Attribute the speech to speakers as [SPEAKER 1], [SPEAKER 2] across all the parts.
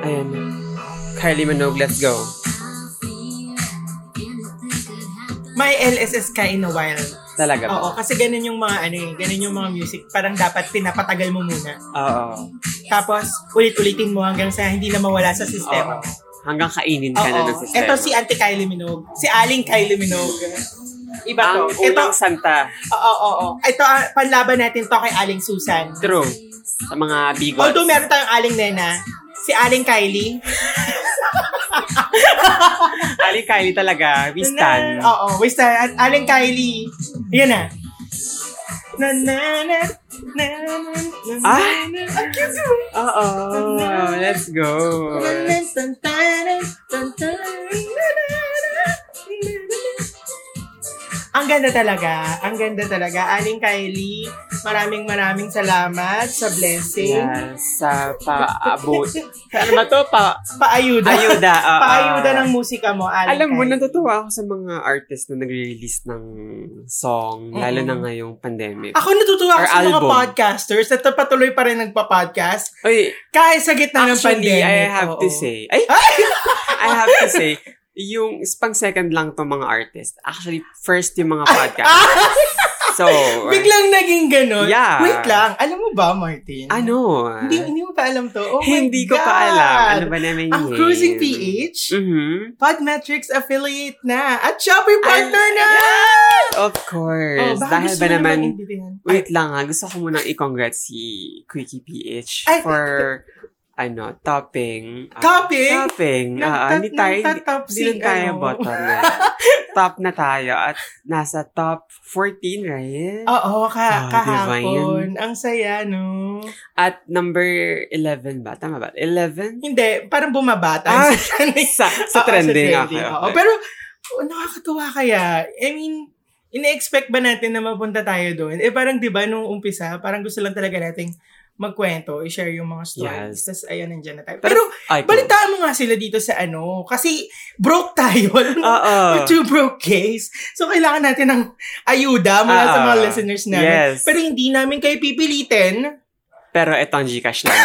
[SPEAKER 1] Ayan. Kylie Minogue, let's go.
[SPEAKER 2] May LSS ka in a while.
[SPEAKER 1] Talaga ba?
[SPEAKER 2] Oo, kasi ganun yung mga ano eh, ganun yung mga music. Parang dapat pinapatagal mo muna.
[SPEAKER 1] Oo.
[SPEAKER 2] Tapos, ulit-ulitin mo hanggang sa hindi na mawala sa
[SPEAKER 1] Oo.
[SPEAKER 2] sistema mo.
[SPEAKER 1] Hanggang kainin ka na
[SPEAKER 2] Oo.
[SPEAKER 1] ng sistema.
[SPEAKER 2] Ito si Auntie Kylie Minogue. Si Aling Kylie Minogue. Iba to.
[SPEAKER 1] Ang
[SPEAKER 2] Ito,
[SPEAKER 1] unang santa.
[SPEAKER 2] oo, oo, oo. Ito, ah, panlaban natin to kay Aling Susan.
[SPEAKER 1] True. Sa mga bigots.
[SPEAKER 2] Although meron tayong Aling Nena, si Aling Kylie.
[SPEAKER 1] Ali Kylie talaga. We stand.
[SPEAKER 2] Na- oh. Oo, we stand. At Aling Kylie. Yan na. Na na na na na na na
[SPEAKER 1] Ah!
[SPEAKER 2] na Ang cute yun.
[SPEAKER 1] Oo. Let's go.
[SPEAKER 2] Na na tan tan tan tan na na na na na. Ang ganda talaga. Ang ganda talaga. Aling Kylie, maraming maraming salamat sa blessing.
[SPEAKER 1] Yes. Sa paabot. ano ba to? Pa
[SPEAKER 2] Paayuda.
[SPEAKER 1] ayuda. oo.
[SPEAKER 2] Paayuda ng musika mo, Aling
[SPEAKER 1] Alam mo,
[SPEAKER 2] Kylie.
[SPEAKER 1] natutuwa ako sa mga artist na nagre-release ng song, lalo na ngayong pandemic.
[SPEAKER 2] Ako natutuwa ako
[SPEAKER 1] Or
[SPEAKER 2] sa mga
[SPEAKER 1] album.
[SPEAKER 2] podcasters na patuloy pa rin nagpa-podcast.
[SPEAKER 1] Oy,
[SPEAKER 2] Kahit sa gitna ng
[SPEAKER 1] actually,
[SPEAKER 2] pandemic.
[SPEAKER 1] I have eh.
[SPEAKER 2] oo.
[SPEAKER 1] to say, ay, I have to say, yung pang second lang to mga artist. Actually, first yung mga
[SPEAKER 2] Ah!
[SPEAKER 1] podcast. so,
[SPEAKER 2] Biglang naging ganun.
[SPEAKER 1] Yeah.
[SPEAKER 2] Wait lang. Alam mo ba, Martin?
[SPEAKER 1] ano?
[SPEAKER 2] Hindi, hindi mo pa alam to. Oh my
[SPEAKER 1] Hindi ko pa
[SPEAKER 2] God.
[SPEAKER 1] alam. Ano ba naman yun?
[SPEAKER 2] Ang Cruising PH,
[SPEAKER 1] Mhm.
[SPEAKER 2] Podmetrics affiliate na. At Shopee partner
[SPEAKER 1] Ay,
[SPEAKER 2] na! Oh,
[SPEAKER 1] yes! Of course.
[SPEAKER 2] baka
[SPEAKER 1] Dahil
[SPEAKER 2] gusto
[SPEAKER 1] ba
[SPEAKER 2] mo
[SPEAKER 1] naman,
[SPEAKER 2] namang imbitahan?
[SPEAKER 1] wait lang ha, gusto ko munang i-congrats si Quickie PH
[SPEAKER 2] Ay,
[SPEAKER 1] for, ano, topping. ah,
[SPEAKER 2] Topping?
[SPEAKER 1] Topping.
[SPEAKER 2] Nag-
[SPEAKER 1] Ah,
[SPEAKER 2] tat-
[SPEAKER 1] hindi tayo, hindi-
[SPEAKER 2] nagtatop
[SPEAKER 1] hindi
[SPEAKER 2] si,
[SPEAKER 1] lang tayo
[SPEAKER 2] ano.
[SPEAKER 1] bottom na. top na tayo at nasa top 14, right?
[SPEAKER 2] Oo, ka-
[SPEAKER 1] Ah,
[SPEAKER 2] kahapon. Ang saya, no?
[SPEAKER 1] At number 11 ba? Tama ba? 11?
[SPEAKER 2] Hindi, parang bumabata.
[SPEAKER 1] Ah,
[SPEAKER 2] Ah, sa,
[SPEAKER 1] sa, sa
[SPEAKER 2] Oo,
[SPEAKER 1] trending.
[SPEAKER 2] sa
[SPEAKER 1] okay,
[SPEAKER 2] trending, oo.
[SPEAKER 1] okay.
[SPEAKER 2] Pero, oh, nakakatuwa kaya. I mean, ina-expect ba natin na mapunta tayo doon? Eh parang 'di ba nung umpisa, parang gusto lang talaga nating magkwento, i-share yung mga stories.
[SPEAKER 1] Yes.
[SPEAKER 2] Tapos ayan, nandiyan na tayo. Pero,
[SPEAKER 1] Pero- Ay, cool.
[SPEAKER 2] balitaan mo nga sila dito sa ano, kasi broke tayo.
[SPEAKER 1] Oo.
[SPEAKER 2] We're two broke case. So, kailangan natin ng ayuda mula sa
[SPEAKER 1] Oo.
[SPEAKER 2] mga listeners namin.
[SPEAKER 1] Ah, Yes.
[SPEAKER 2] Pero hindi namin kayo pipilitin.
[SPEAKER 1] Pero itong Gcash lang.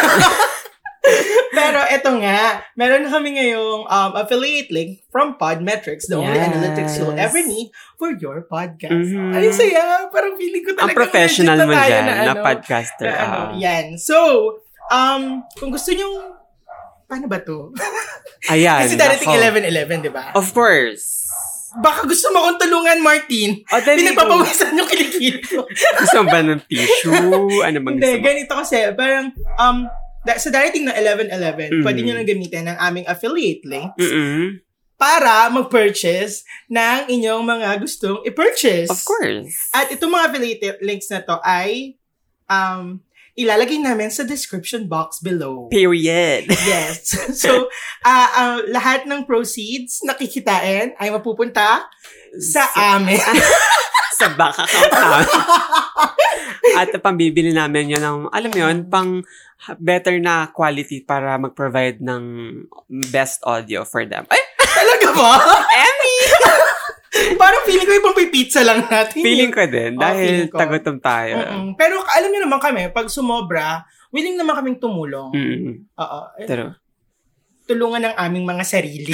[SPEAKER 2] Pero eto nga, meron kami ngayong um, affiliate link from Podmetrics, the only
[SPEAKER 1] Yes.
[SPEAKER 2] analytics you'll ever need for your podcast.
[SPEAKER 1] Mhm.
[SPEAKER 2] Ay, saya. Parang feeling ko
[SPEAKER 1] Ang
[SPEAKER 2] talaga
[SPEAKER 1] professional
[SPEAKER 2] legit
[SPEAKER 1] mo
[SPEAKER 2] tayo
[SPEAKER 1] dyan, na,
[SPEAKER 2] ano,
[SPEAKER 1] podcaster.
[SPEAKER 2] na ano,
[SPEAKER 1] ah.
[SPEAKER 2] Yan. So, um, kung gusto nyo, paano ba to?
[SPEAKER 1] Ayan.
[SPEAKER 2] Kasi darating
[SPEAKER 1] nako.
[SPEAKER 2] 11-11, di ba?
[SPEAKER 1] Of course. Oh,
[SPEAKER 2] Baka gusto mo akong tulungan, Martin.
[SPEAKER 1] O, dali.
[SPEAKER 2] Pinagpapawisan yung kilikili ko.
[SPEAKER 1] Gusto mo ba ng tissue? Ano bang
[SPEAKER 2] Hindi,
[SPEAKER 1] gusto mo?
[SPEAKER 2] ganito kasi, parang, um, da- sa darating ng 11-11, pwede
[SPEAKER 1] Mm.
[SPEAKER 2] nyo nang gamitin ang aming affiliate link
[SPEAKER 1] Mm-mm.
[SPEAKER 2] para mag-purchase ng inyong mga gustong i-purchase.
[SPEAKER 1] Of course.
[SPEAKER 2] At itong mga affiliate links na to ay um, ilalagay namin sa description box below.
[SPEAKER 1] Period.
[SPEAKER 2] Yes. so, ah, ah, lahat ng proceeds na kikitain ay mapupunta sa amin.
[SPEAKER 1] sa bank account namin. At pambibili namin yun ng, alam mo yun, pang better na quality para mag-provide ng best audio for them. Ay,
[SPEAKER 2] Talaga ba?
[SPEAKER 1] Emmy!
[SPEAKER 2] Parang feeling ko yung pizza lang natin.
[SPEAKER 1] Feeling ko din,
[SPEAKER 2] Oh,
[SPEAKER 1] dahil
[SPEAKER 2] feeling ko.
[SPEAKER 1] tagutom tayo.
[SPEAKER 2] Mm-mm. Pero alam niyo naman kami, pag sumobra, willing naman kaming tumulong.
[SPEAKER 1] Mm-mm.
[SPEAKER 2] Oo. Eh,
[SPEAKER 1] Pero,
[SPEAKER 2] Tulungan ng aming mga sarili.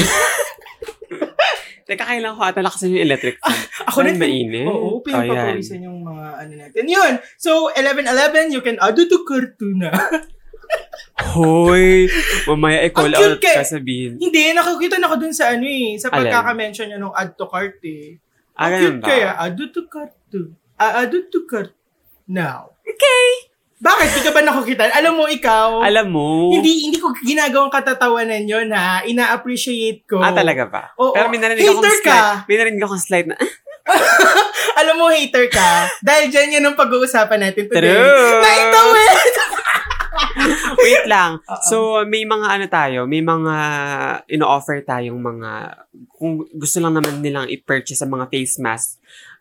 [SPEAKER 1] teka, kailangan ko ata lakasan yung electric fan.
[SPEAKER 2] Ako
[SPEAKER 1] Parang
[SPEAKER 2] rin,
[SPEAKER 1] mainit.
[SPEAKER 2] Oo,
[SPEAKER 1] Ayan.
[SPEAKER 2] pinagpapawisan yung mga ano natin. Yun! So, 11-11, you can add to Cartuna.
[SPEAKER 1] Hoy! Mamaya i-call
[SPEAKER 2] Ang cute
[SPEAKER 1] out
[SPEAKER 2] kay-
[SPEAKER 1] ka sabihin.
[SPEAKER 2] Hindi, nakakita na ako dun sa ano eh, sa
[SPEAKER 1] Alin?
[SPEAKER 2] pagkakamention niya nung add to cart eh.
[SPEAKER 1] Ah, ganun
[SPEAKER 2] Cute
[SPEAKER 1] ba?
[SPEAKER 2] kaya, add to cart to. Ah, add to cart now. Okay! Bakit? Di ka ba nakukita? Alam mo, ikaw,
[SPEAKER 1] Alam mo.
[SPEAKER 2] hindi hindi ko ginagawang katatawanan yun ha. Ina-appreciate ko.
[SPEAKER 1] Ah, talaga ba?
[SPEAKER 2] Oo.
[SPEAKER 1] Pero may narinig
[SPEAKER 2] Hater
[SPEAKER 1] akong
[SPEAKER 2] ka.
[SPEAKER 1] slide. May narinig akong slide na,
[SPEAKER 2] Alam mo, hater ka. dahil dyan yun ang pag-uusapan natin today.
[SPEAKER 1] True.
[SPEAKER 2] Naitawid!
[SPEAKER 1] Wait lang.
[SPEAKER 2] Oo.
[SPEAKER 1] So, may mga ano tayo, may mga ino-offer tayong mga, kung gusto lang naman nilang i-purchase ang mga face mask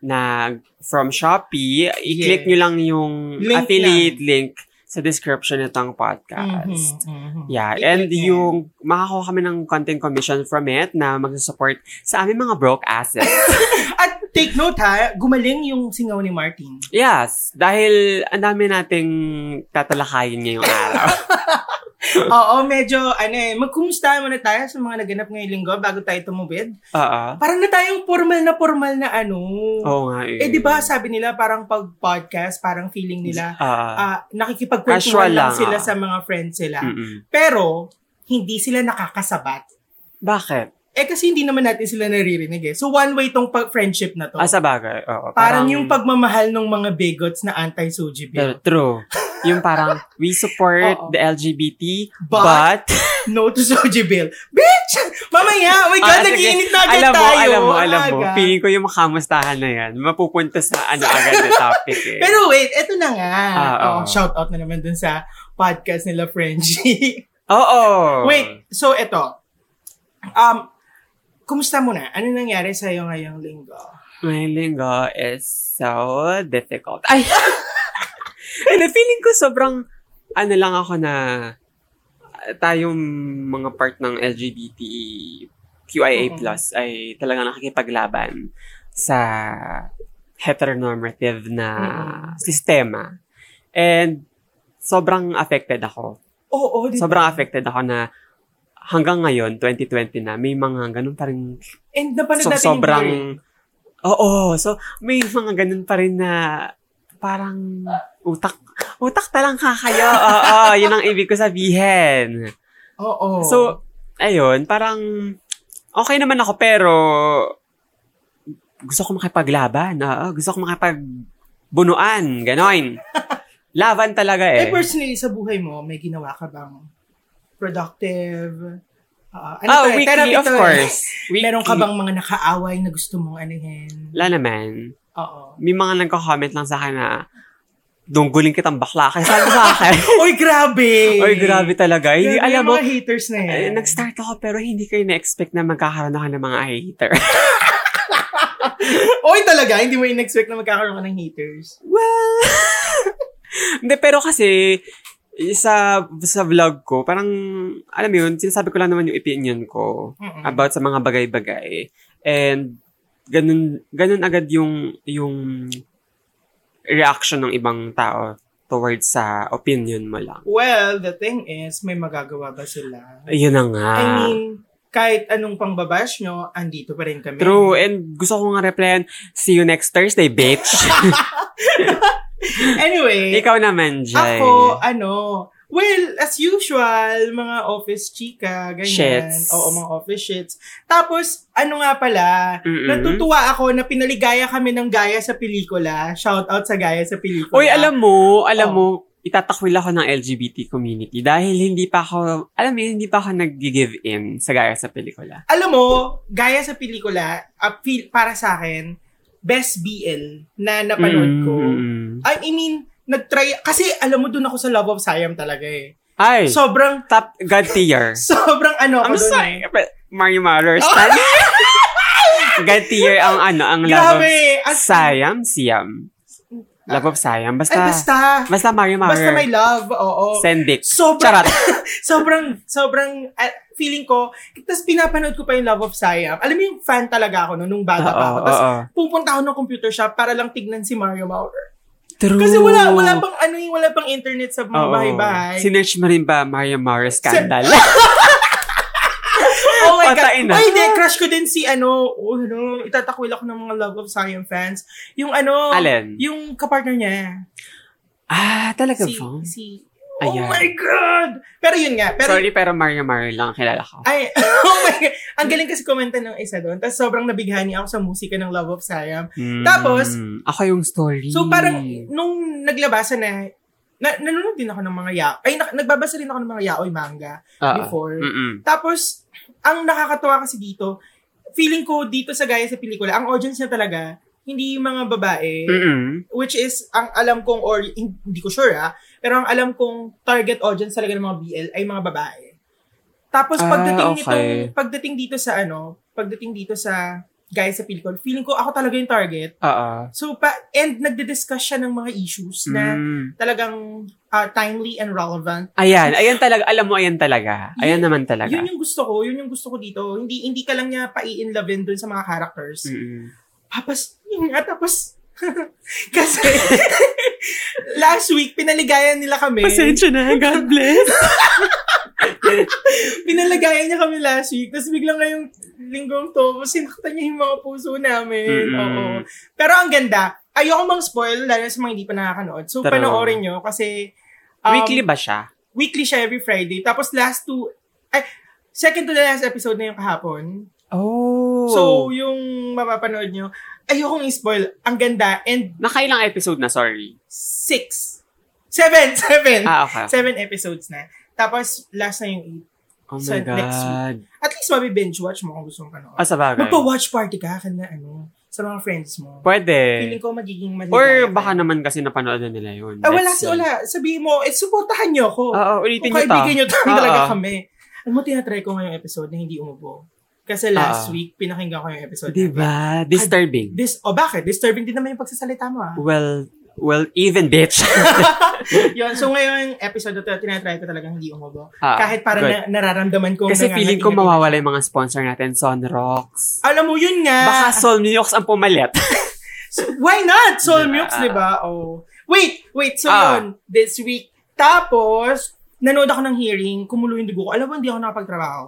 [SPEAKER 1] na from Shopee, i-click
[SPEAKER 2] Yes.
[SPEAKER 1] nyo lang yung
[SPEAKER 2] Link
[SPEAKER 1] affiliate link sa description nitong podcast.
[SPEAKER 2] Mhm, mhm.
[SPEAKER 1] Yeah,
[SPEAKER 2] I-click
[SPEAKER 1] and
[SPEAKER 2] na yan.
[SPEAKER 1] yung makakuha kami ng content commission from it na magsusupport sa aming mga broke assets.
[SPEAKER 2] At take note ha, gumaling yung singaw ni Martin.
[SPEAKER 1] yes, dahil ang dami nating tatalakayin ngayong araw.
[SPEAKER 2] Oo, medyo, ano eh, magkumusta muna tayo sa mga naganap ngayong linggo bago tayo tumubid.
[SPEAKER 1] Oo.
[SPEAKER 2] Parang na tayong formal na formal na ano.
[SPEAKER 1] Oo nga eh.
[SPEAKER 2] Eh, di ba sabi nila parang pag-podcast, parang feeling nila,
[SPEAKER 1] Ah.
[SPEAKER 2] ah
[SPEAKER 1] Casual
[SPEAKER 2] nakikipagkwentuhan lang
[SPEAKER 1] lang,
[SPEAKER 2] sila
[SPEAKER 1] ah. Hmm.
[SPEAKER 2] sa mga friends sila.
[SPEAKER 1] Mm-mm.
[SPEAKER 2] Pero, hindi sila nakakasabat.
[SPEAKER 1] Bakit?
[SPEAKER 2] Eh, kasi hindi naman natin sila naririnig eh. So, one way tong pag- friendship na to.
[SPEAKER 1] Ah, sa bagay. Oo,
[SPEAKER 2] parang, yung pagmamahal ng mga bigots na anti-Suji bill.
[SPEAKER 1] Pero True. Yung parang, we support
[SPEAKER 2] Oo.
[SPEAKER 1] the LGBT,
[SPEAKER 2] But-
[SPEAKER 1] but,
[SPEAKER 2] No to Soji Bill. Bitch! Mamaya! Oh my God,
[SPEAKER 1] Ah, sige.
[SPEAKER 2] nagiinit na agad
[SPEAKER 1] alam mo,
[SPEAKER 2] tayo.
[SPEAKER 1] alam mo, alam mo,
[SPEAKER 2] Aga.
[SPEAKER 1] feeling ko yung makamustahan na yan, mapupunta sa ano agad na topic eh.
[SPEAKER 2] Pero wait, eto na nga.
[SPEAKER 1] Ah,
[SPEAKER 2] oh,
[SPEAKER 1] oo.
[SPEAKER 2] Shout out na naman dun sa podcast nila, Frenchie.
[SPEAKER 1] Oo.
[SPEAKER 2] wait, so eto. Um, kumusta muna? Ano nangyari sa'yo ngayong linggo?
[SPEAKER 1] My linggo is so difficult. Ay! And feeling ko sobrang, ano lang ako na, ah, tayong mga part ng LGBT QIA+,
[SPEAKER 2] Oo.
[SPEAKER 1] ay talagang nakikipaglaban sa heteronormative na sistema. And sobrang affected ako
[SPEAKER 2] Oo, di ba?
[SPEAKER 1] sobrang affected ako na hanggang ngayon, 2020 na, may mga ganun pa rin.
[SPEAKER 2] And napanood
[SPEAKER 1] So,
[SPEAKER 2] natin yung blur.
[SPEAKER 1] sobrang... Oo. So, may mga ganun pa rin na parang utak. Utak talang kakayo. Oo. Yun ang ibig ko sabihin.
[SPEAKER 2] Oo.
[SPEAKER 1] So, ayun, parang okay naman ako pero gusto ko makipaglaban. Oo, gusto ko makipagbunuan. Ganon. Laban talaga eh.
[SPEAKER 2] Eh, personally, sa buhay mo, may ginawa ka bang productive? Ah, ano
[SPEAKER 1] Ah,
[SPEAKER 2] to eh,
[SPEAKER 1] weekly,
[SPEAKER 2] therapy
[SPEAKER 1] of
[SPEAKER 2] to eh.
[SPEAKER 1] course. Weekly.
[SPEAKER 2] Meron ka bang mga nakaaway na gusto mong anuhin?
[SPEAKER 1] Wala naman.
[SPEAKER 2] Oo.
[SPEAKER 1] May mga nagko-comment lang sa akin na dungguling kitang bakla. Kaya sabi sa akin,
[SPEAKER 2] Oy, grabe!
[SPEAKER 1] oy, grabe talaga. Hindi,
[SPEAKER 2] Grabe
[SPEAKER 1] alam
[SPEAKER 2] yung
[SPEAKER 1] mo,
[SPEAKER 2] mga haters na yan.
[SPEAKER 1] eh, nag-start ako pero hindi ko na-expect na magkakaroon ako ng mga hater.
[SPEAKER 2] Oy, talaga, hindi mo in-expect na magkakaroon ka ng haters.
[SPEAKER 1] well, hindi, pero kasi, eh, sa, sa vlog ko, parang, alam mo yun, sinasabi ko lang naman yung opinion ko.
[SPEAKER 2] Mm-mm.
[SPEAKER 1] about sa mga bagay-bagay. And ganun ganun agad yung yung reaction ng ibang tao towards sa opinion mo lang.
[SPEAKER 2] Well, the thing is, may magagawa ba sila?
[SPEAKER 1] Ayun na nga.
[SPEAKER 2] I mean, kahit anong pangbabash nyo, andito pa rin kami.
[SPEAKER 1] True. And gusto ko nga replyan, see you next Thursday, bitch.
[SPEAKER 2] Anyway,
[SPEAKER 1] Ikaw naman, Jai.
[SPEAKER 2] Ako, ano, well, as usual, mga office chika, ganyan.
[SPEAKER 1] Shits.
[SPEAKER 2] Oo, mga office shits. Tapos, ano nga pala,
[SPEAKER 1] Mm-mm.
[SPEAKER 2] natutuwa ako na pinaligaya kami ng gaya sa pelikula. Shout out sa gaya sa pelikula.
[SPEAKER 1] Uy, alam mo,
[SPEAKER 2] Oh.
[SPEAKER 1] alam mo, itatakwil ako ng LGBT community dahil hindi pa ako, alam mo, yun, hindi pa ako nag-give in sa gaya sa pelikula.
[SPEAKER 2] Alam mo, gaya sa pelikula, ah, feel, para sa akin, best BL na napanood
[SPEAKER 1] Mm,
[SPEAKER 2] ko.
[SPEAKER 1] Mm-mm.
[SPEAKER 2] I mean, nagtry, kasi alam mo, dun ako sa Love of Siam talaga eh.
[SPEAKER 1] Ay,
[SPEAKER 2] Sobrang,
[SPEAKER 1] top God tier.
[SPEAKER 2] sobrang ano ako
[SPEAKER 1] I'm
[SPEAKER 2] dun eh.
[SPEAKER 1] sorry, but Mario Matters. tali. God tier ang ano, ang love
[SPEAKER 2] Grabe!
[SPEAKER 1] of
[SPEAKER 2] As
[SPEAKER 1] Siam, Siam. Love of Siam. Basta,
[SPEAKER 2] Ay,
[SPEAKER 1] basta,
[SPEAKER 2] basta.
[SPEAKER 1] Mario Matters.
[SPEAKER 2] Basta may love, oo.
[SPEAKER 1] Sendik.
[SPEAKER 2] Sobrang,
[SPEAKER 1] Charot.
[SPEAKER 2] sobrang, sobrang, ah, feeling ko, tapos pinapanood ko pa yung Love of Siam. Alam mo yung fan talaga ako no, nung bata pa
[SPEAKER 1] Oo,
[SPEAKER 2] ako. Tapos
[SPEAKER 1] oo.
[SPEAKER 2] pupunta ako ng computer shop para lang tignan si Mario Maurer.
[SPEAKER 1] True.
[SPEAKER 2] Kasi wala, wala pang, ano yung wala pang internet sa mga
[SPEAKER 1] Oo.
[SPEAKER 2] bahay-bahay.
[SPEAKER 1] Sinerch mo rin ba Mario Matters scandal?
[SPEAKER 2] oh my God.
[SPEAKER 1] Patay na.
[SPEAKER 2] Ay, hindi, crush ko din si, ano, oh, ano, itatakwil ako ng mga Love of Siam fans. Yung ano,
[SPEAKER 1] Alin?
[SPEAKER 2] yung kapartner niya.
[SPEAKER 1] ah, talaga
[SPEAKER 2] Si,
[SPEAKER 1] ba?
[SPEAKER 2] si,
[SPEAKER 1] Ayan.
[SPEAKER 2] Oh my God! Pero yun nga. Pero
[SPEAKER 1] Sorry, pero Mario Mario lang ang kilala ko.
[SPEAKER 2] Ay, oh my God. Ang galing kasi komenta ng isa doon. Tapos sobrang nabighani ako sa musika ng Love of Siam.
[SPEAKER 1] Mm,
[SPEAKER 2] Hmm. Tapos-
[SPEAKER 1] ako yung story.
[SPEAKER 2] So parang nung naglabasa na, na nanonood din ako ng mga yaoy. Ay, na- nagbabasa rin ako ng mga yaoy manga
[SPEAKER 1] Oo.
[SPEAKER 2] before.
[SPEAKER 1] Ah, Mm-mm.
[SPEAKER 2] Tapos, ang nakakatuwa kasi dito, feeling ko dito sa gaya sa pelikula, ang audience niya talaga, hindi yung mga babae,
[SPEAKER 1] Mm-mm.
[SPEAKER 2] which is, ang alam kong, or hindi ko sure ha, pero ang alam kong target audience talaga ng mga BL ay mga babae. Tapos
[SPEAKER 1] Ah,
[SPEAKER 2] pagdating
[SPEAKER 1] okay.
[SPEAKER 2] nitong, pagdating dito sa ano, pagdating dito sa guys sa Pilcon, feeling ko ako talaga yung target.
[SPEAKER 1] Oo.
[SPEAKER 2] So pa and nagdi-discuss siya ng mga issues na
[SPEAKER 1] Mm.
[SPEAKER 2] talagang ah, timely and relevant.
[SPEAKER 1] Ayan, ayan talaga. Alam mo, ayan talaga. Ayan naman talaga.
[SPEAKER 2] Yun yung gusto ko, yun yung gusto ko dito. Hindi hindi ka lang niya pa-i-inlovein dun sa mga characters.
[SPEAKER 1] Mm-mm.
[SPEAKER 2] Tapos, yun nga, tapos, kasi, last week, pinaligayan nila kami.
[SPEAKER 1] na. God bless.
[SPEAKER 2] Pinalagayan niya kami last week. Tapos biglang ngayong linggong to, sinaktan niya yung mga puso namin.
[SPEAKER 1] Mm-mm.
[SPEAKER 2] Oo. Pero ang ganda. Ayoko mang spoil, lalo sa mga hindi pa nakakanood. So,
[SPEAKER 1] Tara.
[SPEAKER 2] panoorin niyo kasi um,
[SPEAKER 1] Weekly ba siya?
[SPEAKER 2] weekly siya every Friday. Tapos last two, ay, second to the last episode na yung kahapon.
[SPEAKER 1] Oh.
[SPEAKER 2] So, yung mapapanood nyo, ayokong i-spoil. Ang ganda. And
[SPEAKER 1] nakailang episode na, sorry.
[SPEAKER 2] six. Seven! Seven!
[SPEAKER 1] Ah, okay.
[SPEAKER 2] Seven episodes na. Tapos, last na yung eight.
[SPEAKER 1] Oh my
[SPEAKER 2] so,
[SPEAKER 1] God.
[SPEAKER 2] next At least mabibinge watch mo kung gusto mong
[SPEAKER 1] Ah,
[SPEAKER 2] panoorin.
[SPEAKER 1] sa bagay.
[SPEAKER 2] Magpa-watch party ka kanda, ano, sa mga friends mo.
[SPEAKER 1] Pwede.
[SPEAKER 2] Feeling ko magiging maligaya.
[SPEAKER 1] Or
[SPEAKER 2] tayo.
[SPEAKER 1] baka naman kasi napanood na nila yun.
[SPEAKER 2] Ah, wala si
[SPEAKER 1] Let's see.
[SPEAKER 2] Ola. Sabihin mo, eh, supportahan nyo ako.
[SPEAKER 1] Oo, ulitin
[SPEAKER 2] Kung
[SPEAKER 1] nyo to.
[SPEAKER 2] kaibigan nyo to,
[SPEAKER 1] Oo.
[SPEAKER 2] talaga kami. Alam mo, tinatry ko ngayong episode na hindi umubo. Kasi last
[SPEAKER 1] Oo.
[SPEAKER 2] week, pinakinggan ko yung episode. natin.
[SPEAKER 1] Diba? Disturbing.
[SPEAKER 2] This, o bakit? Disturbing din naman yung pagsasalita mo ah.
[SPEAKER 1] Well, well, even bitch.
[SPEAKER 2] Yun, so ngayon, episode na to, tinatry ko talagang hindi umubo.
[SPEAKER 1] Ah,
[SPEAKER 2] Kahit para
[SPEAKER 1] good.
[SPEAKER 2] na, nararamdaman ko.
[SPEAKER 1] Kasi
[SPEAKER 2] nangangati
[SPEAKER 1] feeling ko
[SPEAKER 2] na-
[SPEAKER 1] mawawala yung mga sponsor natin, Sonrox.
[SPEAKER 2] Alam mo, yun nga.
[SPEAKER 1] Baka Sol Miox ang pumalit.
[SPEAKER 2] Why not? Soul
[SPEAKER 1] Diba?
[SPEAKER 2] Mukes, di ba? Oh. Wait, wait. So
[SPEAKER 1] Ah.
[SPEAKER 2] yun, this week. Tapos, nanood ako ng hearing, kumulo yung dugo ko. Alam mo, hindi ako nakapagtrabaho.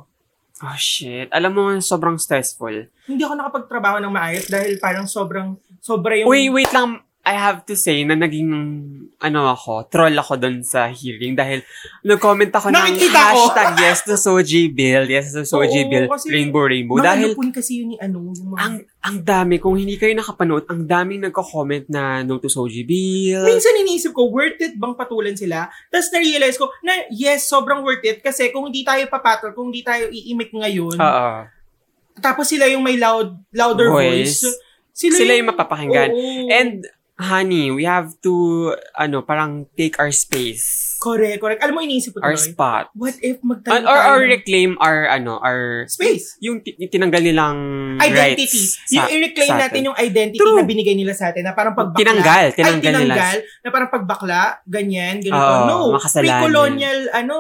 [SPEAKER 1] oh shit. Alam mo, sobrang stressful.
[SPEAKER 2] Hindi ako nakapagtrabaho ng maayos dahil parang sobrang, sobra yung...
[SPEAKER 1] Wait, wait lang. I have to say na naging, ano ako, troll ako dun sa hearing dahil nag-comment ako ng
[SPEAKER 2] Nakikita ko.
[SPEAKER 1] hashtag yes to Soji Bill, yes to
[SPEAKER 2] Oo,
[SPEAKER 1] Soji Bill,
[SPEAKER 2] kasi
[SPEAKER 1] Rainbow Rainbow.
[SPEAKER 2] Mga
[SPEAKER 1] Dahil
[SPEAKER 2] lupon kasi yun ni ano, yung mga...
[SPEAKER 1] ang ang dami, kung hindi kayo nakapanood, ang daming nagko-comment na no to Soji Bill.
[SPEAKER 2] Minsan iniisip ko, worth it bang patulan sila? Tapos na-realize ko na yes, sobrang worth it kasi kung hindi tayo papatol, kung hindi tayo iimik ngayon,
[SPEAKER 1] Oo.
[SPEAKER 2] tapos sila yung may loud louder voice,
[SPEAKER 1] Voice. Sila yung mapapakinggan.
[SPEAKER 2] Oo.
[SPEAKER 1] And, honey, we have to, ano, parang take our space.
[SPEAKER 2] correct, correct. Alam mo, iniisip ko
[SPEAKER 1] Our
[SPEAKER 2] tuloy,
[SPEAKER 1] spot.
[SPEAKER 2] what if
[SPEAKER 1] Or,
[SPEAKER 2] magtayo
[SPEAKER 1] or, or
[SPEAKER 2] ng
[SPEAKER 1] reclaim our, ano, our,
[SPEAKER 2] space?
[SPEAKER 1] yung ti- tinanggal nilang
[SPEAKER 2] Identity.
[SPEAKER 1] rights
[SPEAKER 2] yung
[SPEAKER 1] Mm, sa-
[SPEAKER 2] i-reclaim
[SPEAKER 1] sa atin.
[SPEAKER 2] natin yung identity
[SPEAKER 1] True.
[SPEAKER 2] na binigay nila sa atin na parang pagbakla.
[SPEAKER 1] Tinanggal,
[SPEAKER 2] ay,
[SPEAKER 1] tinanggal,
[SPEAKER 2] tinanggal.
[SPEAKER 1] nila.
[SPEAKER 2] Na parang pagbakla, ganyan, ganito.
[SPEAKER 1] Oo,
[SPEAKER 2] no,
[SPEAKER 1] makasalanan.
[SPEAKER 2] pre-colonial, ano,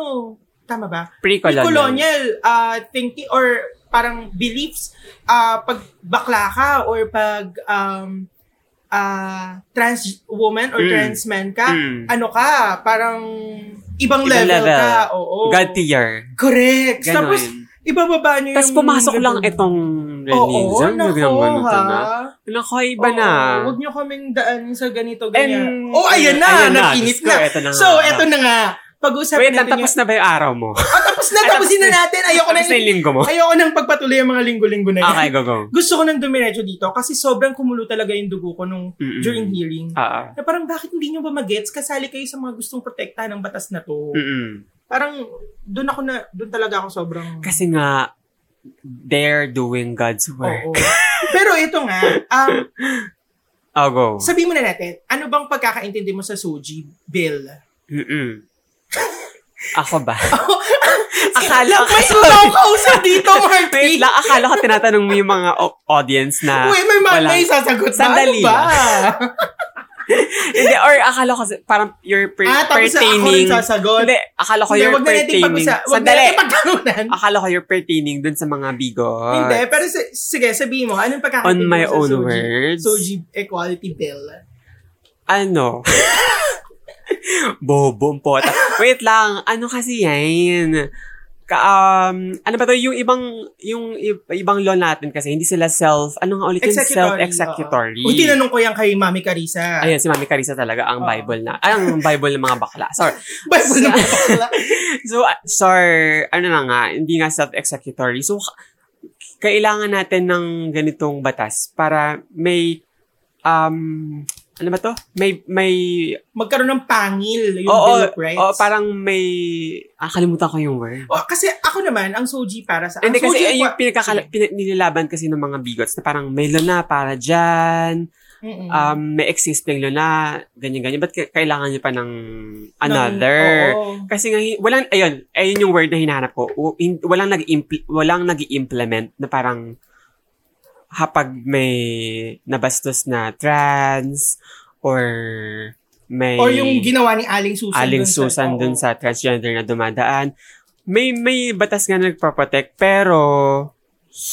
[SPEAKER 2] tama ba?
[SPEAKER 1] Pre-colonial.
[SPEAKER 2] pre-colonial uh, thinking or parang beliefs uh, pag bakla ka or pag um, uh, trans woman or
[SPEAKER 1] Mm.
[SPEAKER 2] trans man ka,
[SPEAKER 1] Mm.
[SPEAKER 2] ano ka, parang ibang,
[SPEAKER 1] Ibang
[SPEAKER 2] level,
[SPEAKER 1] level.
[SPEAKER 2] ka. Oo.
[SPEAKER 1] God tier.
[SPEAKER 2] Correct.
[SPEAKER 1] Ganon.
[SPEAKER 2] Tapos, ibababa niyo
[SPEAKER 1] Tapos pumasok lang itong
[SPEAKER 2] Oo,
[SPEAKER 1] Renism.
[SPEAKER 2] nako,
[SPEAKER 1] ha?
[SPEAKER 2] ha.
[SPEAKER 1] Na. Nako, iba na.
[SPEAKER 2] Oo, Huwag niyo kaming daanin sa ganito, ganyan.
[SPEAKER 1] And-
[SPEAKER 2] oh, ayan na,
[SPEAKER 1] ayan na,
[SPEAKER 2] nag-init
[SPEAKER 1] Diyos ko,
[SPEAKER 2] na.
[SPEAKER 1] eto na nga.
[SPEAKER 2] So, eto na nga. Pag-usapan
[SPEAKER 1] Wait lang,
[SPEAKER 2] natin
[SPEAKER 1] tapos na ba yung araw mo?
[SPEAKER 2] Yung... Oh, tapos na,
[SPEAKER 1] Ay,
[SPEAKER 2] tapusin na
[SPEAKER 1] tapos na.
[SPEAKER 2] natin. Ayoko na,
[SPEAKER 1] tapos na yung linggo mo?
[SPEAKER 2] ayoko nang pagpatuloy ang mga linggo-linggo na yan.
[SPEAKER 1] Oh. Okay, go, go.
[SPEAKER 2] gusto ko nang dumiretso dito kasi sobrang kumulo talaga yung dugo ko nung
[SPEAKER 1] Mm-mm.
[SPEAKER 2] during hearing.
[SPEAKER 1] Ah,
[SPEAKER 2] Na parang bakit hindi nyo ba magets? Kasali kayo sa mga gustong protektahan ng batas na to.
[SPEAKER 1] ah. Mm-mm.
[SPEAKER 2] Parang doon ako na, doon talaga ako sobrang...
[SPEAKER 1] Kasi nga, they're doing God's
[SPEAKER 2] Oo.
[SPEAKER 1] work.
[SPEAKER 2] Pero ito nga, um,
[SPEAKER 1] I'll go.
[SPEAKER 2] sabi mo na natin, ano bang pagkakaintindi mo sa Soji Bill?
[SPEAKER 1] Mm-mm. Ako ba? akala
[SPEAKER 2] Oh, May ibang kausap dito,
[SPEAKER 1] Wait
[SPEAKER 2] Marty!
[SPEAKER 1] lang, akala ko tinatanong mo yung mga o- audience na...
[SPEAKER 2] Uy, may, ma-
[SPEAKER 1] Wala.
[SPEAKER 2] may sasagot na. Ano
[SPEAKER 1] Sandali
[SPEAKER 2] ba?
[SPEAKER 1] Hindi, or akala ko kasi parang you're per-
[SPEAKER 2] ah, tapos ako rin
[SPEAKER 1] pertaining...
[SPEAKER 2] sasagot.
[SPEAKER 1] Hindi, akala ko
[SPEAKER 2] Hindi,
[SPEAKER 1] you're
[SPEAKER 2] wag na natin
[SPEAKER 1] pertaining...
[SPEAKER 2] pag-usa- wag na
[SPEAKER 1] Sandali!
[SPEAKER 2] natin pagtanungan.
[SPEAKER 1] Akala ko you're pertaining dun sa mga bigot.
[SPEAKER 2] Hindi, pero si- sige, sabihin mo, anong
[SPEAKER 1] On
[SPEAKER 2] pagkakaintindi mo
[SPEAKER 1] my
[SPEAKER 2] sa
[SPEAKER 1] own
[SPEAKER 2] Soji?
[SPEAKER 1] words.
[SPEAKER 2] Soji Equality Bill.
[SPEAKER 1] Ano? Bobong pota. Wait lang, ano kasi yan? Ka, um, ano ba to? Yung ibang, yung i- ibang law natin kasi, hindi sila self, ano nga ulit yung
[SPEAKER 2] Executory,
[SPEAKER 1] self-executory.
[SPEAKER 2] O, tinanong ko yan kay Mami Carissa.
[SPEAKER 1] Ayun, si Mami Carissa talaga ang
[SPEAKER 2] Oo.
[SPEAKER 1] Bible na. Ay, ang Bible ng mga bakla. Sorry.
[SPEAKER 2] Bible na pala.
[SPEAKER 1] So, uh, sir, ano na nga, hindi nga self-executory. So, ka- kailangan natin ng ganitong batas para may, um, ano ba to? May, may
[SPEAKER 2] Magkaroon ng pangil yung
[SPEAKER 1] Oo,
[SPEAKER 2] Bill of Rights.
[SPEAKER 1] Oo, parang may... Ah, kalimutan ko yung word.
[SPEAKER 2] O, kasi ako naman, ang Soji para sa...
[SPEAKER 1] Hindi
[SPEAKER 2] ang
[SPEAKER 1] kasi
[SPEAKER 2] Soji
[SPEAKER 1] yun Ah, yung
[SPEAKER 2] equa-
[SPEAKER 1] pinakakala- pin- nilalaban kasi ng mga bigots na parang may luna para dyan,
[SPEAKER 2] Mm-mm.
[SPEAKER 1] um, may existing luna, ganyan-ganyan. Ba't ka- kailangan niyo pa ng
[SPEAKER 2] Ng-
[SPEAKER 1] another?
[SPEAKER 2] oo.
[SPEAKER 1] Kasi nga, hi- walang, ayun, ayun yung word na hinahanap ko. W- in- walang nag walang nag implement na parang hapag may nabastos na trans or may...
[SPEAKER 2] Or yung ginawa ni Aling Susan. dun
[SPEAKER 1] Aling
[SPEAKER 2] sa-
[SPEAKER 1] Susan
[SPEAKER 2] oo.
[SPEAKER 1] dun sa transgender na dumadaan. May may batas nga nagpaprotect pero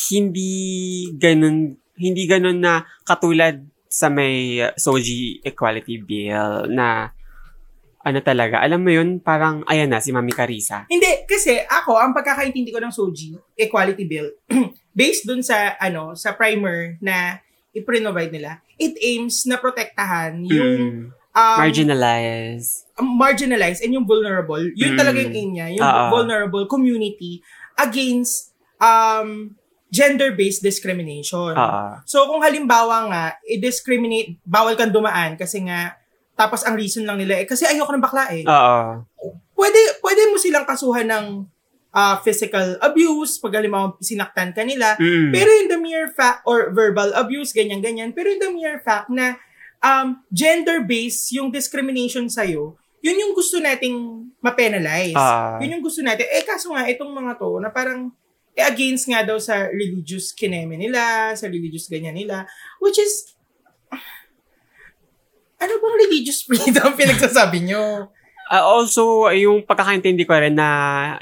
[SPEAKER 1] hindi ganun hindi ganun na katulad sa may uh, Soji Equality Bill na ano talaga, alam mo yun, parang, ayan na, si Mami Carissa.
[SPEAKER 2] Hindi, kasi ako, ang pagkakaintindi ko ng Soji, equality bill, based dun sa, ano, sa primer na i-provide nila, it aims na protektahan yung
[SPEAKER 1] Mm.
[SPEAKER 2] um,
[SPEAKER 1] Marginalized.
[SPEAKER 2] marginalized and yung vulnerable. Yun
[SPEAKER 1] Mm.
[SPEAKER 2] talaga yung aim niya, yung
[SPEAKER 1] Oo.
[SPEAKER 2] vulnerable community against um, gender-based discrimination.
[SPEAKER 1] Oo.
[SPEAKER 2] So kung halimbawa nga, i-discriminate, bawal kang dumaan kasi nga, tapos ang reason lang nila, eh, kasi ayoko ng bakla eh.
[SPEAKER 1] Oo.
[SPEAKER 2] pwede, pwede mo silang kasuhan ng ah, physical abuse, pag halimbawa sinaktan ka nila.
[SPEAKER 1] Mm.
[SPEAKER 2] Pero in the mere fact, or verbal abuse, ganyan-ganyan, pero in the mere fact na um, gender-based yung discrimination sa'yo, yun yung gusto nating ma-penalize.
[SPEAKER 1] Ah.
[SPEAKER 2] yun yung gusto natin. Eh, kaso nga, itong mga to, na parang eh, against nga daw sa religious kineme nila, sa religious ganyan nila, which is, ano bang religious freedom pinagsasabi nyo?
[SPEAKER 1] Ah, also, yung pagkakaintindi ko rin na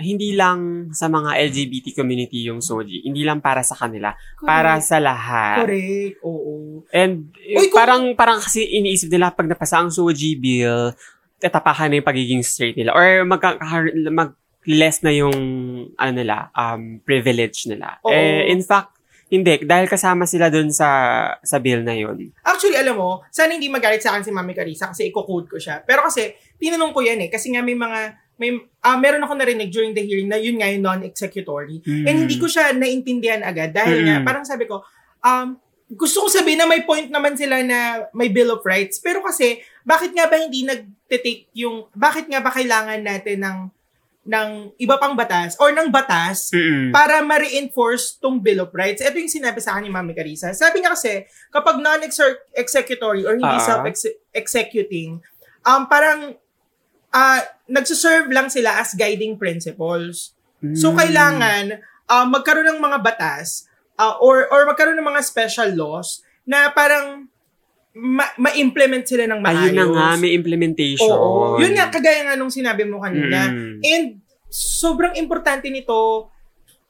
[SPEAKER 1] hindi lang sa mga LGBT community yung Soji. Hindi lang para sa kanila. Para sa lahat.
[SPEAKER 2] Correct, oo.
[SPEAKER 1] And eh,
[SPEAKER 2] Uy, kung-
[SPEAKER 1] parang parang kasi iniisip nila pag napasa ang Soji bill, tatapakan na yung pagiging straight nila. Or magka- mag less na yung ano nila, um, privilege nila.
[SPEAKER 2] Oo.
[SPEAKER 1] Eh, in fact, hindi. Dahil kasama sila dun sa sa bill na yun.
[SPEAKER 2] Actually, alam mo, sana hindi magalit sa akin si Mami Carissa kasi iko-code ko siya. Pero kasi, tinanong ko yan eh. Kasi nga may mga, may, ah, meron ako narinig during the hearing na yun nga yung non-executory. And
[SPEAKER 1] Mm.
[SPEAKER 2] hindi ko siya naintindihan agad dahil nga,
[SPEAKER 1] Mm.
[SPEAKER 2] parang sabi ko, um, gusto ko sabihin na may point naman sila na may Bill of Rights. Pero kasi, bakit nga ba hindi nag-take yung, bakit nga ba kailangan natin ng, ng iba pang batas or ng batas
[SPEAKER 1] Mm-mm.
[SPEAKER 2] para ma-reinforce tong Bill of Rights. Ito yung sinabi sa akin ni Mami Carissa. Sabi niya kasi, kapag non-executory or hindi
[SPEAKER 1] Ah.
[SPEAKER 2] self-executing, um, parang uh, nagsiserve lang sila as guiding principles. So,
[SPEAKER 1] Mm.
[SPEAKER 2] kailangan uh, magkaroon ng mga batas uh, or, or magkaroon ng mga special laws na parang ma- ma-implement sila ng maayos.
[SPEAKER 1] Ayun na nga, may implementation.
[SPEAKER 2] Oo. Yun nga, kagaya nga nung sinabi mo kanina,
[SPEAKER 1] Mm-mm.
[SPEAKER 2] And sobrang importante nito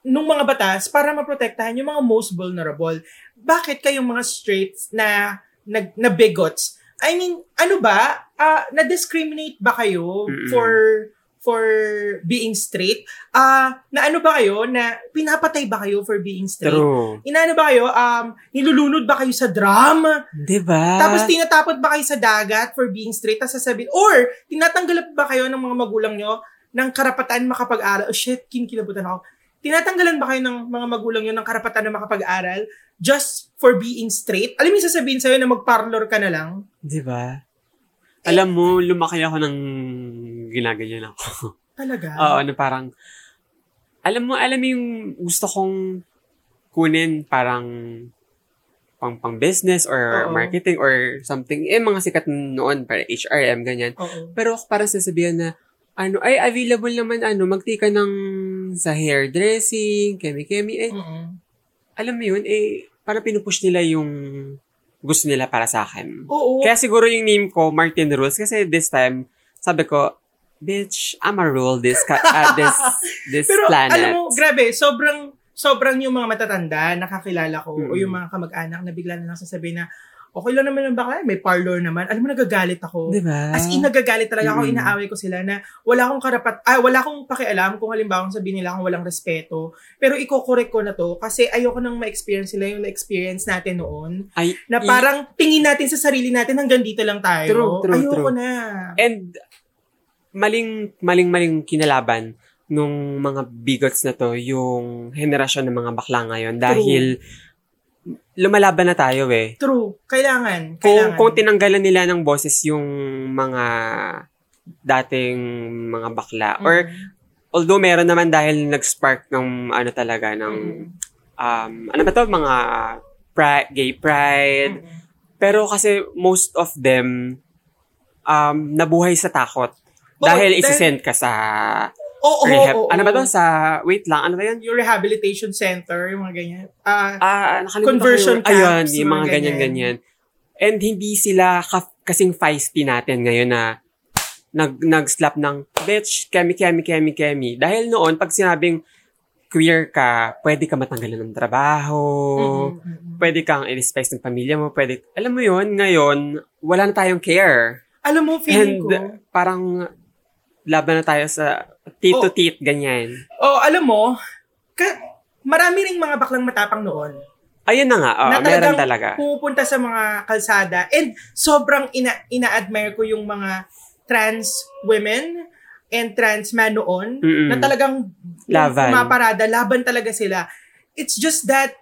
[SPEAKER 2] nung mga batas para maprotektahan yung mga most vulnerable. Bakit kayong mga straights na na, na bigots? I mean, ano ba? Ah, na-discriminate ba kayo
[SPEAKER 1] Mm-mm.
[SPEAKER 2] for for being straight? Ah, na ano ba kayo na pinapatay ba kayo for being straight?
[SPEAKER 1] True.
[SPEAKER 2] Inaano ba kayo? Um, nilulunod ba kayo sa drum?
[SPEAKER 1] Diba?
[SPEAKER 2] Tapos tinatapon pa kayo sa dagat for being straight, tapos sasabihin, or tinatanggal ba kayo ng mga magulang nyo ng karapatan makapag-aral? Oh shit, kinikilabutan ako. Tinatanggalan ba kayo ng mga magulang nyo ng karapatan na makapag-aral just for being straight? Alam mo yung sasabihin sa'yo na mag-parlor ka na lang?
[SPEAKER 1] Diba? Alam mo, lumaki ako ng ginaganyan ako.
[SPEAKER 2] Talaga?
[SPEAKER 1] Oo, na parang, alam mo, alam mo yung gusto kong kunin parang pang pang business or
[SPEAKER 2] Oo.
[SPEAKER 1] marketing or something. Eh, mga sikat noon, para HRM, ganyan.
[SPEAKER 2] Oo.
[SPEAKER 1] Pero ako parang sasabihan na, ano, ay, available naman, ano, magti ka ng sa hairdressing, kemi-kemi, eh,
[SPEAKER 2] Mm-mm.
[SPEAKER 1] alam mo yun, eh, parang pinupush nila yung gusto nila para sa akin.
[SPEAKER 2] Oo.
[SPEAKER 1] Kaya siguro yung name ko, Martin Rules, kasi this time, sabi ko, bitch, I'm a rule this, ka- ah, this, this
[SPEAKER 2] Pero
[SPEAKER 1] planet.
[SPEAKER 2] alam mo, grabe, sobrang sobrang yung mga matatanda nakakilala ko o
[SPEAKER 1] Mm-mm.
[SPEAKER 2] yung mga kamag-anak na bigla na lang sasabihin na okay lang naman ang bakla, may parlor naman. Alam mo, nagagalit ako.
[SPEAKER 1] diba?
[SPEAKER 2] As in, nagagalit talaga ako,
[SPEAKER 1] Mm.
[SPEAKER 2] inaaway ko sila na wala akong karapat, ah, wala akong pakialam kung halimbawa sabihin nila akong walang respeto. Pero iko-correct ko na to kasi ayoko nang ma-experience nila yung na-experience natin noon.
[SPEAKER 1] Ay,
[SPEAKER 2] Na
[SPEAKER 1] i-
[SPEAKER 2] parang tingin natin sa sarili natin hanggang dito lang tayo.
[SPEAKER 1] True, true,
[SPEAKER 2] ayoko
[SPEAKER 1] true.
[SPEAKER 2] na.
[SPEAKER 1] and, maling, maling, maling kinalaban nung mga bigots na to, yung henerasyon ng mga bakla ngayon. Dahil, lumalaban na tayo eh.
[SPEAKER 2] True. Kailangan.
[SPEAKER 1] kung,
[SPEAKER 2] Kailangan.
[SPEAKER 1] kung tinanggalan nila ng boses yung mga dating mga bakla or
[SPEAKER 2] Mm.
[SPEAKER 1] although meron naman dahil nag-spark ng ano talaga ng
[SPEAKER 2] Mm.
[SPEAKER 1] um ano ba to mga pri- gay pride
[SPEAKER 2] Mm.
[SPEAKER 1] pero kasi most of them um nabuhay sa takot
[SPEAKER 2] Oo,
[SPEAKER 1] dahil
[SPEAKER 2] dahil-
[SPEAKER 1] isisend ka sa
[SPEAKER 2] Oo,
[SPEAKER 1] rehab
[SPEAKER 2] oo, oo.
[SPEAKER 1] ano ba to sa wait lang ano ba yan
[SPEAKER 2] Yung rehabilitation center, yung mga ganyan. Ah,
[SPEAKER 1] Ah, nakalimutan
[SPEAKER 2] Conversion
[SPEAKER 1] ko yun. Ayun,
[SPEAKER 2] camps,
[SPEAKER 1] yung
[SPEAKER 2] mga
[SPEAKER 1] mga ganyan-ganyan. And hindi sila ka- kasing feisty natin ngayon na nag nag-slap ng bitch, kemi kemi kemi kemi. Dahil noon pag sinabing queer ka, pwede ka matanggalan ng trabaho.
[SPEAKER 2] mm, mm, mm.
[SPEAKER 1] Pwede kang i-respect ng pamilya mo, pwede, alam mo yon ngayon, wala na tayong care.
[SPEAKER 2] Alam mo, feeling
[SPEAKER 1] And
[SPEAKER 2] ko.
[SPEAKER 1] parang laban na tayo sa teeth to teeth, ganyan.
[SPEAKER 2] Oh, alam mo, ka, marami ring mga baklang matapang noon.
[SPEAKER 1] Ayun na nga, oo,
[SPEAKER 2] na
[SPEAKER 1] Ah, meron
[SPEAKER 2] talagang
[SPEAKER 1] talaga.
[SPEAKER 2] pupunta sa mga kalsada. And sobrang ina ina-admire ko yung mga trans women and trans man noon
[SPEAKER 1] Mm-mm.
[SPEAKER 2] na talagang
[SPEAKER 1] Laban.
[SPEAKER 2] pumaparada, laban talaga sila. It's just that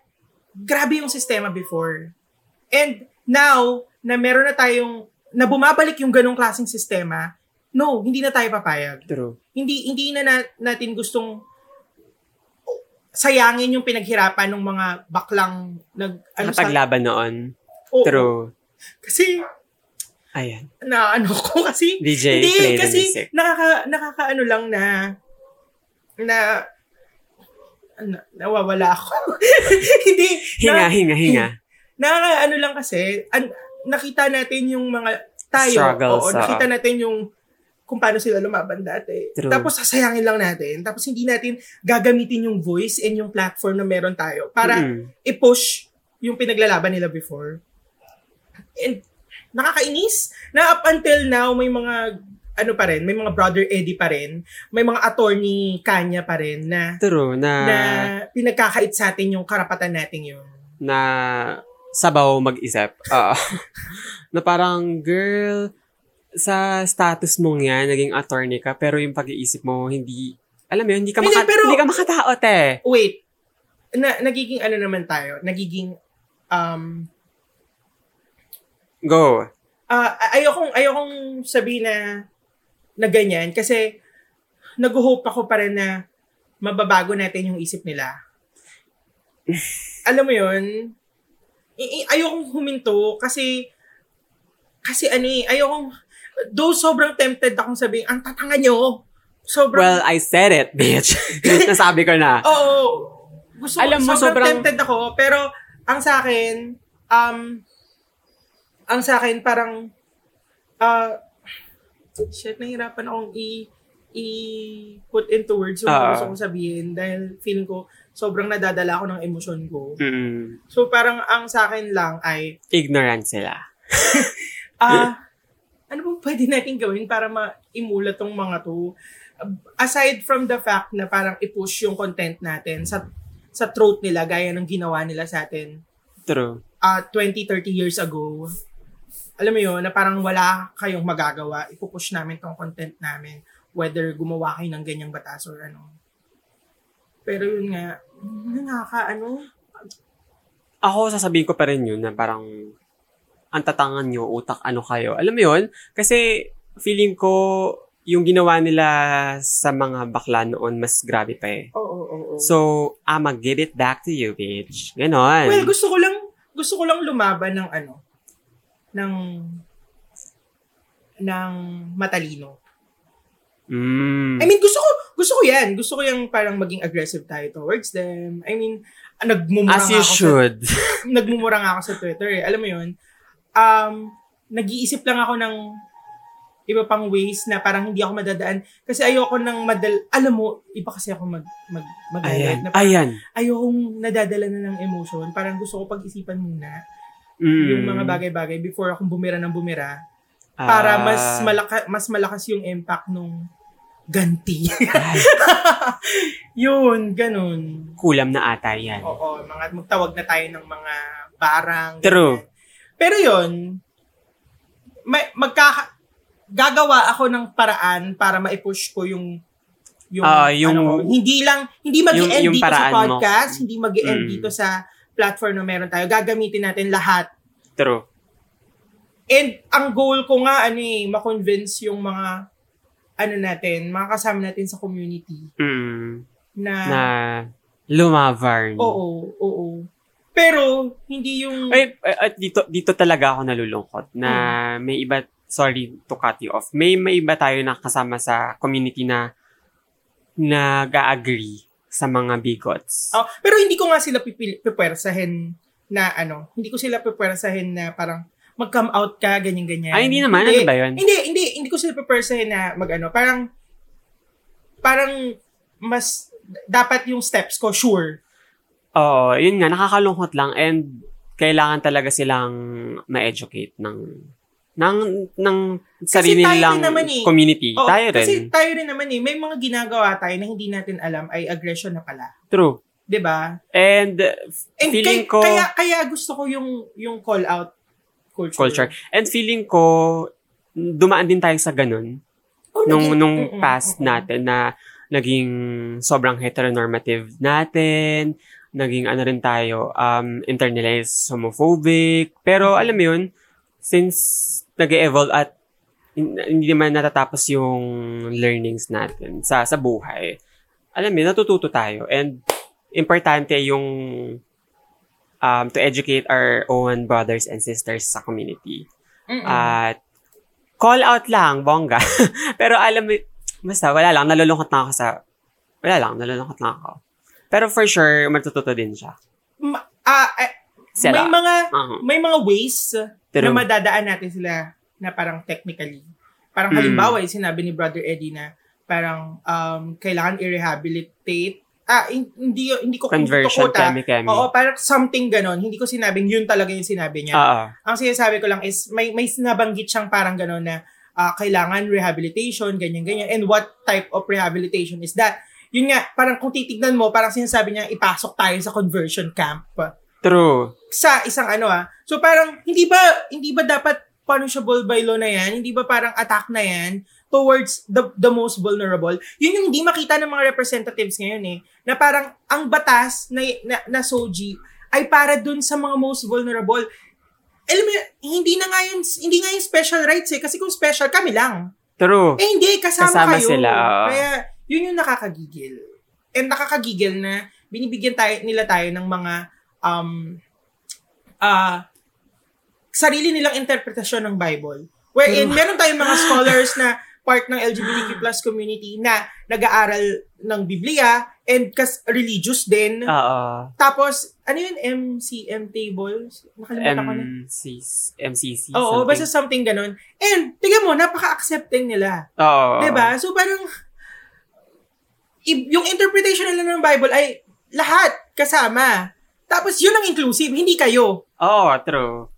[SPEAKER 2] grabe yung sistema before. And now, na meron na tayong, na bumabalik yung ganong klaseng sistema, no, hindi na tayo papayag
[SPEAKER 1] True.
[SPEAKER 2] hindi hindi na, na- natin gustong sayangin yung pinaghirapan ng mga baklang nag ano sa-
[SPEAKER 1] Nakapaglaban noon.
[SPEAKER 2] Oo.
[SPEAKER 1] True.
[SPEAKER 2] Kasi
[SPEAKER 1] Ayan.
[SPEAKER 2] na ano ko kasi
[SPEAKER 1] DJ,
[SPEAKER 2] hindi
[SPEAKER 1] play the
[SPEAKER 2] kasi
[SPEAKER 1] music.
[SPEAKER 2] nakaka nakakaano lang na na na- nawawala ako. hindi
[SPEAKER 1] Hinga, hinga, hinga.
[SPEAKER 2] na ano lang kasi, an- nakita natin yung mga tayo.
[SPEAKER 1] Struggles,
[SPEAKER 2] oo,
[SPEAKER 1] oo.
[SPEAKER 2] nakita natin yung kung paano sila lumaban dati.
[SPEAKER 1] True.
[SPEAKER 2] Tapos sasayangin lang natin. Tapos hindi natin gagamitin yung voice and yung platform na meron tayo para
[SPEAKER 1] Mm-mm.
[SPEAKER 2] i-push yung pinaglalaban nila before. And nakakainis na up until now may mga ano pa rin, may mga brother Eddie pa rin, may mga attorney Kanya pa rin na
[SPEAKER 1] True na,
[SPEAKER 2] na
[SPEAKER 1] na,
[SPEAKER 2] pinagkakait sa atin yung karapatan natin yun.
[SPEAKER 1] sabaw mag-isip. Oo. na parang, girl, sa status mong yan, naging attorney ka, pero yung pag-iisip mo, hindi, alam mo yun, hindi ka,
[SPEAKER 2] Hindi,
[SPEAKER 1] maka-
[SPEAKER 2] pero-
[SPEAKER 1] hindi ka makatao, te.
[SPEAKER 2] wait, na, nagiging ano naman tayo, nagiging, um,
[SPEAKER 1] Go.
[SPEAKER 2] ah, ayokong, ayokong sabihin na, na ganyan, kasi, nag-hope ako pa rin na, mababago natin yung isip nila. Alam mo yun, I- i- ayokong huminto, kasi, kasi ano eh, ayokong, though sobrang tempted akong sabihin, ang tatanga nyo, sobrang,
[SPEAKER 1] Well, I said it, bitch. Nasabi ko na.
[SPEAKER 2] Oo. Gusto Alam
[SPEAKER 1] Alam mo,
[SPEAKER 2] mo, sobrang,
[SPEAKER 1] sobrang-
[SPEAKER 2] tempted ako. Pero, ang sa akin, um, ang sa akin, parang, ah, shit, nahirapan akong i- i-put into words yung
[SPEAKER 1] Ah.
[SPEAKER 2] gusto kong sabihin dahil feeling ko sobrang nadadala ako ng emosyon ko.
[SPEAKER 1] Mm-mm.
[SPEAKER 2] So parang ang sa akin lang ay
[SPEAKER 1] Ignorant sila.
[SPEAKER 2] ah ano bang pwede natin gawin para maimula tong mga to? Aside from the fact na parang i-push yung content natin sa sa throat nila gaya ng ginawa nila sa atin
[SPEAKER 1] True.
[SPEAKER 2] ah 20, 30 years ago. Alam mo yun, na parang wala kayong magagawa, ipupush namin tong content namin whether gumawa kayo ng ganyang batas or ano. Pero yun nga, nakaka ano,
[SPEAKER 1] ako sasabihin ko pa rin yun na parang ang tatangan nyo, utak, ano kayo. Alam mo yun? Kasi feeling ko yung ginawa nila sa mga bakla noon, mas grabe pa eh.
[SPEAKER 2] oo, oo, oo.
[SPEAKER 1] So, I'ma give it back to you, bitch. Ganon.
[SPEAKER 2] Well, gusto ko lang gusto ko lang lumaban ng ano ng ng matalino.
[SPEAKER 1] mm.
[SPEAKER 2] I mean, gusto ko gusto ko 'yan. Gusto ko yung parang maging aggressive tayo towards them. I mean, ah, nagmumura
[SPEAKER 1] As
[SPEAKER 2] nga
[SPEAKER 1] you
[SPEAKER 2] ako
[SPEAKER 1] should.
[SPEAKER 2] Sa, nagmumura nga ako sa Twitter. Eh. Alam mo 'yun? Um, nag-iisip lang ako ng iba pang ways na parang hindi ako madadaan kasi ayoko nang madal alam mo iba kasi ako mag mag magalit
[SPEAKER 1] Ayan.
[SPEAKER 2] na parang
[SPEAKER 1] Ayan.
[SPEAKER 2] ayokong nadadala na ng emotion parang gusto ko pag-isipan muna
[SPEAKER 1] Mm.
[SPEAKER 2] yung mga bagay-bagay before akong bumira ng bumira
[SPEAKER 1] Ah.
[SPEAKER 2] para mas malaka mas malakas yung impact nung ganti.
[SPEAKER 1] Ay,
[SPEAKER 2] Yun, ganun.
[SPEAKER 1] kulam na ata yan.
[SPEAKER 2] Oo, mga magtawag na tayo ng mga barang. ganyan.
[SPEAKER 1] True.
[SPEAKER 2] Pero yun, may, magkaka gagawa ako ng paraan para maipush ko yung yung,
[SPEAKER 1] Ah, yung-
[SPEAKER 2] ano, hindi lang hindi mag-end
[SPEAKER 1] Yung- yung
[SPEAKER 2] dito sa
[SPEAKER 1] paraan mo.
[SPEAKER 2] podcast, hindi mag-end
[SPEAKER 1] Mm.
[SPEAKER 2] dito sa platform na meron tayo. Gagamitin natin lahat
[SPEAKER 1] True.
[SPEAKER 2] And ang goal ko nga, ano eh, makonvince yung mga, ano natin, mga kasama natin sa community
[SPEAKER 1] Mm.
[SPEAKER 2] na,
[SPEAKER 1] Na lumavarn.
[SPEAKER 2] oo, oo. Pero, hindi yung,
[SPEAKER 1] Ay, ay, at dito dito talaga ako nalulungkot na
[SPEAKER 2] Mm.
[SPEAKER 1] may iba sorry to cut you off. May may iba tayo nakasama sa community na nag-agree sa mga bigots.
[SPEAKER 2] Oh, pero hindi ko nga sila pipil, pipwersahin na ano, hindi ko sila pipwersahin na parang mag-come out ka, ganyan-ganyan.
[SPEAKER 1] Ay, hindi naman. Ano ba yun?
[SPEAKER 2] Hindi, hindi, hindi ko sila pipwersahin na mag-ano, parang, parang, mas, dapat yung steps ko, sure.
[SPEAKER 1] Oo, yun nga, nakakalungkot lang and kailangan talaga silang ma-educate ng ng, ng sarili
[SPEAKER 2] tayo
[SPEAKER 1] nilang
[SPEAKER 2] din naman eh.
[SPEAKER 1] community.
[SPEAKER 2] Oo,
[SPEAKER 1] tayo rin.
[SPEAKER 2] Kasi tayo rin naman eh. May mga ginagawa tayo na hindi natin alam ay aggression na pala.
[SPEAKER 1] True.
[SPEAKER 2] 'Di ba?
[SPEAKER 1] And uh,
[SPEAKER 2] And
[SPEAKER 1] feeling
[SPEAKER 2] kay-
[SPEAKER 1] ko,
[SPEAKER 2] kaya kaya gusto ko yung yung call out culture.
[SPEAKER 1] culture. And feeling ko, dumaan din tayo sa ganun
[SPEAKER 2] Oh, naging-
[SPEAKER 1] nung, nung
[SPEAKER 2] mm-mm,
[SPEAKER 1] past
[SPEAKER 2] mm-mm.
[SPEAKER 1] natin na naging sobrang heteronormative natin, naging ano rin tayo, um, internalized homophobic. Pero alam mo yun, since nag evolve at hin- hindi naman natatapos yung learnings natin sa sa buhay, alam mo yun, natututo tayo. And importante yung um, to educate our own brothers and sisters sa community.
[SPEAKER 2] Mm-mm.
[SPEAKER 1] At call out lang, bongga. Pero alam mo, basta wala lang, nalulungkot na ako sa, wala lang, nalulungkot na ako. Pero for sure, matututo din siya.
[SPEAKER 2] Ma- ah, eh, may
[SPEAKER 1] Sila.
[SPEAKER 2] mga
[SPEAKER 1] Ah,
[SPEAKER 2] may mga ways
[SPEAKER 1] pero,
[SPEAKER 2] na madadaan natin sila na parang technically. Parang
[SPEAKER 1] Mm.
[SPEAKER 2] halimbawa, yung sinabi ni Brother Eddie na parang um, kailangan i-rehabilitate. Ah, hin- hindi, hindi ko
[SPEAKER 1] conversion,
[SPEAKER 2] kumutukot, ah.
[SPEAKER 1] kemi-kemi.
[SPEAKER 2] Oo, parang something ganon. Hindi ko sinabing yun talaga yung sinabi niya.
[SPEAKER 1] Oo.
[SPEAKER 2] Ang sinasabi ko lang is may may nabanggit siyang parang gano'n na ah, kailangan rehabilitation, ganyan ganyan. And what type of rehabilitation is that? Yun nga, parang kung titignan mo, parang sinasabi niya ipasok tayo sa conversion camp
[SPEAKER 1] True.
[SPEAKER 2] sa isang ano ah. So parang hindi ba hindi ba dapat punishable by law na yan? Hindi ba parang attack na yan towards the the most vulnerable? Yun yung hindi makita ng mga representatives ngayon eh. Na parang ang batas na na, na SOGI ay para dun sa mga most vulnerable. Alam mo, hindi na nga yun, hindi nga yung special rights eh. Kasi kung special, kami lang.
[SPEAKER 1] True.
[SPEAKER 2] Eh hindi, kasama,
[SPEAKER 1] Kasama
[SPEAKER 2] kayo.
[SPEAKER 1] sila, oo.
[SPEAKER 2] Kaya yun yung nakakagigil. And nakakagigil na binibigyan tayo, nila tayo ng mga um, ah sarili nilang interpretasyon ng Bible. Wherein, meron tayong mga scholars na part ng LGBTQ plus community na nag-aaral ng Biblia and kas religious din.
[SPEAKER 1] Oo.
[SPEAKER 2] Tapos, ano yun? MCM tables? Nakalimutan ko na.
[SPEAKER 1] MCC. MCC.
[SPEAKER 2] Oo,
[SPEAKER 1] something.
[SPEAKER 2] basta something ganun. And, tingnan mo, napaka-accepting nila.
[SPEAKER 1] Oo.
[SPEAKER 2] Diba? So parang i- yung interpretation nila ng Bible ay lahat kasama. Tapos yun ang inclusive, hindi kayo.
[SPEAKER 1] Oo, true.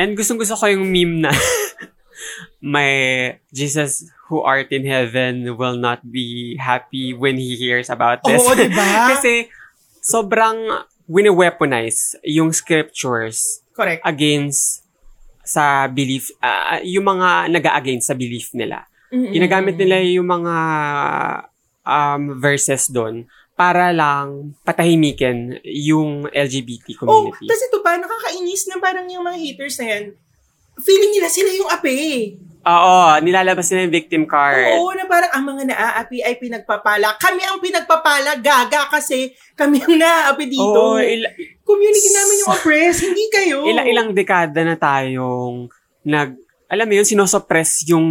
[SPEAKER 1] And gustong-gusto ko yung meme na may Jesus who art in heaven will not be happy when he hears about this.
[SPEAKER 2] Oo, diba?
[SPEAKER 1] Kasi sobrang wini-weaponize yung scriptures
[SPEAKER 2] Correct.
[SPEAKER 1] against sa belief, ah, yung mga nag-against sa belief nila. Ginagamit nila yung mga um, verses doon para lang patahimikin yung LGBT
[SPEAKER 2] Oh,
[SPEAKER 1] community.
[SPEAKER 2] tapos ito pa, nakakainis na parang yung mga haters na yan, feeling nila sila yung ape.
[SPEAKER 1] Oo, nilalabas nila yung victim card.
[SPEAKER 2] Oo, na parang ang mga naaapi ay pinagpapala. Kami ang pinagpapala, gaga kasi kami ang naaapi dito.
[SPEAKER 1] Oo, il-
[SPEAKER 2] Community namin yung oppressed, hindi kayo.
[SPEAKER 1] ila- ilang dekada na tayong nag alam mo yun, sinosoppress yung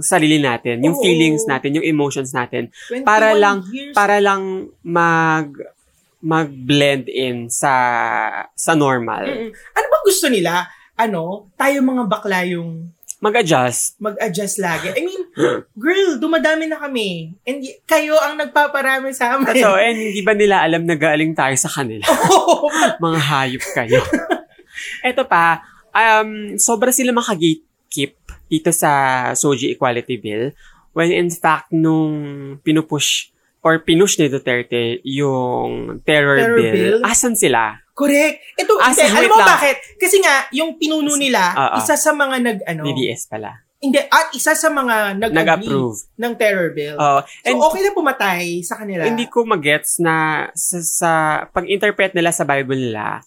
[SPEAKER 1] sarili natin, yung
[SPEAKER 2] Oo.
[SPEAKER 1] feelings natin, yung emotions natin,
[SPEAKER 2] 21
[SPEAKER 1] para lang-
[SPEAKER 2] years.
[SPEAKER 1] para lang mag mag-blend in sa sa normal.
[SPEAKER 2] Mm-mm. Ano bang gusto nila? Ano, tayo mga bakla yung
[SPEAKER 1] Mag-adjust.
[SPEAKER 2] mag-adjust lagi. I mean, girl, dumadami na kami. And y- kayo ang nagpaparami sa amin.
[SPEAKER 1] So, and hindi ba nila alam na galing tayo sa kanila?
[SPEAKER 2] Oo.
[SPEAKER 1] Mga hayop kayo. Eto pa, um, sobra sila makagatekeep dito sa Soji Equality Bill when in fact nung pinupush or pinush ni Duterte yung terror,
[SPEAKER 2] Terror
[SPEAKER 1] bill,
[SPEAKER 2] bill?
[SPEAKER 1] asan sila?
[SPEAKER 2] Correct. Ito,
[SPEAKER 1] Ah,
[SPEAKER 2] hindi,
[SPEAKER 1] so
[SPEAKER 2] alam
[SPEAKER 1] wait
[SPEAKER 2] mo
[SPEAKER 1] lang.
[SPEAKER 2] bakit? Kasi nga, yung pinuno nila,
[SPEAKER 1] Ah, ah.
[SPEAKER 2] isa sa mga nag, ano,
[SPEAKER 1] DDS pala.
[SPEAKER 2] hindi, at isa sa mga nag
[SPEAKER 1] Nag-approve.
[SPEAKER 2] ng terror bill.
[SPEAKER 1] Oo.
[SPEAKER 2] so,
[SPEAKER 1] Oh, and
[SPEAKER 2] okay na pumatay sa kanila.
[SPEAKER 1] hindi ko magets na sa, sa pag-interpret nila sa Bible nila,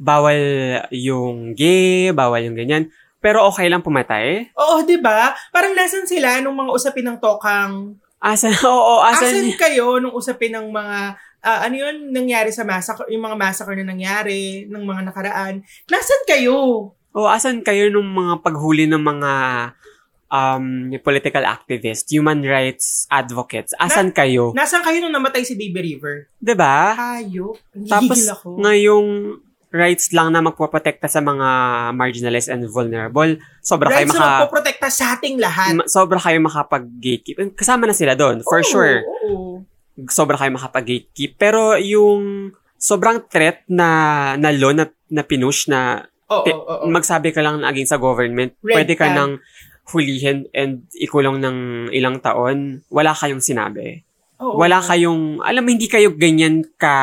[SPEAKER 1] bawal yung gay, bawal yung ganyan. Pero okay lang pumatay?
[SPEAKER 2] Oo, di ba? Parang nasan sila nung mga usapin ng tokang
[SPEAKER 1] Asan? Oo, asan?
[SPEAKER 2] Asan kayo nung usapin ng mga ah, ano yun nangyari sa massacre, yung mga massacre na nangyari ng mga nakaraan? Nasaan kayo?
[SPEAKER 1] O Oh, asan kayo nung mga paghuli ng mga um, political activists, human rights advocates? Asan kayo?
[SPEAKER 2] Nasaan kayo nung namatay si Baby River?
[SPEAKER 1] 'Di ba?
[SPEAKER 2] Kayo? Tapos
[SPEAKER 1] Tapos
[SPEAKER 2] ako.
[SPEAKER 1] ngayong rights lang na magpoprotekta sa mga marginalized and vulnerable, sobra kayo
[SPEAKER 2] Rights na
[SPEAKER 1] maka
[SPEAKER 2] magpoprotekta sa ating lahat.
[SPEAKER 1] ma- sobra kayo makapag-gatekeep. Eh, Kasama na sila doon,
[SPEAKER 2] Oo,
[SPEAKER 1] for sure.
[SPEAKER 2] Oo.
[SPEAKER 1] sobra kayo makapag-gatekeep. Pero yung sobrang threat na, na law na, na pinush na
[SPEAKER 2] Oo,
[SPEAKER 1] Pe-
[SPEAKER 2] oo, oo.
[SPEAKER 1] magsabi ka lang na against sa government,
[SPEAKER 2] Red
[SPEAKER 1] pwede ka
[SPEAKER 2] tag.
[SPEAKER 1] nang hulihin and ikulong ng ilang taon, wala kayong sinabi.
[SPEAKER 2] Oo.
[SPEAKER 1] Wala kayong, alam mo, hindi kayo ganyan ka,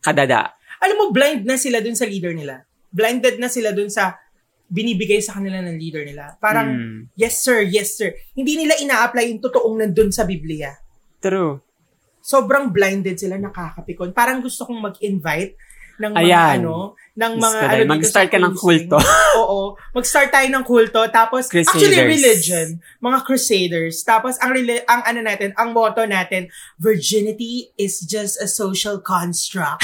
[SPEAKER 1] kadada.
[SPEAKER 2] Alam mo, blind na sila dun sa leader nila. Blinded na sila dun sa binibigay sa kanila ng leader nila. Parang,
[SPEAKER 1] Mm.
[SPEAKER 2] yes sir, yes sir. Hindi nila ina-apply yung totoong nandun sa Biblia.
[SPEAKER 1] True.
[SPEAKER 2] sobrang blinded sila nakakapikon. Parang gusto kong mag-invite ng mga
[SPEAKER 1] Ayan.
[SPEAKER 2] ano, ng
[SPEAKER 1] Mas
[SPEAKER 2] mga
[SPEAKER 1] ka
[SPEAKER 2] ano
[SPEAKER 1] dahil mag-start
[SPEAKER 2] dito sa
[SPEAKER 1] ka ng
[SPEAKER 2] cruising.
[SPEAKER 1] kulto.
[SPEAKER 2] Oo. Mag-start tayo ng kulto. Tapos, actually
[SPEAKER 1] Crusaders.
[SPEAKER 2] religion. Mga crusaders. Tapos, ang, reli- ang ano natin, ang motto natin, virginity is just a social construct.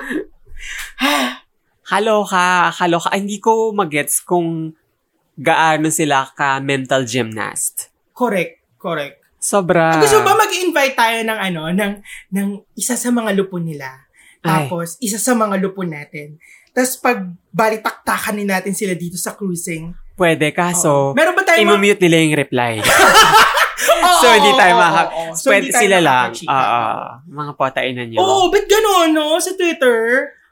[SPEAKER 1] Kaloka, kaloka. Ay, Hindi ko magets kung gaano sila ka mental gymnast.
[SPEAKER 2] correct. Correct.
[SPEAKER 1] Sobra.
[SPEAKER 2] Gusto ba mag-invite tayo ng ano, ng, ng isa sa mga lupon nila?
[SPEAKER 1] Ay.
[SPEAKER 2] Tapos, isa sa mga lupon natin. Tapos, pag balitaktakan din natin sila dito sa cruising,
[SPEAKER 1] Pwede,
[SPEAKER 2] Oo.
[SPEAKER 1] kaso,
[SPEAKER 2] meron ba tayong mga-
[SPEAKER 1] imumute nila yung reply.
[SPEAKER 2] Oo,
[SPEAKER 1] so, hindi tayo
[SPEAKER 2] oo,
[SPEAKER 1] maha...
[SPEAKER 2] oo, oo. So, hindi
[SPEAKER 1] pwede
[SPEAKER 2] tayo
[SPEAKER 1] sila lang.
[SPEAKER 2] makakachika.
[SPEAKER 1] Oo. mga potainan yun.
[SPEAKER 2] Oo, but gano'n, no? Sa Twitter,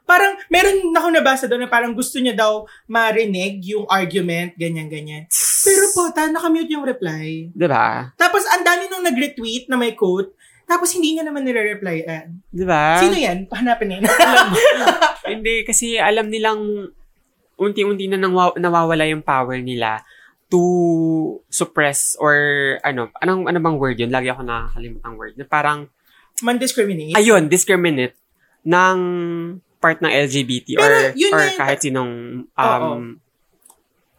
[SPEAKER 2] parang, meron ako nabasa doon na parang gusto niya daw marinig yung argument, ganyan-ganyan. Pero po, ta, nakamute yung reply.
[SPEAKER 1] Diba?
[SPEAKER 2] Tapos, ang dami nung nag-retweet na may quote, tapos hindi niya naman nire-replyan.
[SPEAKER 1] Diba?
[SPEAKER 2] Sino yan? Pahanapin yan.
[SPEAKER 1] Hindi, kasi alam nilang unti-unti na nang nawawala yung power nila to suppress or ano, anong, ano bang word yun? Lagi ako nakakalimut ang word. Na parang,
[SPEAKER 2] Man-discriminate.
[SPEAKER 1] ayun, discriminate ng part ng LGBT or,
[SPEAKER 2] Pero yun
[SPEAKER 1] or
[SPEAKER 2] na yun.
[SPEAKER 1] kahit sinong
[SPEAKER 2] Oo.
[SPEAKER 1] um,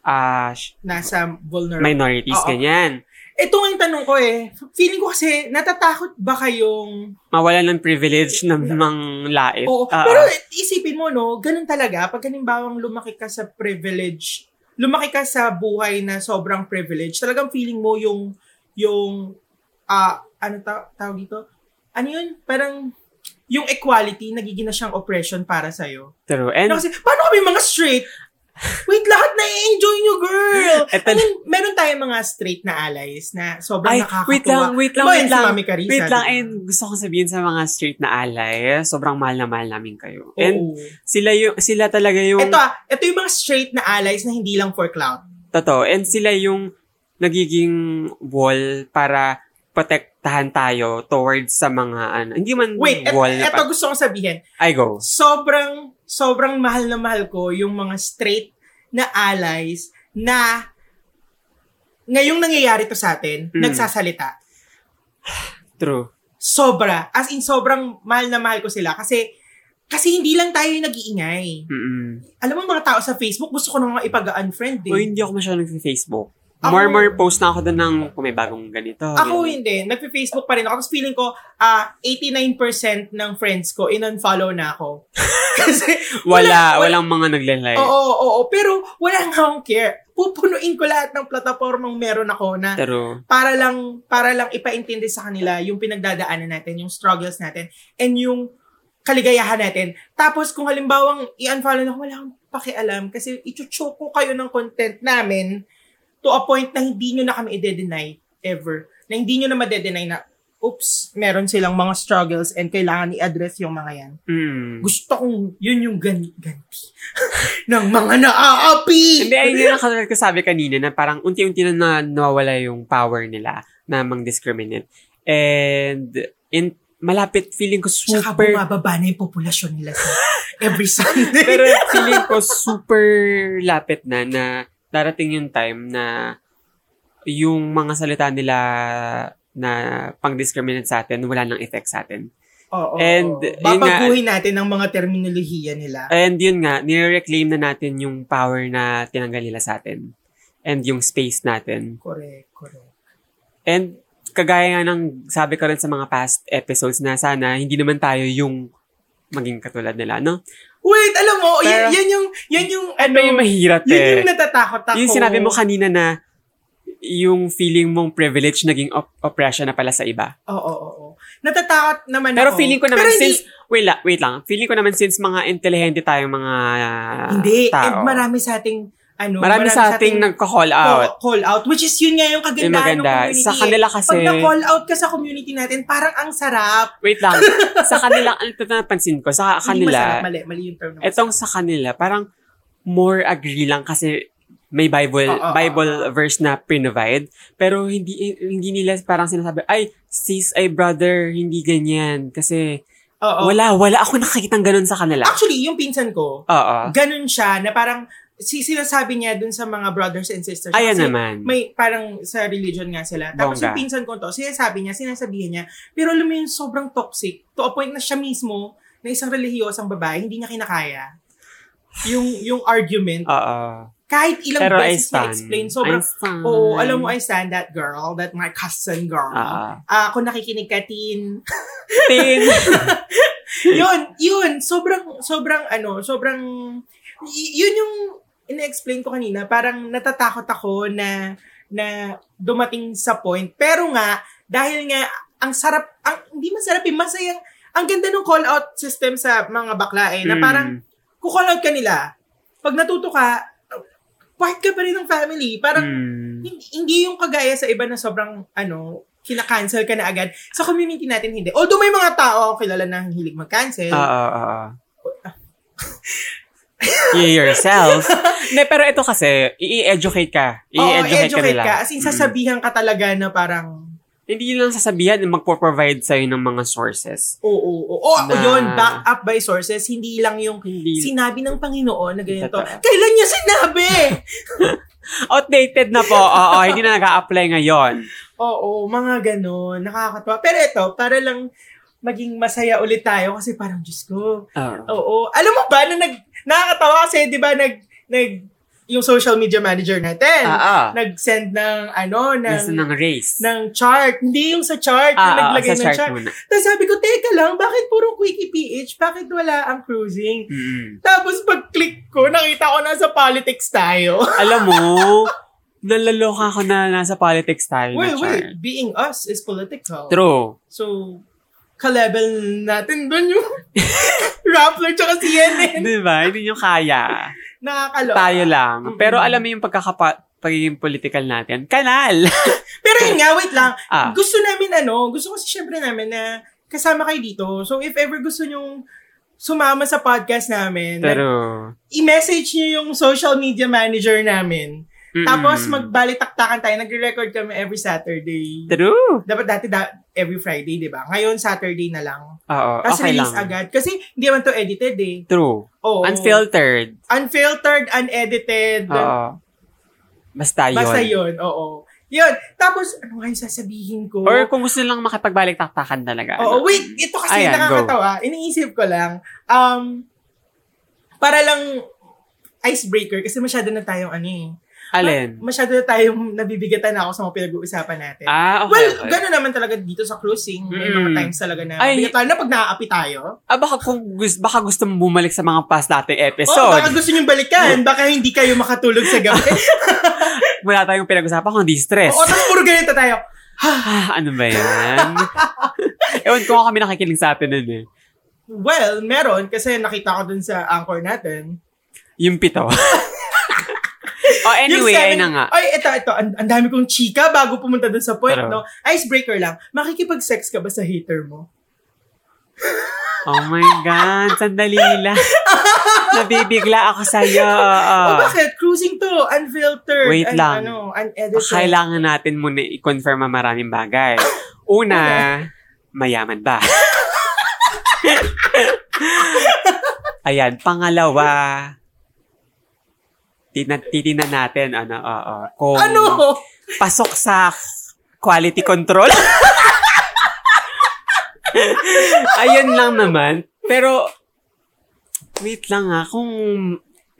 [SPEAKER 1] ah, sh-
[SPEAKER 2] Nasa vulnerable.
[SPEAKER 1] minorities,
[SPEAKER 2] Oo.
[SPEAKER 1] ganyan.
[SPEAKER 2] Ito nga yung tanong ko eh. Feeling ko kasi, natatakot ba kayong
[SPEAKER 1] Mawala ng privilege ng mga lait.
[SPEAKER 2] Oo.
[SPEAKER 1] Ah,
[SPEAKER 2] Pero
[SPEAKER 1] ah.
[SPEAKER 2] isipin mo, no, ganun talaga. Pag halimbawang lumaki ka sa privilege, lumaki ka sa buhay na sobrang privilege, talagang feeling mo yung, yung, ah, ano ta- tawag dito? Ano yun? Parang, yung equality, nagiging na siyang oppression para sa'yo.
[SPEAKER 1] True.
[SPEAKER 2] Ano
[SPEAKER 1] And,
[SPEAKER 2] kasi, paano kami mga straight? Wait, lahat na enjoy nyo, girl!
[SPEAKER 1] eto
[SPEAKER 2] I
[SPEAKER 1] na-
[SPEAKER 2] mean, meron tayong mga straight na allies na sobrang
[SPEAKER 1] Ay,
[SPEAKER 2] nakakatuwa.
[SPEAKER 1] wait lang, wait lang,
[SPEAKER 2] Diba
[SPEAKER 1] wait
[SPEAKER 2] yun si
[SPEAKER 1] lang.
[SPEAKER 2] Mami Carissa,
[SPEAKER 1] Wait lang,
[SPEAKER 2] diba?
[SPEAKER 1] and gusto kong sabihin sa mga straight na ally, sobrang mahal na mahal namin kayo.
[SPEAKER 2] Oo.
[SPEAKER 1] And sila yung sila talaga yung
[SPEAKER 2] Ito ah, ito yung mga straight na allies na hindi lang for clout.
[SPEAKER 1] totoo. And sila yung nagiging wall para protektahan tayo towards sa mga ano. Hindi man
[SPEAKER 2] Mm. Wait, et-
[SPEAKER 1] wall na
[SPEAKER 2] eto
[SPEAKER 1] pa-
[SPEAKER 2] gusto kong sabihin.
[SPEAKER 1] Ay, go.
[SPEAKER 2] Sobrang, sobrang mahal na mahal ko yung mga straight na allies na ngayong nangyayari to sa atin,
[SPEAKER 1] Mm.
[SPEAKER 2] nagsasalita.
[SPEAKER 1] True.
[SPEAKER 2] Sobra. As in, sobrang mahal na mahal ko sila. Kasi, kasi hindi lang tayo yung nag-iingay.
[SPEAKER 1] Mm-mm.
[SPEAKER 2] Alam mo, mga tao sa Facebook, gusto ko nang ipag-unfriend eh.
[SPEAKER 1] O, hindi ako masyadong sa Facebook.
[SPEAKER 2] Ako-
[SPEAKER 1] more more post na ako doon ng kung may bagong ganito.
[SPEAKER 2] Ako
[SPEAKER 1] ganyan.
[SPEAKER 2] hindi. Nagpe-Facebook pa rin ako. Tapos feeling ko, ah 89% ng friends ko, in-unfollow na ako. Kasi,
[SPEAKER 1] Wala, walang mga naglalay.
[SPEAKER 2] Oo, oo, oo. Pero wala nga akong care. Pupunuin ko lahat ng platformang meron ako na
[SPEAKER 1] Pero,
[SPEAKER 2] para lang para lang ipaintindi sa kanila yung pinagdadaanan natin, yung struggles natin, and yung kaligayahan natin. Tapos kung halimbawang i-unfollow na ako, wala akong pakialam kasi ichuchoko kayo ng content namin to a point na hindi nyo na kami i-deny ever. Na hindi nyo na madedenay na, oops, meron silang mga struggles and kailangan i-address yung mga yan.
[SPEAKER 1] mm.
[SPEAKER 2] Gusto kong yun yung gan- ganti ng mga naaapi.
[SPEAKER 1] Hindi, ayun yun ang katulad ko sabi kanina na parang unti-unti na, na nawawala yung power nila na mang-discriminate. And, in, malapit, feeling ko
[SPEAKER 2] Tsaka
[SPEAKER 1] super,
[SPEAKER 2] bumababa na yung populasyon nila sa every Sunday.
[SPEAKER 1] pero feeling ko super lapit na na darating yung time na yung mga salita nila na pang-discriminate sa atin, wala nang effect sa atin.
[SPEAKER 2] Oo,
[SPEAKER 1] And,
[SPEAKER 2] oo.
[SPEAKER 1] yun nga-
[SPEAKER 2] Babaguhin natin ang mga terminolohiya nila.
[SPEAKER 1] And yun nga, nire-reclaim na natin yung power na tinanggal nila sa atin. And yung space natin.
[SPEAKER 2] correct, correct.
[SPEAKER 1] And kagaya nga ng sabi ko rin sa mga past episodes na sana hindi naman tayo yung maging katulad nila, no?
[SPEAKER 2] Wait, alam mo,
[SPEAKER 1] Pero-
[SPEAKER 2] yan, yan yung, yan yung, ano,
[SPEAKER 1] Pero yung mahirap
[SPEAKER 2] yun yung
[SPEAKER 1] eh.
[SPEAKER 2] natatakot ako.
[SPEAKER 1] Yung sinabi mo kanina na yung feeling mong privilege naging op- oppression na pala sa iba.
[SPEAKER 2] Oo, oo, oo. Natatakot naman ako.
[SPEAKER 1] Pero feeling ko naman
[SPEAKER 2] Pero hindi-
[SPEAKER 1] since, wait lang, wait lang. Feeling ko naman since mga intelihente tayong mga
[SPEAKER 2] Hindi,
[SPEAKER 1] ah, tao.
[SPEAKER 2] and marami sa ating ano,
[SPEAKER 1] Marami sa ating nagka-call out.
[SPEAKER 2] out. Call out. Which is yun nga yung kagandahan
[SPEAKER 1] Yung maganda.
[SPEAKER 2] ng community.
[SPEAKER 1] Sa kanila
[SPEAKER 2] Pag
[SPEAKER 1] kasi,
[SPEAKER 2] na-call out ka sa community natin, parang ang sarap.
[SPEAKER 1] wait lang. sa kanila, ano ito na napansin ko, sa
[SPEAKER 2] Hindi masarap,
[SPEAKER 1] kanila,
[SPEAKER 2] mali. Mali yung term. na
[SPEAKER 1] etong sa kanila, parang more agree lang kasi may Bible
[SPEAKER 2] Oo, oo,
[SPEAKER 1] Bible
[SPEAKER 2] oo.
[SPEAKER 1] verse na pinovide pero hindi hindi nila parang sinasabi ay sis ay brother hindi ganyan kasi
[SPEAKER 2] masarap. Oo.
[SPEAKER 1] wala wala ako nakikitang ganun sa kanila
[SPEAKER 2] Actually, yung pinsan ko,
[SPEAKER 1] oo
[SPEAKER 2] ganun siya na parang si sinasabi niya dun sa mga brothers and sisters.
[SPEAKER 1] ayan
[SPEAKER 2] Kasi
[SPEAKER 1] naman
[SPEAKER 2] May parang sa religion nga sila. Tapos
[SPEAKER 1] Bongga.
[SPEAKER 2] yung pinsan ko to, sinasabi niya, sinasabihan niya. Pero alam mo yun, sobrang toxic. To a point na siya mismo, na isang relihiyosang babae, hindi niya kinakaya. Yung yung argument,
[SPEAKER 1] oo
[SPEAKER 2] kahit ilang
[SPEAKER 1] pero I
[SPEAKER 2] beses na
[SPEAKER 1] stand
[SPEAKER 2] explain,
[SPEAKER 1] I
[SPEAKER 2] sobrang,
[SPEAKER 1] stand
[SPEAKER 2] oo, alam mo, I stand that girl, that my cousin girl. Ah,
[SPEAKER 1] Mm-hmm. Ah,
[SPEAKER 2] kung nakikinig ka, teen.
[SPEAKER 1] tin.
[SPEAKER 2] yun, yun, sobrang, sobrang, ano, sobrang, y- yun yung ina-explain ko kanina, parang natatakot ako na, na dumating sa point. Pero nga, dahil nga, ang sarap, ang, hindi masarap eh, masayang, ang ganda ng call-out system sa mga bakla eh, na parang,
[SPEAKER 1] Mm.
[SPEAKER 2] kucall out ka nila, pag natuto ka, part ka pa rin ng family. Parang,
[SPEAKER 1] Mm.
[SPEAKER 2] hindi, hindi yung kagaya sa iba na sobrang, ano, kinakancel ka na agad. Sa community natin, hindi. Although may mga tao ako kilala na hilig mag-cancel.
[SPEAKER 1] Oo, oo. You yourself. Hindi, pero ito kasi, i-educate ka.
[SPEAKER 2] Oo,
[SPEAKER 1] I-educate ka nila.
[SPEAKER 2] As in, sasabihan ka talaga na parang,
[SPEAKER 1] Mm. Hindi lang sasabihan, magpo-provide sa'yo ng mga sources.
[SPEAKER 2] oo, oo, oo. O,
[SPEAKER 1] Na-
[SPEAKER 2] yun, back up by sources. Hindi lang yung
[SPEAKER 1] Hindi.
[SPEAKER 2] sinabi ng Panginoon na ganito.
[SPEAKER 1] Totoo.
[SPEAKER 2] Kailan niya sinabi?
[SPEAKER 1] Outdated na po. Oo, hindi na nag-a-apply ngayon.
[SPEAKER 2] Oo, mga ganun. Nakakatawa. Pero ito, para lang maging masaya ulit tayo kasi parang, Diyos ko,
[SPEAKER 1] Oo.
[SPEAKER 2] Oo. Alam mo ba na nag nakakatawa kasi 'di ba nag nag yung social media manager natin
[SPEAKER 1] Oo.
[SPEAKER 2] nag-send ng ano ng
[SPEAKER 1] Nasa Ah, ng race.
[SPEAKER 2] ng chart. Hindi yung sa chart,
[SPEAKER 1] Ah,
[SPEAKER 2] yung
[SPEAKER 1] ah,
[SPEAKER 2] naglagay
[SPEAKER 1] sa
[SPEAKER 2] ng
[SPEAKER 1] chart
[SPEAKER 2] chart.
[SPEAKER 1] muna.
[SPEAKER 2] Tapos sabi ko, teka lang, bakit puro quickie PH? Bakit wala ang cruising?
[SPEAKER 1] Mm.
[SPEAKER 2] Tapos pag-click ko, nakita ko nasa politics tayo.
[SPEAKER 1] Alam mo, nalaloka ako na nasa politics tayo na
[SPEAKER 2] wait, wait.
[SPEAKER 1] chart.
[SPEAKER 2] Being us is political.
[SPEAKER 1] True.
[SPEAKER 2] So, kalebel natin dun yung Rappler tsaka CNN.
[SPEAKER 1] Di ba? Hindi nyo kaya.
[SPEAKER 2] Nakakaloka.
[SPEAKER 1] Tayo lang.
[SPEAKER 2] Mm-mm.
[SPEAKER 1] Pero alam mo yung pagkakapa pagiging political natin. Kanal!
[SPEAKER 2] Pero yun nga, wait lang.
[SPEAKER 1] ah,
[SPEAKER 2] Gusto namin ano, gusto kasi syempre namin na kasama kayo dito. So if ever gusto nyong sumama sa podcast namin,
[SPEAKER 1] pero...
[SPEAKER 2] i-message nyo yung social media manager namin.
[SPEAKER 1] Mm-mm.
[SPEAKER 2] Tapos magbalitaktakan tayo. Nagre-record kami every Saturday.
[SPEAKER 1] True!
[SPEAKER 2] Dapat dati da- every Friday, di ba? Ngayon, Saturday na lang.
[SPEAKER 1] Oo,
[SPEAKER 2] Tapos
[SPEAKER 1] okay lang.
[SPEAKER 2] release agad. Kasi hindi naman to edited eh.
[SPEAKER 1] True.
[SPEAKER 2] Oo.
[SPEAKER 1] Unfiltered.
[SPEAKER 2] Unfiltered, unedited.
[SPEAKER 1] Oo. Basta yun.
[SPEAKER 2] Basta yun, oo. Yun. Tapos, ano nga yung sasabihin ko?
[SPEAKER 1] Or kung gusto lang makipagbalik taktakan talaga.
[SPEAKER 2] Oo,
[SPEAKER 1] ano?
[SPEAKER 2] wait. Ito kasi
[SPEAKER 1] Ayan,
[SPEAKER 2] nakakatawa. Iniisip ko lang. Um, para lang icebreaker kasi masyado na tayong ano eh.
[SPEAKER 1] Alin?
[SPEAKER 2] Ma- masyado na tayong nabibigatan na ako sa mga pinag-uusapan natin.
[SPEAKER 1] Ah, okay.
[SPEAKER 2] well,
[SPEAKER 1] okay.
[SPEAKER 2] gano'n naman talaga dito sa cruising. May mga
[SPEAKER 1] Mm.
[SPEAKER 2] times talaga na.
[SPEAKER 1] Ay,
[SPEAKER 2] bigat, lalo na pag naaapi tayo.
[SPEAKER 1] ah, baka, kung gusto, baka gusto mong bumalik sa mga past dating
[SPEAKER 2] Oh, baka
[SPEAKER 1] episode.
[SPEAKER 2] gusto niyong balikan. Baka hindi kayo makatulog sa gabi.
[SPEAKER 1] Wala tayong pinag-usapan kundi stress.
[SPEAKER 2] Oo, tapos puro ganito tayo.
[SPEAKER 1] Ah, ano ba yan? Ewan ko nga kami nakikinig sa atin nun eh.
[SPEAKER 2] Well, meron. Kasi nakita ko dun sa anchor natin.
[SPEAKER 1] Yung pito. oh,
[SPEAKER 2] Yung
[SPEAKER 1] anyway,
[SPEAKER 2] seven-
[SPEAKER 1] ayun na nga.
[SPEAKER 2] Ay, ito, ito. Ang ang dami kong chika bago pumunta dun sa point,
[SPEAKER 1] Pero-
[SPEAKER 2] no? Icebreaker lang. Makikipag-sex ka ba sa hater mo?
[SPEAKER 1] Oh my God, sandali lang. Nabibigla ako sa'yo.
[SPEAKER 2] o Oh, bakit? Cruising to. Unfiltered.
[SPEAKER 1] Ah. Wait
[SPEAKER 2] un-
[SPEAKER 1] lang.
[SPEAKER 2] Ano, unedited.
[SPEAKER 1] Ah, Kailangan natin muna i-confirm ang maraming bagay. Una, mayaman ba? Ayan, pangalawa, tina- titinan natin, ano, oo, kung
[SPEAKER 2] Ano?
[SPEAKER 1] pasok sa quality control. Ayun lang naman. Pero, wait lang ha, kung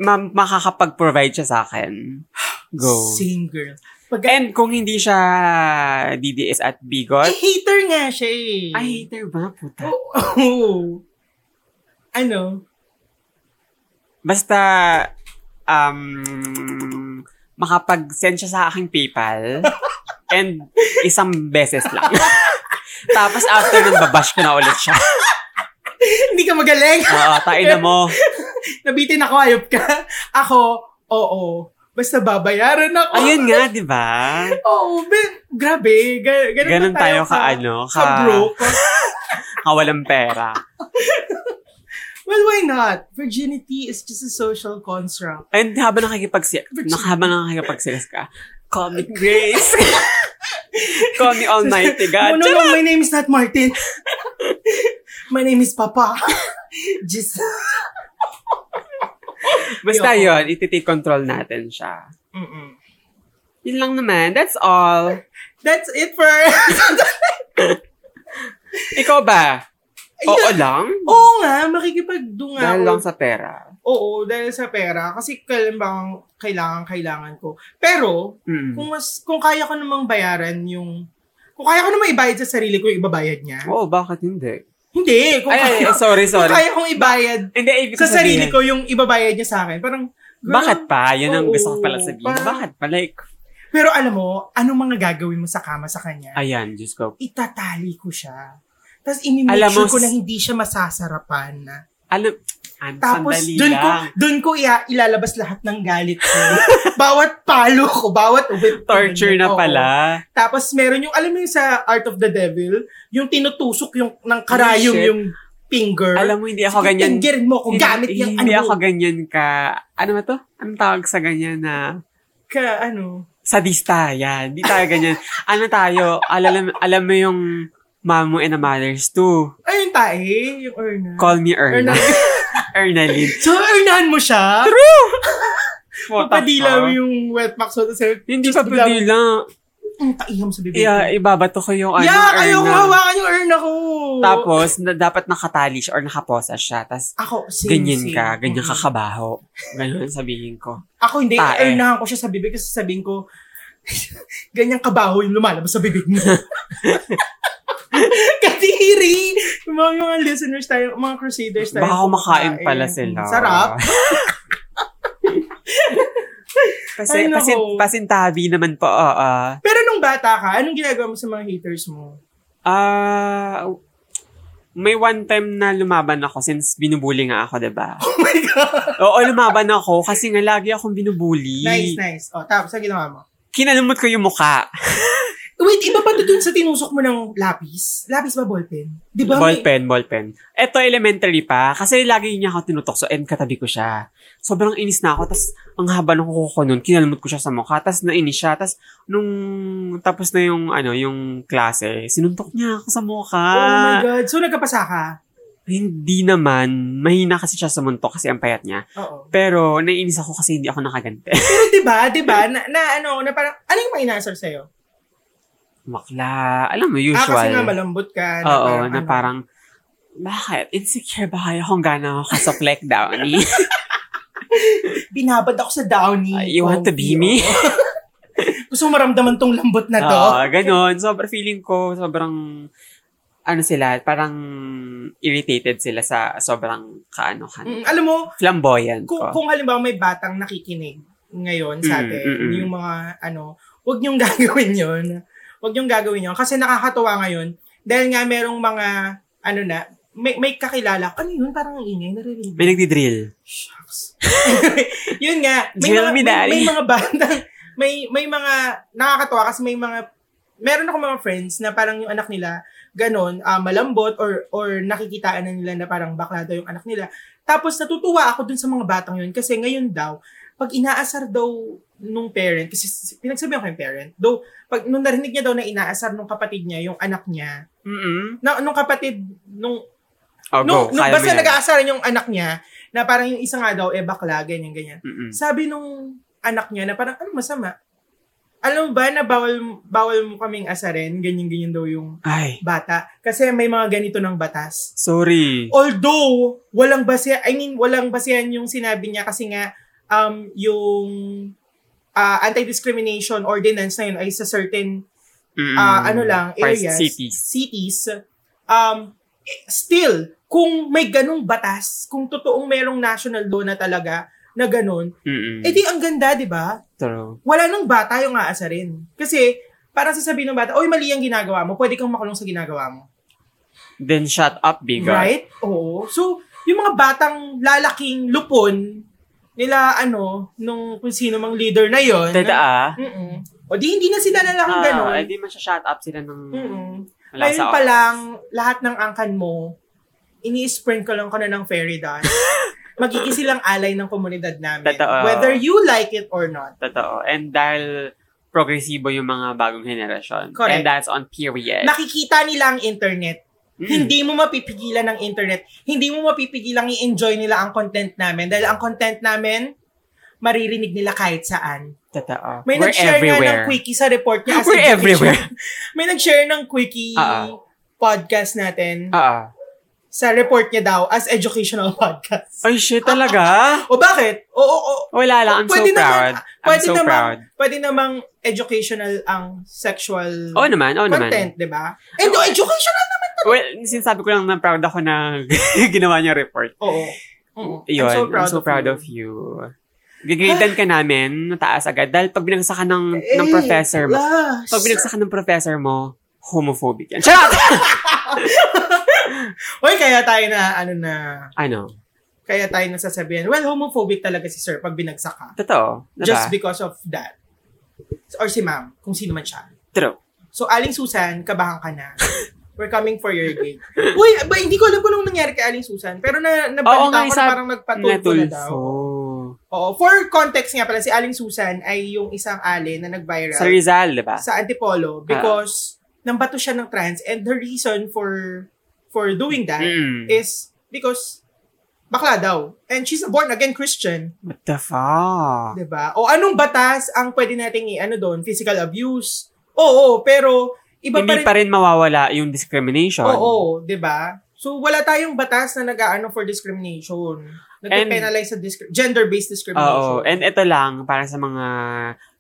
[SPEAKER 1] ma- makakapag-provide siya sa akin, go. Eh,
[SPEAKER 2] Same girl. Pag-
[SPEAKER 1] And kung hindi siya DDS at
[SPEAKER 2] eh,
[SPEAKER 1] bigot,
[SPEAKER 2] hater nga siya eh.
[SPEAKER 1] ay, hater ba? Puta.
[SPEAKER 2] Oo. Ano?
[SPEAKER 1] Basta, um, makapag-send siya sa aking PayPal and isang beses lang. Tapos after nun, babash ko na ulit siya.
[SPEAKER 2] Hindi ka magaling.
[SPEAKER 1] Oo, tain na mo.
[SPEAKER 2] Nabitin ako, ayop ka. Ako, oo. Basta babayaran ako.
[SPEAKER 1] Ayun nga, di ba?
[SPEAKER 2] Oo, be, grabe. Ga- ganun,
[SPEAKER 1] Ganun
[SPEAKER 2] na tayo,
[SPEAKER 1] tayo ka, ano,
[SPEAKER 2] ka
[SPEAKER 1] ka,
[SPEAKER 2] broke.
[SPEAKER 1] kawalang pera.
[SPEAKER 2] Well, why not? Virginity is just a social construct.
[SPEAKER 1] And habang nakikipagsilas,
[SPEAKER 2] Virgin-
[SPEAKER 1] habang nakikipagsilas ka, call me Grace. call me Almighty
[SPEAKER 2] No,
[SPEAKER 1] eh, God.
[SPEAKER 2] no, no, my name is not Martin. my name is Papa. Just...
[SPEAKER 1] Basta
[SPEAKER 2] Ayoko.
[SPEAKER 1] yun, ititake control natin siya.
[SPEAKER 2] Mm-mm.
[SPEAKER 1] Yun lang naman. That's all.
[SPEAKER 2] That's it for...
[SPEAKER 1] Ikaw ba? Oo lang?
[SPEAKER 2] Oo nga, makikipagdungaw.
[SPEAKER 1] Dahil lang sa pera.
[SPEAKER 2] Oo, dahil sa pera. Kasi kailangan, kailangan, kailangan ko. Pero,
[SPEAKER 1] Mm.
[SPEAKER 2] kung mas kung kaya ko namang bayaran yung kung kaya ko namang ibayad sa sarili ko yung ibabayad niya.
[SPEAKER 1] Oo, bakit hindi?
[SPEAKER 2] Hindi, kung
[SPEAKER 1] Oh. Ay, ay,
[SPEAKER 2] kaya,
[SPEAKER 1] ay, sorry,
[SPEAKER 2] kung
[SPEAKER 1] sorry.
[SPEAKER 2] kaya kong ibayad
[SPEAKER 1] Hindi, ibig ko
[SPEAKER 2] sa sarili
[SPEAKER 1] sabihin,
[SPEAKER 2] ko yung ibabayad niya sa akin. Parang girl,
[SPEAKER 1] Bakit pa? Yun ang gusto ko pala
[SPEAKER 2] Oo,
[SPEAKER 1] sabihin.
[SPEAKER 2] parang-
[SPEAKER 1] Bakit pa? Like,
[SPEAKER 2] Pero alam mo, anong mga gagawin mo sa kama sa kanya?
[SPEAKER 1] ayan, Diyos ko.
[SPEAKER 2] Itatali ko siya. Tapos
[SPEAKER 1] Alam
[SPEAKER 2] imimake
[SPEAKER 1] mo,
[SPEAKER 2] sure ko na
[SPEAKER 1] s-
[SPEAKER 2] hindi siya masasarapan.
[SPEAKER 1] Alam, ano,
[SPEAKER 2] Tapos
[SPEAKER 1] sandali
[SPEAKER 2] doon ko
[SPEAKER 1] lang.
[SPEAKER 2] doon ko ia- ilalabas lahat ng galit ko. bawat palo ko, bawat ubit. ko.
[SPEAKER 1] Torture na
[SPEAKER 2] Oo.
[SPEAKER 1] pala.
[SPEAKER 2] Tapos meron yung, alam mo yung sa Art of the Devil, yung tinutusok yung, ng karayom
[SPEAKER 1] shit.
[SPEAKER 2] yung finger.
[SPEAKER 1] Alam mo, hindi ako ganyan.
[SPEAKER 2] Fingerin mo kung gamit yung
[SPEAKER 1] Hindi
[SPEAKER 2] ano.
[SPEAKER 1] ako ganyan ka, ano ba to? Anong tawag sa ganyan na,
[SPEAKER 2] Ka, ano.
[SPEAKER 1] sadista, yan. Hindi tayo ganyan. ano tayo, alam, alam mo yung mom mo and the mothers too.
[SPEAKER 2] Ayun tae, yung Erna.
[SPEAKER 1] Call me Erna. Ernaline.
[SPEAKER 2] So, Ernahan mo siya?
[SPEAKER 1] What the
[SPEAKER 2] Papadilaw
[SPEAKER 1] fuck?
[SPEAKER 2] yung wet max mo. Tapos,
[SPEAKER 1] Hindi
[SPEAKER 2] tapos
[SPEAKER 1] pa
[SPEAKER 2] biglang,
[SPEAKER 1] pwede lang.
[SPEAKER 2] Ang taiham sa bibig.
[SPEAKER 1] Iya,
[SPEAKER 2] Yeah,
[SPEAKER 1] ibabato ko yung ano,
[SPEAKER 2] yeah
[SPEAKER 1] Erna.
[SPEAKER 2] ayaw ko hawakan yung Erna ko.
[SPEAKER 1] Tapos, na, dapat nakatali siya or nakaposa siya. Tapos,
[SPEAKER 2] ako, same,
[SPEAKER 1] ganyan
[SPEAKER 2] same.
[SPEAKER 1] ka, ganyan ka
[SPEAKER 2] Mm.
[SPEAKER 1] kabaho. Ganyan sabihin ko.
[SPEAKER 2] Ako hindi,
[SPEAKER 1] Tae.
[SPEAKER 2] Ernahan ko siya sa bibig kasi sabihin ko, ganyan kabaho yung lumalabas sa bibig mo. Katiri! Yung mga, yung mga listeners tayo, mga crusaders tayo. Mm,
[SPEAKER 1] Baka kumakain pala sila.
[SPEAKER 2] Sarap.
[SPEAKER 1] Kasi,
[SPEAKER 2] Ay,
[SPEAKER 1] pasin,
[SPEAKER 2] nako.
[SPEAKER 1] pasintabi naman po, oo. ah.
[SPEAKER 2] Pero nung bata ka, anong ginagawa mo sa mga haters mo?
[SPEAKER 1] Ah, may one time na lumaban ako since binubuli nga ako, 'di ba?
[SPEAKER 2] Oh my God!
[SPEAKER 1] Oo, lumaban ako kasi nga lagi akong binubuli.
[SPEAKER 2] Nice, nice. O, tapos, ang ginawa mo?
[SPEAKER 1] Kinalumot ko yung mukha.
[SPEAKER 2] Wait, iba pa to dun sa tinusok mo ng lapis? Lapis ba ballpen? Di ba? Diba may-
[SPEAKER 1] Ballpen, ballpen. Eto elementary pa kasi lagi niya ako tinutokso and katabi ko siya. Sobrang inis na ako tapos ang haba ng kuko ko nun, kinalumot ko siya sa mukha tapos nainis siya tapos nung tapos na yung ano, yung klase, sinuntok niya ako sa mukha.
[SPEAKER 2] Oh my
[SPEAKER 1] Ah.
[SPEAKER 2] God. So, nagkapasa ka?
[SPEAKER 1] Hindi naman, mahina kasi siya sumuntok kasi ang payat niya.
[SPEAKER 2] Oo.
[SPEAKER 1] Pero naiinis ako kasi hindi ako nakagante.
[SPEAKER 2] Pero Eh, di ba, di ba, na, na ano, na parang, ano yung pinasar sa'yo?
[SPEAKER 1] Bakla. Alam mo,
[SPEAKER 2] Ah, kasi nga
[SPEAKER 1] usual.
[SPEAKER 2] malambot ka. na
[SPEAKER 1] Oo, na
[SPEAKER 2] ano.
[SPEAKER 1] parang, bakit? Insecure ba kayo kung gano'n ako sa Fleck Downey?
[SPEAKER 2] binabad ako sa downy.
[SPEAKER 1] Uh, you want to be
[SPEAKER 2] Oo.
[SPEAKER 1] me?
[SPEAKER 2] Gusto mo maramdaman tong lambot na to?
[SPEAKER 1] Oo, gano'n. Ah, Sobrang feeling ko, sobrang, ano sila, parang irritated sila sa sobrang kaanohan.
[SPEAKER 2] Mm, alam mo,
[SPEAKER 1] Flamboyant
[SPEAKER 2] kung,
[SPEAKER 1] ko.
[SPEAKER 2] kung halimbawa may batang nakikinig ngayon sa
[SPEAKER 1] Mm,
[SPEAKER 2] atin,
[SPEAKER 1] mm, mm.
[SPEAKER 2] yung mga ano, huwag niyong gagawin yun. Huwag niyong gagawin yun. Kasi nakakatuwa ngayon, dahil nga merong mga, ano na, may, may kakilala. Ano yun? Parang ang ingay. Naririnig.
[SPEAKER 1] May nagdi-drill.
[SPEAKER 2] Shucks. Yun nga, may
[SPEAKER 1] Jill
[SPEAKER 2] mga, may,
[SPEAKER 1] Minari.
[SPEAKER 2] may mga bandang, may, may mga, nakakatuwa kasi may mga, meron ako mga friends na parang yung anak nila, ganon, ah, malambot or, or nakikitaan na nila na parang bakla daw yung anak nila. Tapos natutuwa ako dun sa mga batang yun kasi ngayon daw, pag inaasar daw nung parent, kasi s- pinagsabihan ko yung parent, though, pag, nung narinig niya daw na inaasar nung kapatid niya, yung anak niya,
[SPEAKER 1] Mm-mm.
[SPEAKER 2] na, nung kapatid, nung
[SPEAKER 1] Oh,
[SPEAKER 2] nung,
[SPEAKER 1] go.
[SPEAKER 2] nung
[SPEAKER 1] Kaya mo
[SPEAKER 2] basta
[SPEAKER 1] yan.
[SPEAKER 2] nag-aasaran yung anak niya, na parang yung isa nga daw, eh bakla, ganyan, ganyan.
[SPEAKER 1] Mm-mm.
[SPEAKER 2] Sabi nung anak niya na parang, ano masama? Alam mo ba na bawal, bawal mo kaming asarin, ganyan, ganyan daw yung
[SPEAKER 1] Ay,
[SPEAKER 2] bata. Kasi may mga ganito ng batas.
[SPEAKER 1] sorry.
[SPEAKER 2] Although, walang base, I mean, walang basehan yung sinabi niya kasi nga, um, yung ah, anti-discrimination ordinance na yun ay sa certain
[SPEAKER 1] Mm-mm.
[SPEAKER 2] ah, ano lang,
[SPEAKER 1] First
[SPEAKER 2] areas,
[SPEAKER 1] Hmm. cities.
[SPEAKER 2] cities, um, eh, still, kung may ganong batas, kung totoong merong national law na talaga, na ganun,
[SPEAKER 1] Mm-mm.
[SPEAKER 2] edi ang ganda, Eh, di ba?
[SPEAKER 1] True.
[SPEAKER 2] Wala nang bata yung aasarin. Kasi, parang sasabihin ng bata, oy, mali ang ginagawa mo, pwede kang makulong sa ginagawa mo.
[SPEAKER 1] Then shut up, bigot.
[SPEAKER 2] Right? Oo. So, yung mga batang lalaking lupon, nila, ano, nung kung sino mang leader na yon.
[SPEAKER 1] Teta ah.
[SPEAKER 2] Mm-mm. O di, hindi na sila lalakang
[SPEAKER 1] Ah,
[SPEAKER 2] ganun.
[SPEAKER 1] eh, di masya-shut up sila ng
[SPEAKER 2] Mm-mm.
[SPEAKER 1] wala
[SPEAKER 2] Ngayon
[SPEAKER 1] sa
[SPEAKER 2] pa lang, lahat ng angkan mo, ini-sprinkle lang ko na ng fairy dust. Magiging silang alay ng komunidad namin.
[SPEAKER 1] Totoo.
[SPEAKER 2] Whether you like it or not.
[SPEAKER 1] Totoo. And dahil progresibo yung mga bagong henerasyon.
[SPEAKER 2] Correct.
[SPEAKER 1] And that's on period.
[SPEAKER 2] Nakikita nila ang internet.
[SPEAKER 1] Mm.
[SPEAKER 2] Hindi mo mapipigilan ng internet. Hindi mo mapipigilan i-enjoy nila ang content namin. Dahil ang content namin, maririnig nila kahit saan.
[SPEAKER 1] Totoo.
[SPEAKER 2] May
[SPEAKER 1] We're
[SPEAKER 2] nag-share nga ng
[SPEAKER 1] everywhere.
[SPEAKER 2] quickie sa report niya. as
[SPEAKER 1] We're
[SPEAKER 2] education.
[SPEAKER 1] everywhere.
[SPEAKER 2] May nag-share ng quickie
[SPEAKER 1] Ah.
[SPEAKER 2] podcast natin
[SPEAKER 1] Oo.
[SPEAKER 2] sa report niya daw as educational podcast.
[SPEAKER 1] Ay, shit talaga?
[SPEAKER 2] O bakit? Oo, oo,
[SPEAKER 1] Wala lang. I'm so
[SPEAKER 2] Pwede naman.
[SPEAKER 1] proud. I'm
[SPEAKER 2] Pwede
[SPEAKER 1] so
[SPEAKER 2] namang,
[SPEAKER 1] proud.
[SPEAKER 2] Pwede namang educational ang sexual
[SPEAKER 1] Oo naman, oo Oh, naman. Ano?
[SPEAKER 2] content, di ba? And oh, educational naman.
[SPEAKER 1] Well, sinasabi ko lang na proud ako na ginawa niya report.
[SPEAKER 2] Oo. Oo.
[SPEAKER 1] Yun, I'm so proud, of, you. Gigradean ka namin, mataas agad. Dahil pag binagsa ka ng, ng
[SPEAKER 2] Eh,
[SPEAKER 1] professor mo,
[SPEAKER 2] Yes.
[SPEAKER 1] pag binagsa ka ng professor mo, homophobic yan. Charot!
[SPEAKER 2] Uy, kaya tayo na, ano na,
[SPEAKER 1] ano?
[SPEAKER 2] kaya tayo na sasabihin, well, homophobic talaga si sir pag binagsak ka.
[SPEAKER 1] Totoo. Diba?
[SPEAKER 2] Just because of that. Or si ma'am, kung sino man siya.
[SPEAKER 1] True.
[SPEAKER 2] So, Aling Susan, kabahan ka na. We're coming for your gig. Uy, ba, hindi ko alam kung anong nangyari kay Aling Susan. Pero na,
[SPEAKER 1] Oo
[SPEAKER 2] nabalita
[SPEAKER 1] nga,
[SPEAKER 2] ko
[SPEAKER 1] isa-
[SPEAKER 2] na parang nagpatulpo na daw.
[SPEAKER 1] Natulfo.
[SPEAKER 2] Oo. For context nga pala, si Aling Susan ay yung isang ale na nag-viral
[SPEAKER 1] Sa Rizal, diba? di ba?
[SPEAKER 2] sa
[SPEAKER 1] Ah.
[SPEAKER 2] Antipolo because nambato siya ng trans and the reason for for doing that
[SPEAKER 1] Mm.
[SPEAKER 2] is because bakla daw. And she's a born-again Christian,
[SPEAKER 1] What the fuck?
[SPEAKER 2] di ba? O anong batas ang pwede nating i-ano doon? Physical abuse? Oo, pero iba pa
[SPEAKER 1] Hindi
[SPEAKER 2] rin.
[SPEAKER 1] pa rin mawawala yung discrimination.
[SPEAKER 2] Oo, di ba? So, wala tayong batas na nag-ano for discrimination. Nag-penalize sa discri- gender-based
[SPEAKER 1] Oo.
[SPEAKER 2] discrimination.
[SPEAKER 1] And ito lang, para sa mga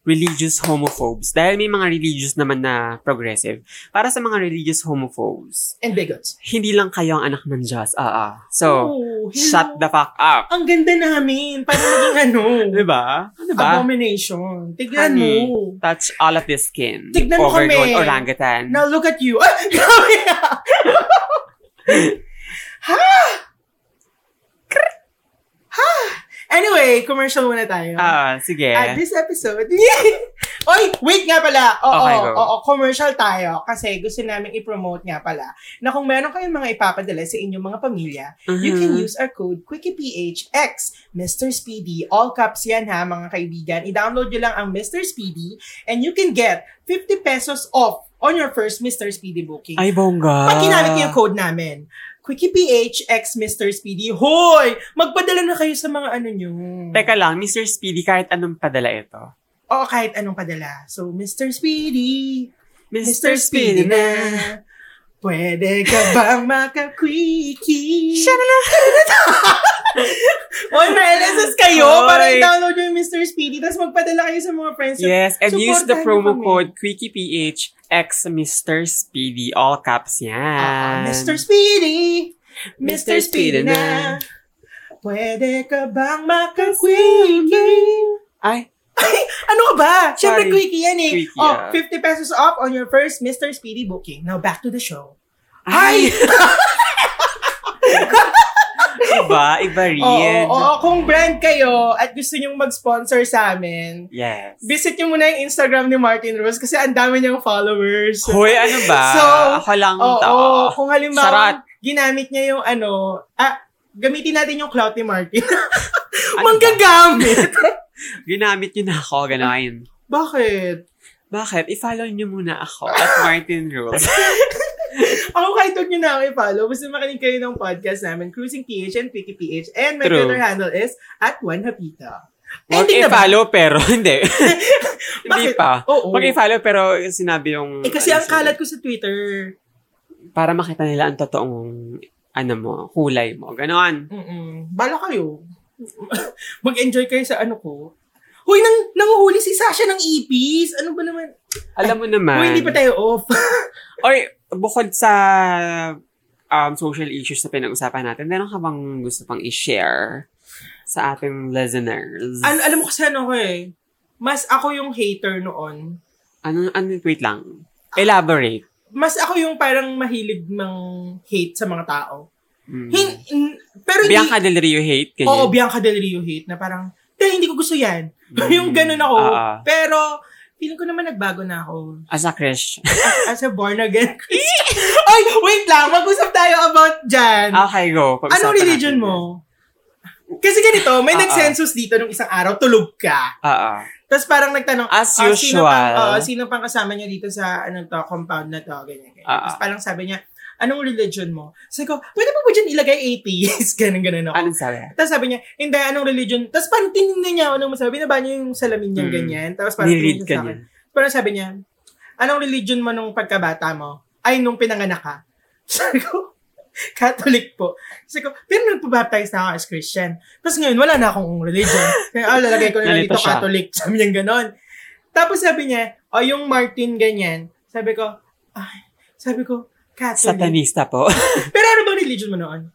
[SPEAKER 1] religious homophobes. Dahil may mga religious naman na progressive. Para sa mga religious homophobes,
[SPEAKER 2] and bigots.
[SPEAKER 1] hindi lang kayo ang anak ng Diyos. Ah, ah. So,
[SPEAKER 2] Oh, hello.
[SPEAKER 1] shut the fuck up.
[SPEAKER 2] Ang ganda namin. Para maging ano.
[SPEAKER 1] Di ba? Ano ba?
[SPEAKER 2] Abomination. Tignan
[SPEAKER 1] Honey,
[SPEAKER 2] mo.
[SPEAKER 1] Touch all of your skin.
[SPEAKER 2] Tignan mo kami.
[SPEAKER 1] Overgrown orangutan.
[SPEAKER 2] Now look at you. Ah, grabe. ha? Kr- Ha? Anyway, commercial muna tayo.
[SPEAKER 1] Ah, sige.
[SPEAKER 2] At this episode. Oy, wait nga pala. Oo,
[SPEAKER 1] Okay, go.
[SPEAKER 2] oo, commercial tayo kasi gusto namin i-promote nga pala na kung meron kayong mga ipapadala sa inyong mga pamilya, you can
[SPEAKER 1] Mhm.
[SPEAKER 2] use our code QuickiePHX, Mr. Speedy. All caps yan ha, mga kaibigan. I-download nyo lang ang Mr. Speedy and you can get 50 pesos off on your first Mr. Speedy booking.
[SPEAKER 1] Ay, ah. bongga.
[SPEAKER 2] Pag ginamit nyo yung code namin, QuickiePHX, Mr. Speedy. Hoy! Magpadala na kayo sa mga ano nyo.
[SPEAKER 1] Teka lang, Mr. Speedy, kahit anong padala ito.
[SPEAKER 2] Oo, kahit anong padala. So, Mr. Speedy,
[SPEAKER 1] Mr. Speedy na.
[SPEAKER 2] Pwede ka bang maka-quickie?
[SPEAKER 1] Siya na
[SPEAKER 2] Oy, may LSS kayo!
[SPEAKER 1] Oy.
[SPEAKER 2] Para i-download nyo yung Mr. Speedy, tapos magpadala kayo sa mga friends. nyo.
[SPEAKER 1] Yes, and use the
[SPEAKER 2] Supportahan
[SPEAKER 1] promo
[SPEAKER 2] niyo kami.
[SPEAKER 1] code QuickiePH X Mr. Speedy, all caps
[SPEAKER 2] Ah,
[SPEAKER 1] yan.
[SPEAKER 2] Mr. Speedy! Mr.
[SPEAKER 1] Mr.
[SPEAKER 2] Speedy
[SPEAKER 1] Speedy
[SPEAKER 2] na!
[SPEAKER 1] na.
[SPEAKER 2] Pwede ka bang maka-quickie?
[SPEAKER 1] Ay,
[SPEAKER 2] Ano ka ba? Siyempre,
[SPEAKER 1] Sorry.
[SPEAKER 2] quickie yan eh.
[SPEAKER 1] Quickie,
[SPEAKER 2] oh,
[SPEAKER 1] ah.
[SPEAKER 2] 50 pesos off on your first Mr. Speedy booking. Now, back to the show.
[SPEAKER 1] ay! iba, iba rin.
[SPEAKER 2] Oo, oo, oo. kung brand kayo at gusto nyong mag-sponsor sa amin,
[SPEAKER 1] Yes.
[SPEAKER 2] visit nyo muna yung Instagram ni Martin Rose kasi ang dami niyang followers.
[SPEAKER 1] Hoy, ano ba?
[SPEAKER 2] So-
[SPEAKER 1] Ako lang
[SPEAKER 2] Oo,
[SPEAKER 1] to. Ano
[SPEAKER 2] kung halimbawa,
[SPEAKER 1] Sarat.
[SPEAKER 2] ginamit niya yung ano, ah, gamitin natin yung clout ni Martin.
[SPEAKER 1] Ano ba?
[SPEAKER 2] Manggagamit!
[SPEAKER 1] Ginamit niyo na ako, ganoin.
[SPEAKER 2] Bakit?
[SPEAKER 1] Bakit? I-follow niyo muna ako at Martin Rules.
[SPEAKER 2] Ako kahit huwag nyo na ako i-follow, basta makinig kayo ng podcast namin, Cruising PH and Picky PH. And my
[SPEAKER 1] True.
[SPEAKER 2] Twitter handle is at Juan Hapita.
[SPEAKER 1] Huwag
[SPEAKER 2] Ending na ba?
[SPEAKER 1] i-follow pero hindi. hindi
[SPEAKER 2] Eh, Bakit?
[SPEAKER 1] pa.
[SPEAKER 2] Oo.
[SPEAKER 1] Huwag i-follow pero sinabi yung...
[SPEAKER 2] Eh kasi
[SPEAKER 1] ano
[SPEAKER 2] ang
[SPEAKER 1] sila.
[SPEAKER 2] kalat ko sa Twitter.
[SPEAKER 1] para makita nila ang totoong ano mo, kulay mo. Ganon.
[SPEAKER 2] Mm-mm. Bala kayo. Mag-enjoy kayo sa ano ko. Hoy, nang, nanguhuli si Sasha ng ipis. Ano ba naman?
[SPEAKER 1] Alam mo naman.
[SPEAKER 2] Hoy, hindi pa tayo off.
[SPEAKER 1] Or, bukod sa um, social issues na pinag-usapan natin, meron ka bang gusto pang i-share sa ating listeners?
[SPEAKER 2] Al- alam mo kasi ano ko eh. Mas ako yung hater noon.
[SPEAKER 1] Ano, ano, wait lang. Elaborate.
[SPEAKER 2] Mas ako yung parang mahilig ng hate sa mga tao.
[SPEAKER 1] Mm.
[SPEAKER 2] Hin- n- pero hindi...
[SPEAKER 1] Bianca Del Rio hate, ganyan.
[SPEAKER 2] Oo, Bianca Del Rio hate na parang, "Tay, hindi ko gusto yan.
[SPEAKER 1] Mm.
[SPEAKER 2] yung ganun ako.
[SPEAKER 1] Ah, ah.
[SPEAKER 2] Pero, feeling ko naman nagbago na ako.
[SPEAKER 1] As a Christian.
[SPEAKER 2] As a born again Christian. Ay, wait lang. Mag-usap tayo about dyan.
[SPEAKER 1] Ah, Okay, go. Pag-usapan
[SPEAKER 2] Anong religion
[SPEAKER 1] natin yun.
[SPEAKER 2] mo? Kasi ganito, may
[SPEAKER 1] Ah, ah.
[SPEAKER 2] nag-census dito nung isang araw, tulog ka.
[SPEAKER 1] Ah, ah.
[SPEAKER 2] Tapos parang nagtanong, "Ah,
[SPEAKER 1] As
[SPEAKER 2] Sino pang,
[SPEAKER 1] usual.
[SPEAKER 2] oo, sino pang kasama niya dito sa ano to, compound na to, ganyan, ganyan.
[SPEAKER 1] Ah, ah.
[SPEAKER 2] Tapos parang sabi niya, anong religion mo? Sabi ko, pwede mo ba dyan ilagay atheist? ganun, ganun ako.
[SPEAKER 1] Anong sabi?
[SPEAKER 2] Tapos sabi niya, hindi, anong religion? Tapos parang tinignan niya ako nung masabi, binaba niya yung salamin niya,
[SPEAKER 1] Hmm.
[SPEAKER 2] ganyan. Tapos parang
[SPEAKER 1] Niread
[SPEAKER 2] tinignan
[SPEAKER 1] ka
[SPEAKER 2] niya sa
[SPEAKER 1] niya.
[SPEAKER 2] akin. Parang sabi niya, anong religion mo nung pagkabata mo? Ay, nung pinanganak ka. Sabi ko, Catholic po. Sabi ko, pero nagpabaptize na ako as Christian. Tapos ngayon, wala na akong religion. Kaya, ah, lalagay ko na lang
[SPEAKER 1] Nalito
[SPEAKER 2] dito
[SPEAKER 1] siya.
[SPEAKER 2] Catholic. Sabi niya ganon. Tapos sabi niya, o yung Martin ganyan. Sabi ko, ay, sabi ko, Catholic.
[SPEAKER 1] Satanista po.
[SPEAKER 2] Pero ano bang religion mo noon?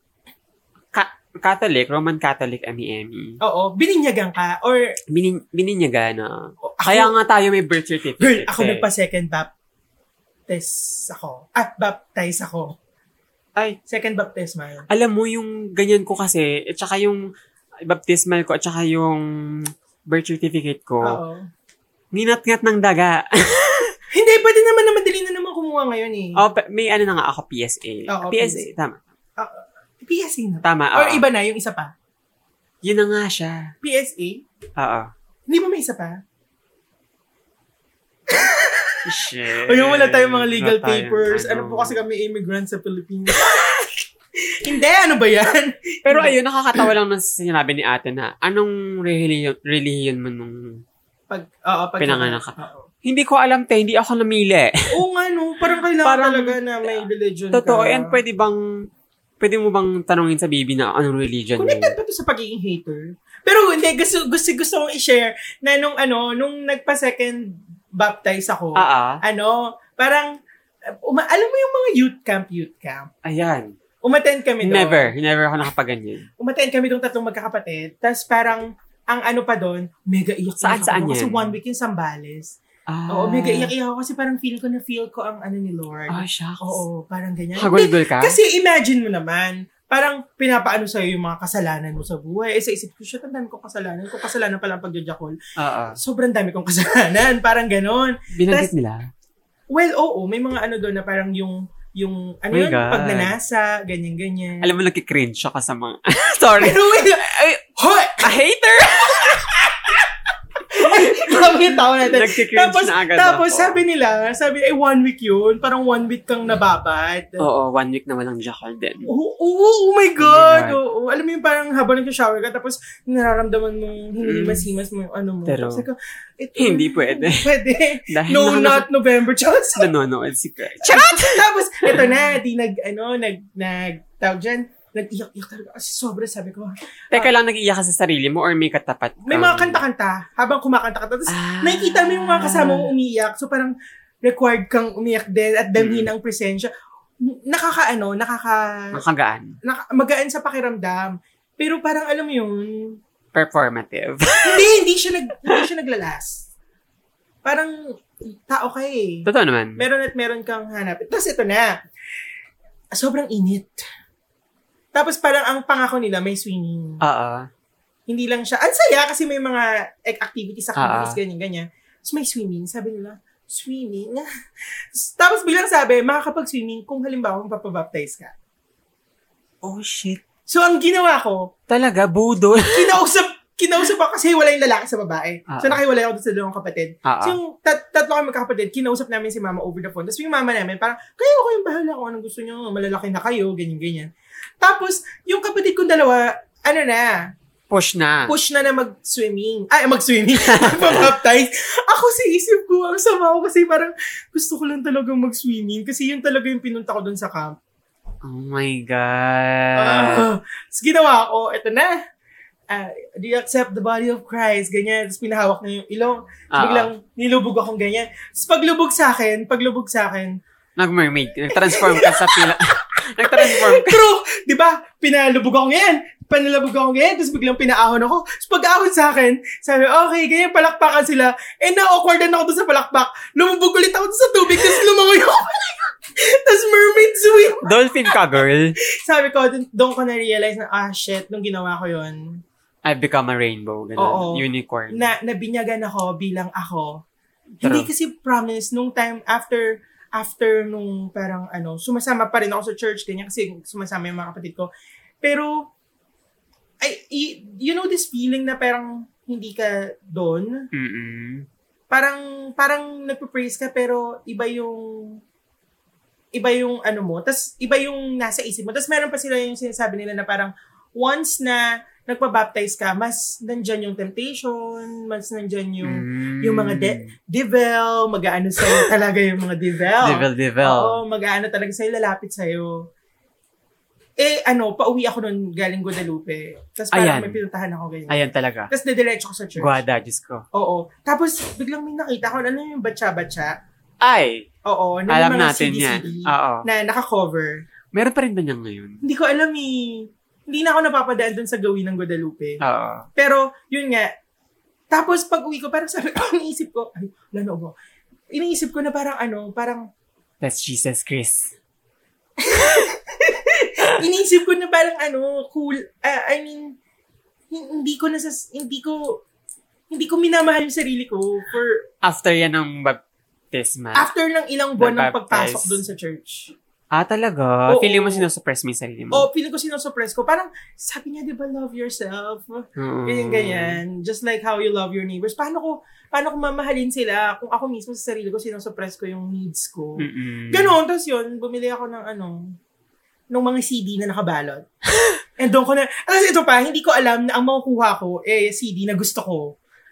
[SPEAKER 1] Ka- Catholic, Roman Catholic, E Ami-Ami.
[SPEAKER 2] Oo, bininyagan ka. Or,
[SPEAKER 1] Binin- bininyaga na.
[SPEAKER 2] o, Oh, ako,
[SPEAKER 1] Kaya nga tayo may birth certificate.
[SPEAKER 2] girl, ako
[SPEAKER 1] eh.
[SPEAKER 2] nagpa-second baptist ako. Ah, baptize ako.
[SPEAKER 1] Ay,
[SPEAKER 2] Second baptism. ayun.
[SPEAKER 1] alam mo yung ganyan ko kasi, at saka yung baptismal ko, at saka yung birth certificate ko,
[SPEAKER 2] Oo.
[SPEAKER 1] ninat-ngat ng daga.
[SPEAKER 2] Hindi, pwede naman na madali na naman kumuha ngayon eh.
[SPEAKER 1] oh, pa- may ano na nga ako, PSA.
[SPEAKER 2] Oo,
[SPEAKER 1] PSA,
[SPEAKER 2] PSA.
[SPEAKER 1] tama.
[SPEAKER 2] PSA na.
[SPEAKER 1] Tama,
[SPEAKER 2] Or
[SPEAKER 1] oo.
[SPEAKER 2] iba na, yung isa pa.
[SPEAKER 1] Yun na nga siya.
[SPEAKER 2] PSA?
[SPEAKER 1] Oo.
[SPEAKER 2] Hindi ba may isa pa?
[SPEAKER 1] Shit.
[SPEAKER 2] Ayun, wala tayong mga legal
[SPEAKER 1] Eh, Wala tayong
[SPEAKER 2] papers. Ano po kasi kami immigrant sa Pilipinas. Hindi, ano ba yan?
[SPEAKER 1] Pero ayun, nakakatawa lang nung sinabi ni ate na, anong religion, religion mo nung...
[SPEAKER 2] Pag, oo, pag
[SPEAKER 1] Pinanganak ka.
[SPEAKER 2] Oo.
[SPEAKER 1] Hindi ko alam, te. Hindi ako namili.
[SPEAKER 2] Oo nga no, parang kailangan
[SPEAKER 1] Parang-
[SPEAKER 2] talaga na may religion ka.
[SPEAKER 1] Totoo. And pwede bang... Pwede mo bang tanongin sa baby na anong religion mo?
[SPEAKER 2] Connected ba to sa pagiging hater? Pero hindi, gusto, gusto, gusto kong i-share na nung ano, nung nagpa-second baptize ako,
[SPEAKER 1] Ah, ah.
[SPEAKER 2] ano, parang, uh, uma- alam mo yung mga youth camp, youth camp.
[SPEAKER 1] Ayan.
[SPEAKER 2] Umattend kami doon.
[SPEAKER 1] Never. Never ako nakapag-ganyan.
[SPEAKER 2] Umattend kami doon tatlong magkakapatid. Tapos parang, ang ano pa doon, mega iyak
[SPEAKER 1] Saan-
[SPEAKER 2] iyak
[SPEAKER 1] saan
[SPEAKER 2] ako. Kasi
[SPEAKER 1] yan?
[SPEAKER 2] one week yung Sambales.
[SPEAKER 1] Ah.
[SPEAKER 2] Oo, mega iyak iyak ako kasi parang feel ko na feel ko ang ano ni Lord.
[SPEAKER 1] Ah, shucks.
[SPEAKER 2] Oo, parang ganyan.
[SPEAKER 1] Hagulgol ka?
[SPEAKER 2] Kasi imagine mo naman, parang pinapaano sa'yo yung mga kasalanan mo sa buhay. Eh, sa isip ko, shit, ang dami kong kasalanan. Kung kasalanan pala ang pagjajakol,
[SPEAKER 1] Oo.
[SPEAKER 2] sobrang dami kong kasalanan. Parang ganon.
[SPEAKER 1] Binanggit nila.
[SPEAKER 2] Well, oo, may mga ano doon na parang yung, yung, ano
[SPEAKER 1] Oh My
[SPEAKER 2] yun,
[SPEAKER 1] God.
[SPEAKER 2] pagnanasa, ganyan-ganyan.
[SPEAKER 1] Alam mo, nagkikringe siya sa mga... Sorry.
[SPEAKER 2] Pero wait,
[SPEAKER 1] Ay,
[SPEAKER 2] hoy!
[SPEAKER 1] a hater!
[SPEAKER 2] Grabe yung tao natin.
[SPEAKER 1] Nagkikringe
[SPEAKER 2] Tapos,
[SPEAKER 1] na agad
[SPEAKER 2] tapos
[SPEAKER 1] ako.
[SPEAKER 2] sabi nila, sabi, eh, one week yun. Parang one week kang nababad.
[SPEAKER 1] Oo, one week na walang jackal din.
[SPEAKER 2] Oo, oo, oh my God.
[SPEAKER 1] God.
[SPEAKER 2] Oo, oo. Alam mo yung parang habang nag-shower ka, tapos nararamdaman mong hinimas-himas mo yung ano mo.
[SPEAKER 1] Mm. Pero,
[SPEAKER 2] Sabi ko, ito,
[SPEAKER 1] hindi pwede.
[SPEAKER 2] Pwede.
[SPEAKER 1] Dahil
[SPEAKER 2] No,
[SPEAKER 1] na-
[SPEAKER 2] not November, Charles.
[SPEAKER 1] Nanonood si Kurt.
[SPEAKER 2] Charot! tapos, ito na, di nag, ano, nag, nag, tawag dyan, nag-iyak-iyak talaga. Kasi sobra, sabi ko.
[SPEAKER 1] Teka lang, nag-iiyak ka sa sarili mo or may katapat
[SPEAKER 2] May
[SPEAKER 1] kang- Ah.
[SPEAKER 2] mga kanta-kanta, habang kumakanta ka. Tapos, nakikita mo yung mga kasama mo umiyak. So, parang required kang umiyak din at damhin ang presensya. Nakakaano, nakaka,
[SPEAKER 1] Ang kagaan.
[SPEAKER 2] naka, magaan sa pakiramdam. Pero parang alam mo yun,
[SPEAKER 1] Performative.
[SPEAKER 2] hindi, hindi siya, nag, hindi siya naglalas. Parang tao ka eh.
[SPEAKER 1] Totoo naman.
[SPEAKER 2] Meron at meron kang hanap. Tapos ito na, sobrang init. Tapos parang ang pangako nila may swimming.
[SPEAKER 1] Oo.
[SPEAKER 2] Hindi lang siya, ang saya kasi may mga ac- activities, activities,
[SPEAKER 1] Ah.
[SPEAKER 2] ganyan, ganyan. Tapos may swimming, sabi nila, swimming. Tapos bilang sabi, makakapag-swimming kung halimbawa mapapabaptize ka.
[SPEAKER 1] Oh, shit.
[SPEAKER 2] So ang ginawa ko,
[SPEAKER 1] Talaga, budol.
[SPEAKER 2] kinausap, kinausap ako kasi hiwalay yung lalaki sa babae.
[SPEAKER 1] Ah.
[SPEAKER 2] So nakahiwalay ako dun sa dalawang kapatid.
[SPEAKER 1] Oo.
[SPEAKER 2] So yung tat- tatlo kami magkakapatid, kinausap namin si mama over the phone. Tapos yung mama namin, parang, kayo, kayong bahala kung anong gusto nyo, malalaki na kayo, ganyan, ganyan. Tapos, yung kapatid kong dalawa, ano na,
[SPEAKER 1] Push na.
[SPEAKER 2] push na na mag-swimming. Ay, mag-swimming. Mag-baptize. Ako sa isip ko, ang sama ko kasi parang gusto ko lang talagang mag-swimming kasi yun talaga yung pinunta ko dun sa camp.
[SPEAKER 1] Oh my God.
[SPEAKER 2] Ah, Tapos ginawa ko, eto na. Ah, do you accept the body of Christ? Ganyan. Tapos pinahawak na yung ilong. Tapos
[SPEAKER 1] Oo.
[SPEAKER 2] biglang nilubog akong ganyan. Tapos paglubog sa akin, paglubog sa akin,
[SPEAKER 1] Nag-mermaid. Nag-transform ka sa pila. Nag-transform ka.
[SPEAKER 2] true! Di ba? Pinalubog ako ganyan. Panalabog ako ganyan. Tapos biglang pinaahon ako. Tapos pag-ahon sa akin, sabi, okay, ganyan, palakpakan sila. Eh, na-awkwardan ako doon sa palakpak. Lumubog ulit ako doon sa tubig. Tapos lumangoy ako. Tapos mermaid swim.
[SPEAKER 1] Dolphin ka, girl.
[SPEAKER 2] Sabi ko, dun- doon ko na-realize na, ah, shit, nung ginawa ko yon
[SPEAKER 1] I've become a rainbow. Ganun.
[SPEAKER 2] Oo.
[SPEAKER 1] Unicorn.
[SPEAKER 2] na nabinyagan ako bilang ako.
[SPEAKER 1] True.
[SPEAKER 2] Hindi kasi promise nung time after after nung parang ano, sumasama pa rin ako sa church ganyan kasi sumasama yung mga kapatid ko. Pero I, y- you know this feeling na parang hindi ka doon.
[SPEAKER 1] Mm-mm.
[SPEAKER 2] Parang parang nagpo-praise ka pero iba yung iba yung ano mo, tas iba yung nasa isip mo. Tas meron pa sila yung sinasabi nila na parang once na nagpa-baptize ka, mas nandyan yung temptation, mas nandyan yung
[SPEAKER 1] Mm.
[SPEAKER 2] yung mga de- Devel, mag-aano sa'yo talaga yung mga Devel.
[SPEAKER 1] Devil, devil.
[SPEAKER 2] Ah. Oo, mag-aano talaga sa'yo, lalapit sa'yo. Eh, ano, pauwi ako nun galing Guadalupe. Tapos parang
[SPEAKER 1] Ayan.
[SPEAKER 2] may pinuntahan ako ganyan.
[SPEAKER 1] Ayan talaga.
[SPEAKER 2] Tapos didiretso ko sa church.
[SPEAKER 1] Guada, Diyos ko.
[SPEAKER 2] Oo. Tapos biglang may nakita ko, ano yung batsa-batsa?
[SPEAKER 1] Ay,
[SPEAKER 2] Oo. Na may
[SPEAKER 1] alam
[SPEAKER 2] mga
[SPEAKER 1] natin
[SPEAKER 2] CD,
[SPEAKER 1] yan.
[SPEAKER 2] CD
[SPEAKER 1] Oo.
[SPEAKER 2] Na naka-cover.
[SPEAKER 1] Meron pa rin ba niyan ngayon?
[SPEAKER 2] Hindi ko alam eh. Hindi na ako napapadaan dun sa gawin ng Guadalupe.
[SPEAKER 1] Oo.
[SPEAKER 2] Pero, yun nga. Tapos, pag uwi ko, parang sabi ko, iniisip ko, ay, wala na ubo. Iniisip ko na parang ano, parang,
[SPEAKER 1] That's Jesus Christ.
[SPEAKER 2] iniisip ko na parang ano, cool, ah, I mean, hin- hindi ko nasas, hindi ko, hindi ko minamahal yung sarili ko for,
[SPEAKER 1] After yan ng baptisma.
[SPEAKER 2] after ng ilang buwan ng
[SPEAKER 1] Nabaptize.
[SPEAKER 2] pagpasok dun sa church.
[SPEAKER 1] ah, talaga?
[SPEAKER 2] Oo.
[SPEAKER 1] Feeling mo sinusuppress mo yung sarili mo?
[SPEAKER 2] O, Oh, feeling ko sinosuppress ko. Parang, sabi niya, di ba, love yourself?
[SPEAKER 1] Oo.
[SPEAKER 2] Ganyan, ganyan. Just like how you love your neighbors. Paano ko, paano ko mamahalin sila kung ako mismo sa sarili ko, sinosuppress ko yung needs ko?
[SPEAKER 1] Mm-mm.
[SPEAKER 2] Ganon, tapos yun, bumili ako ng ano, ng mga CD na nakabalot. And doon ko na, tapos ito pa, hindi ko alam na ang makukuha ko, eh, CD na gusto ko.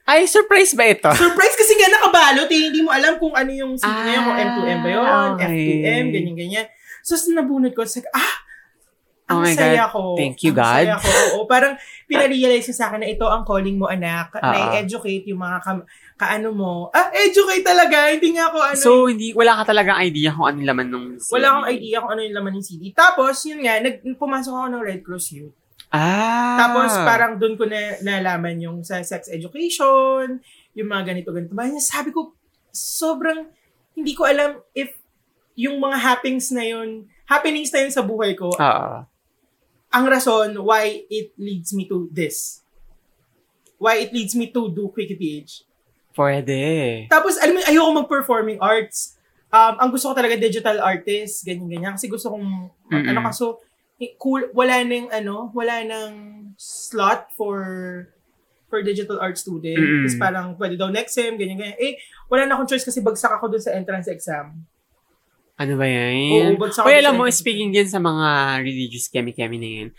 [SPEAKER 1] Ay, surprise ba ito?
[SPEAKER 2] Surprise kasi nga nakabalot eh, hindi mo alam kung ano yung CD na yun, kung
[SPEAKER 1] Ah,
[SPEAKER 2] M2M ba yun,
[SPEAKER 1] okay.
[SPEAKER 2] F2M, ganyan-ganyan. So, so, nabunot ko, sabi, ah,
[SPEAKER 1] Oh
[SPEAKER 2] ang
[SPEAKER 1] my
[SPEAKER 2] saya ko.
[SPEAKER 1] Thank you,
[SPEAKER 2] Ang
[SPEAKER 1] God.
[SPEAKER 2] saya ko. Oo, parang pinarealize niya sa akin na ito ang calling mo, anak.
[SPEAKER 1] Ah, ah.
[SPEAKER 2] Na educate yung mga ka, kaano mo. Ah, educate talaga. Hindi nga ako ano.
[SPEAKER 1] So, hindi, wala ka talagang idea kung anong laman nung CD.
[SPEAKER 2] Wala akong idea kung ano yung laman ng CD. Tapos, yun nga, nag, pumasok ako ng Red Cross Youth.
[SPEAKER 1] Ah.
[SPEAKER 2] Tapos, parang doon ko na nalaman yung sa sex education, yung mga ganito-ganito. Bahay niya, sabi ko, sobrang, hindi ko alam if yung mga happenings na yun, happenings na yun sa buhay ko,
[SPEAKER 1] Oo.
[SPEAKER 2] ang rason why it leads me to this. Why it leads me to do Quickie PH.
[SPEAKER 1] Pwede.
[SPEAKER 2] Tapos, alam mo, yun, ayoko mag-performing arts. Um, ang gusto ko talaga digital artist, ganyan-ganyan. Kasi gusto kong,
[SPEAKER 1] Mm-mm.
[SPEAKER 2] ano, kaso, eh, cool, wala nang, ano, wala nang slot for for digital art student.
[SPEAKER 1] Mm-mm.
[SPEAKER 2] Tapos parang pwede daw next sem, ganyan-ganyan. Eh, wala na akong choice kasi bagsak ako dun sa entrance exam.
[SPEAKER 1] Ano ba
[SPEAKER 2] Oo,
[SPEAKER 1] yan?
[SPEAKER 2] bagsak
[SPEAKER 1] Uy,
[SPEAKER 2] ako
[SPEAKER 1] alam
[SPEAKER 2] sa
[SPEAKER 1] mo,
[SPEAKER 2] entrance
[SPEAKER 1] speaking din sa mga religious kemi-kemi na yun,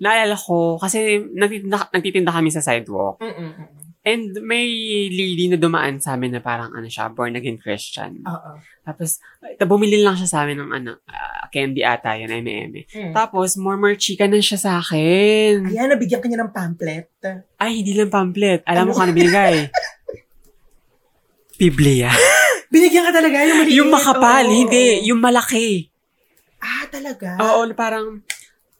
[SPEAKER 1] naalala ko, kasi nagtitinda, nagtitinda kami sa sidewalk,
[SPEAKER 2] exam. Mm-mm, mm-mm.
[SPEAKER 1] and may lady na dumaan sa amin na parang, ano siya, born again Christian.
[SPEAKER 2] Oo.
[SPEAKER 1] Tapos, ito, bumili lang siya sa amin ng, ano, ah, candy ata yun, M&M.
[SPEAKER 2] Mm.
[SPEAKER 1] Tapos, murmur chika na siya sa akin.
[SPEAKER 2] Ayan, nabigyan kanya ng pamphlet.
[SPEAKER 1] Ay, hindi lang pamphlet. Alam
[SPEAKER 2] Ano?
[SPEAKER 1] mo kung ano binigay. Biblia.
[SPEAKER 2] Binigyan ka talaga yung maliit.
[SPEAKER 1] yung makapal,
[SPEAKER 2] Oo.
[SPEAKER 1] hindi. Yung malaki.
[SPEAKER 2] Ah, talaga?
[SPEAKER 1] Oo, na parang,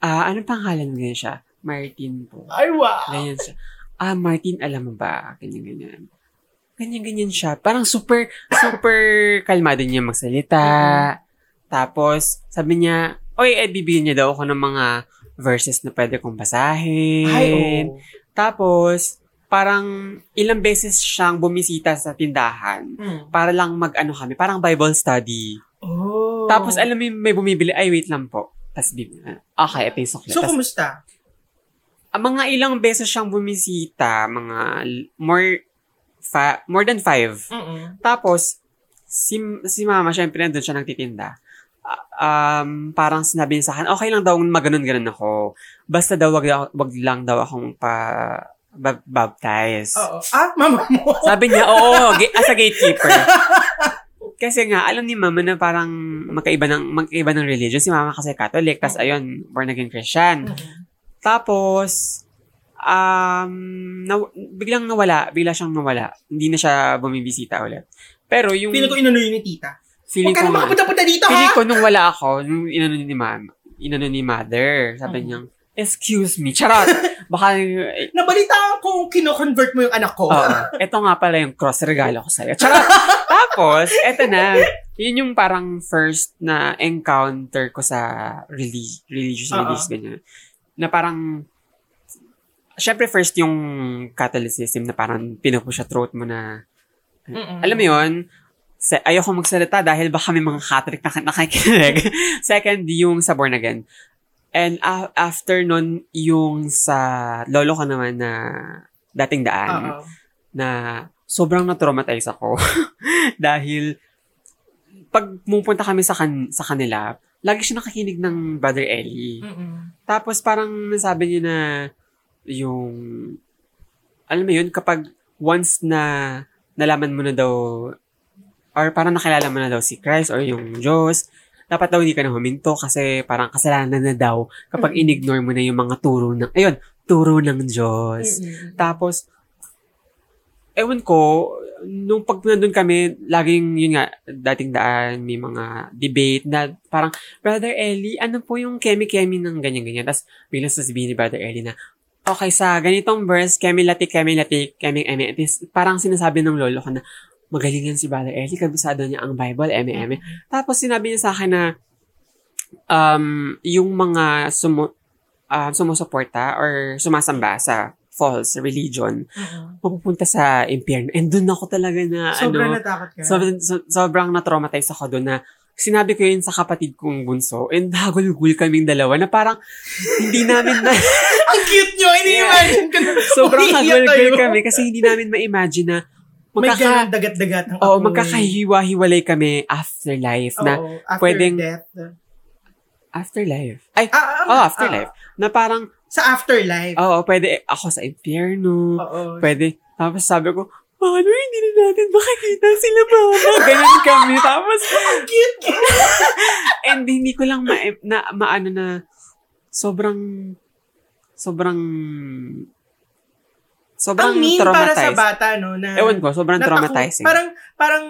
[SPEAKER 1] ah, ano pangalan ganyan siya? Martin po.
[SPEAKER 2] Ay, wow.
[SPEAKER 1] Ganyan siya. Ah, Martin, alam mo ba? Ganyan, ganyan. Ganyan, ganyan siya. Parang super, super kalmado niya magsalita. Tapos, sabi niya, oy, eh, bibigyan niya daw ako ng mga verses na pwede kong basahin.
[SPEAKER 2] Ay, oo.
[SPEAKER 1] Tapos, parang ilang beses siyang bumisita sa tindahan
[SPEAKER 2] Mm.
[SPEAKER 1] para lang mag-ano kami, parang Bible study.
[SPEAKER 2] Oh.
[SPEAKER 1] Tapos alam mo yung may bumibili, ay wait lang po. Tapos di, okay, ito yung sukli.
[SPEAKER 2] So,
[SPEAKER 1] Tas,
[SPEAKER 2] kumusta?
[SPEAKER 1] ang mga ilang beses siyang bumisita, mga l- more, fa- more than five.
[SPEAKER 2] Mm-mm.
[SPEAKER 1] Tapos, si, si mama, syempre nandun siya nagtitinda. Ah, Um, parang sinabi niya sa akin, okay lang daw maganon-ganon ako. Basta daw, wag, daw- wag lang daw akong pa ba- baptize.
[SPEAKER 2] Oo. Ah, mama mo.
[SPEAKER 1] Oh. Sabi niya, oo, ga- as a gatekeeper. Kasi nga, alam ni mama na parang magkaiba ng, magkaiba ng religion. Si mama kasi Catholic, tas ayun, born again Christian. Tapos, um, naw- biglang nawala, bigla siyang nawala. Hindi na siya bumibisita ulit. Pero yung
[SPEAKER 2] Feeling ko inunoy ni tita.
[SPEAKER 1] feeling
[SPEAKER 2] Huwag ka
[SPEAKER 1] ko,
[SPEAKER 2] na
[SPEAKER 1] nga-
[SPEAKER 2] makapunta-punta dito, ha?
[SPEAKER 1] feeling ko nung wala ako, nung inano ni mama, inano ni mother,
[SPEAKER 2] Mm.
[SPEAKER 1] sabi niya, excuse me, charot. Baka,
[SPEAKER 2] Nabalita ko kino-convert mo yung anak ko.
[SPEAKER 1] Oo. Ito nga pala yung cross regalo ko sa'yo. Charot! Tapos, eto na. Yun yung parang first na encounter ko sa relig- religious
[SPEAKER 2] Oo.
[SPEAKER 1] beliefs, ganyan. Na parang, syempre first yung Catholicism na parang pinupush sa throat mo na,
[SPEAKER 2] Mm-mm.
[SPEAKER 1] alam mo yun, sa, ayoko magsalita dahil baka may mga Catholic na nakikinig. Second, yung sa Born Again. And a- after nun, yung sa lolo ko naman na dating daan
[SPEAKER 2] Oo.
[SPEAKER 1] na sobrang na-traumatize ako. Dahil, pag pumunta kami sa, kan- sa kanila, lagi siya nakakinig ng Brother Ellie.
[SPEAKER 2] Mm-mm.
[SPEAKER 1] Tapos parang nasabi niya na yung, alam mo yun, kapag once na nalaman mo na daw, or parang nakilala mo na daw si Christ or yung Diyos, dapat daw hindi ka na huminto kasi parang kasalanan na daw kapag
[SPEAKER 2] Mm.
[SPEAKER 1] inignore mo na yung mga turo ng, ayun, turo ng Diyos.
[SPEAKER 2] Mm-mm.
[SPEAKER 1] Tapos, ewan ko, nung pag nandun kami, laging, yun nga, dating daan, may mga debate na parang, Brother Ellie, ano po yung kemi-kemi ng ganyan-ganyan? Tapos, biglang sasabihin ni Brother Ellie na, okay, sa ganitong verse, kemi-lati, kemi-lati, kemi-eme. Tapos, Parang sinasabi ng lolo ko na, magaling yan si Brother Ellie, kabisado niya ang Bible, eme-eme. Tapos sinabi niya sa akin na um, yung mga sumu- ah, sumusuporta or sumasamba sa false religion,
[SPEAKER 2] Mm-mm.
[SPEAKER 1] mapupunta sa impyerno. And doon ako talaga na,
[SPEAKER 2] Sobrang
[SPEAKER 1] ano,
[SPEAKER 2] natakot ka.
[SPEAKER 1] sobrang, so- sobrang na-traumatize ako doon na sinabi ko yun sa kapatid kong bunso and hagulgul kaming dalawa na parang hindi namin na
[SPEAKER 2] Ang cute nyo! Ini-imagine ko na.
[SPEAKER 1] sobrang
[SPEAKER 2] Umiiyak
[SPEAKER 1] hagulgul
[SPEAKER 2] tayo.
[SPEAKER 1] kami kasi hindi namin ma-imagine na
[SPEAKER 2] May
[SPEAKER 1] magkaka-
[SPEAKER 2] ganang dagat-dagat ang
[SPEAKER 1] Oo,
[SPEAKER 2] apoy.
[SPEAKER 1] magkakahiwa-hiwalay kami afterlife na
[SPEAKER 2] Oo, after
[SPEAKER 1] pwedeng-
[SPEAKER 2] death.
[SPEAKER 1] afterlife. Ay,
[SPEAKER 2] Ah, ah,
[SPEAKER 1] oh, Um,
[SPEAKER 2] ah,
[SPEAKER 1] afterlife. Na parang
[SPEAKER 2] ah, sa afterlife.
[SPEAKER 1] Oo, pwede eh, ako sa impyerno.
[SPEAKER 2] Oo.
[SPEAKER 1] Pwede. Tapos sabi ko, paano hindi na natin makikita sila mama? Ganyan kami. Tapos,
[SPEAKER 2] Ang cute, cute.
[SPEAKER 1] and hindi ko lang ma, na, maano na, sobrang, sobrang, sobrang
[SPEAKER 2] Ang mean para sa
[SPEAKER 1] traumatized.
[SPEAKER 2] bata, no? Na,
[SPEAKER 1] Ewan ko, sobrang
[SPEAKER 2] na takot.
[SPEAKER 1] traumatizing.
[SPEAKER 2] Parang, parang,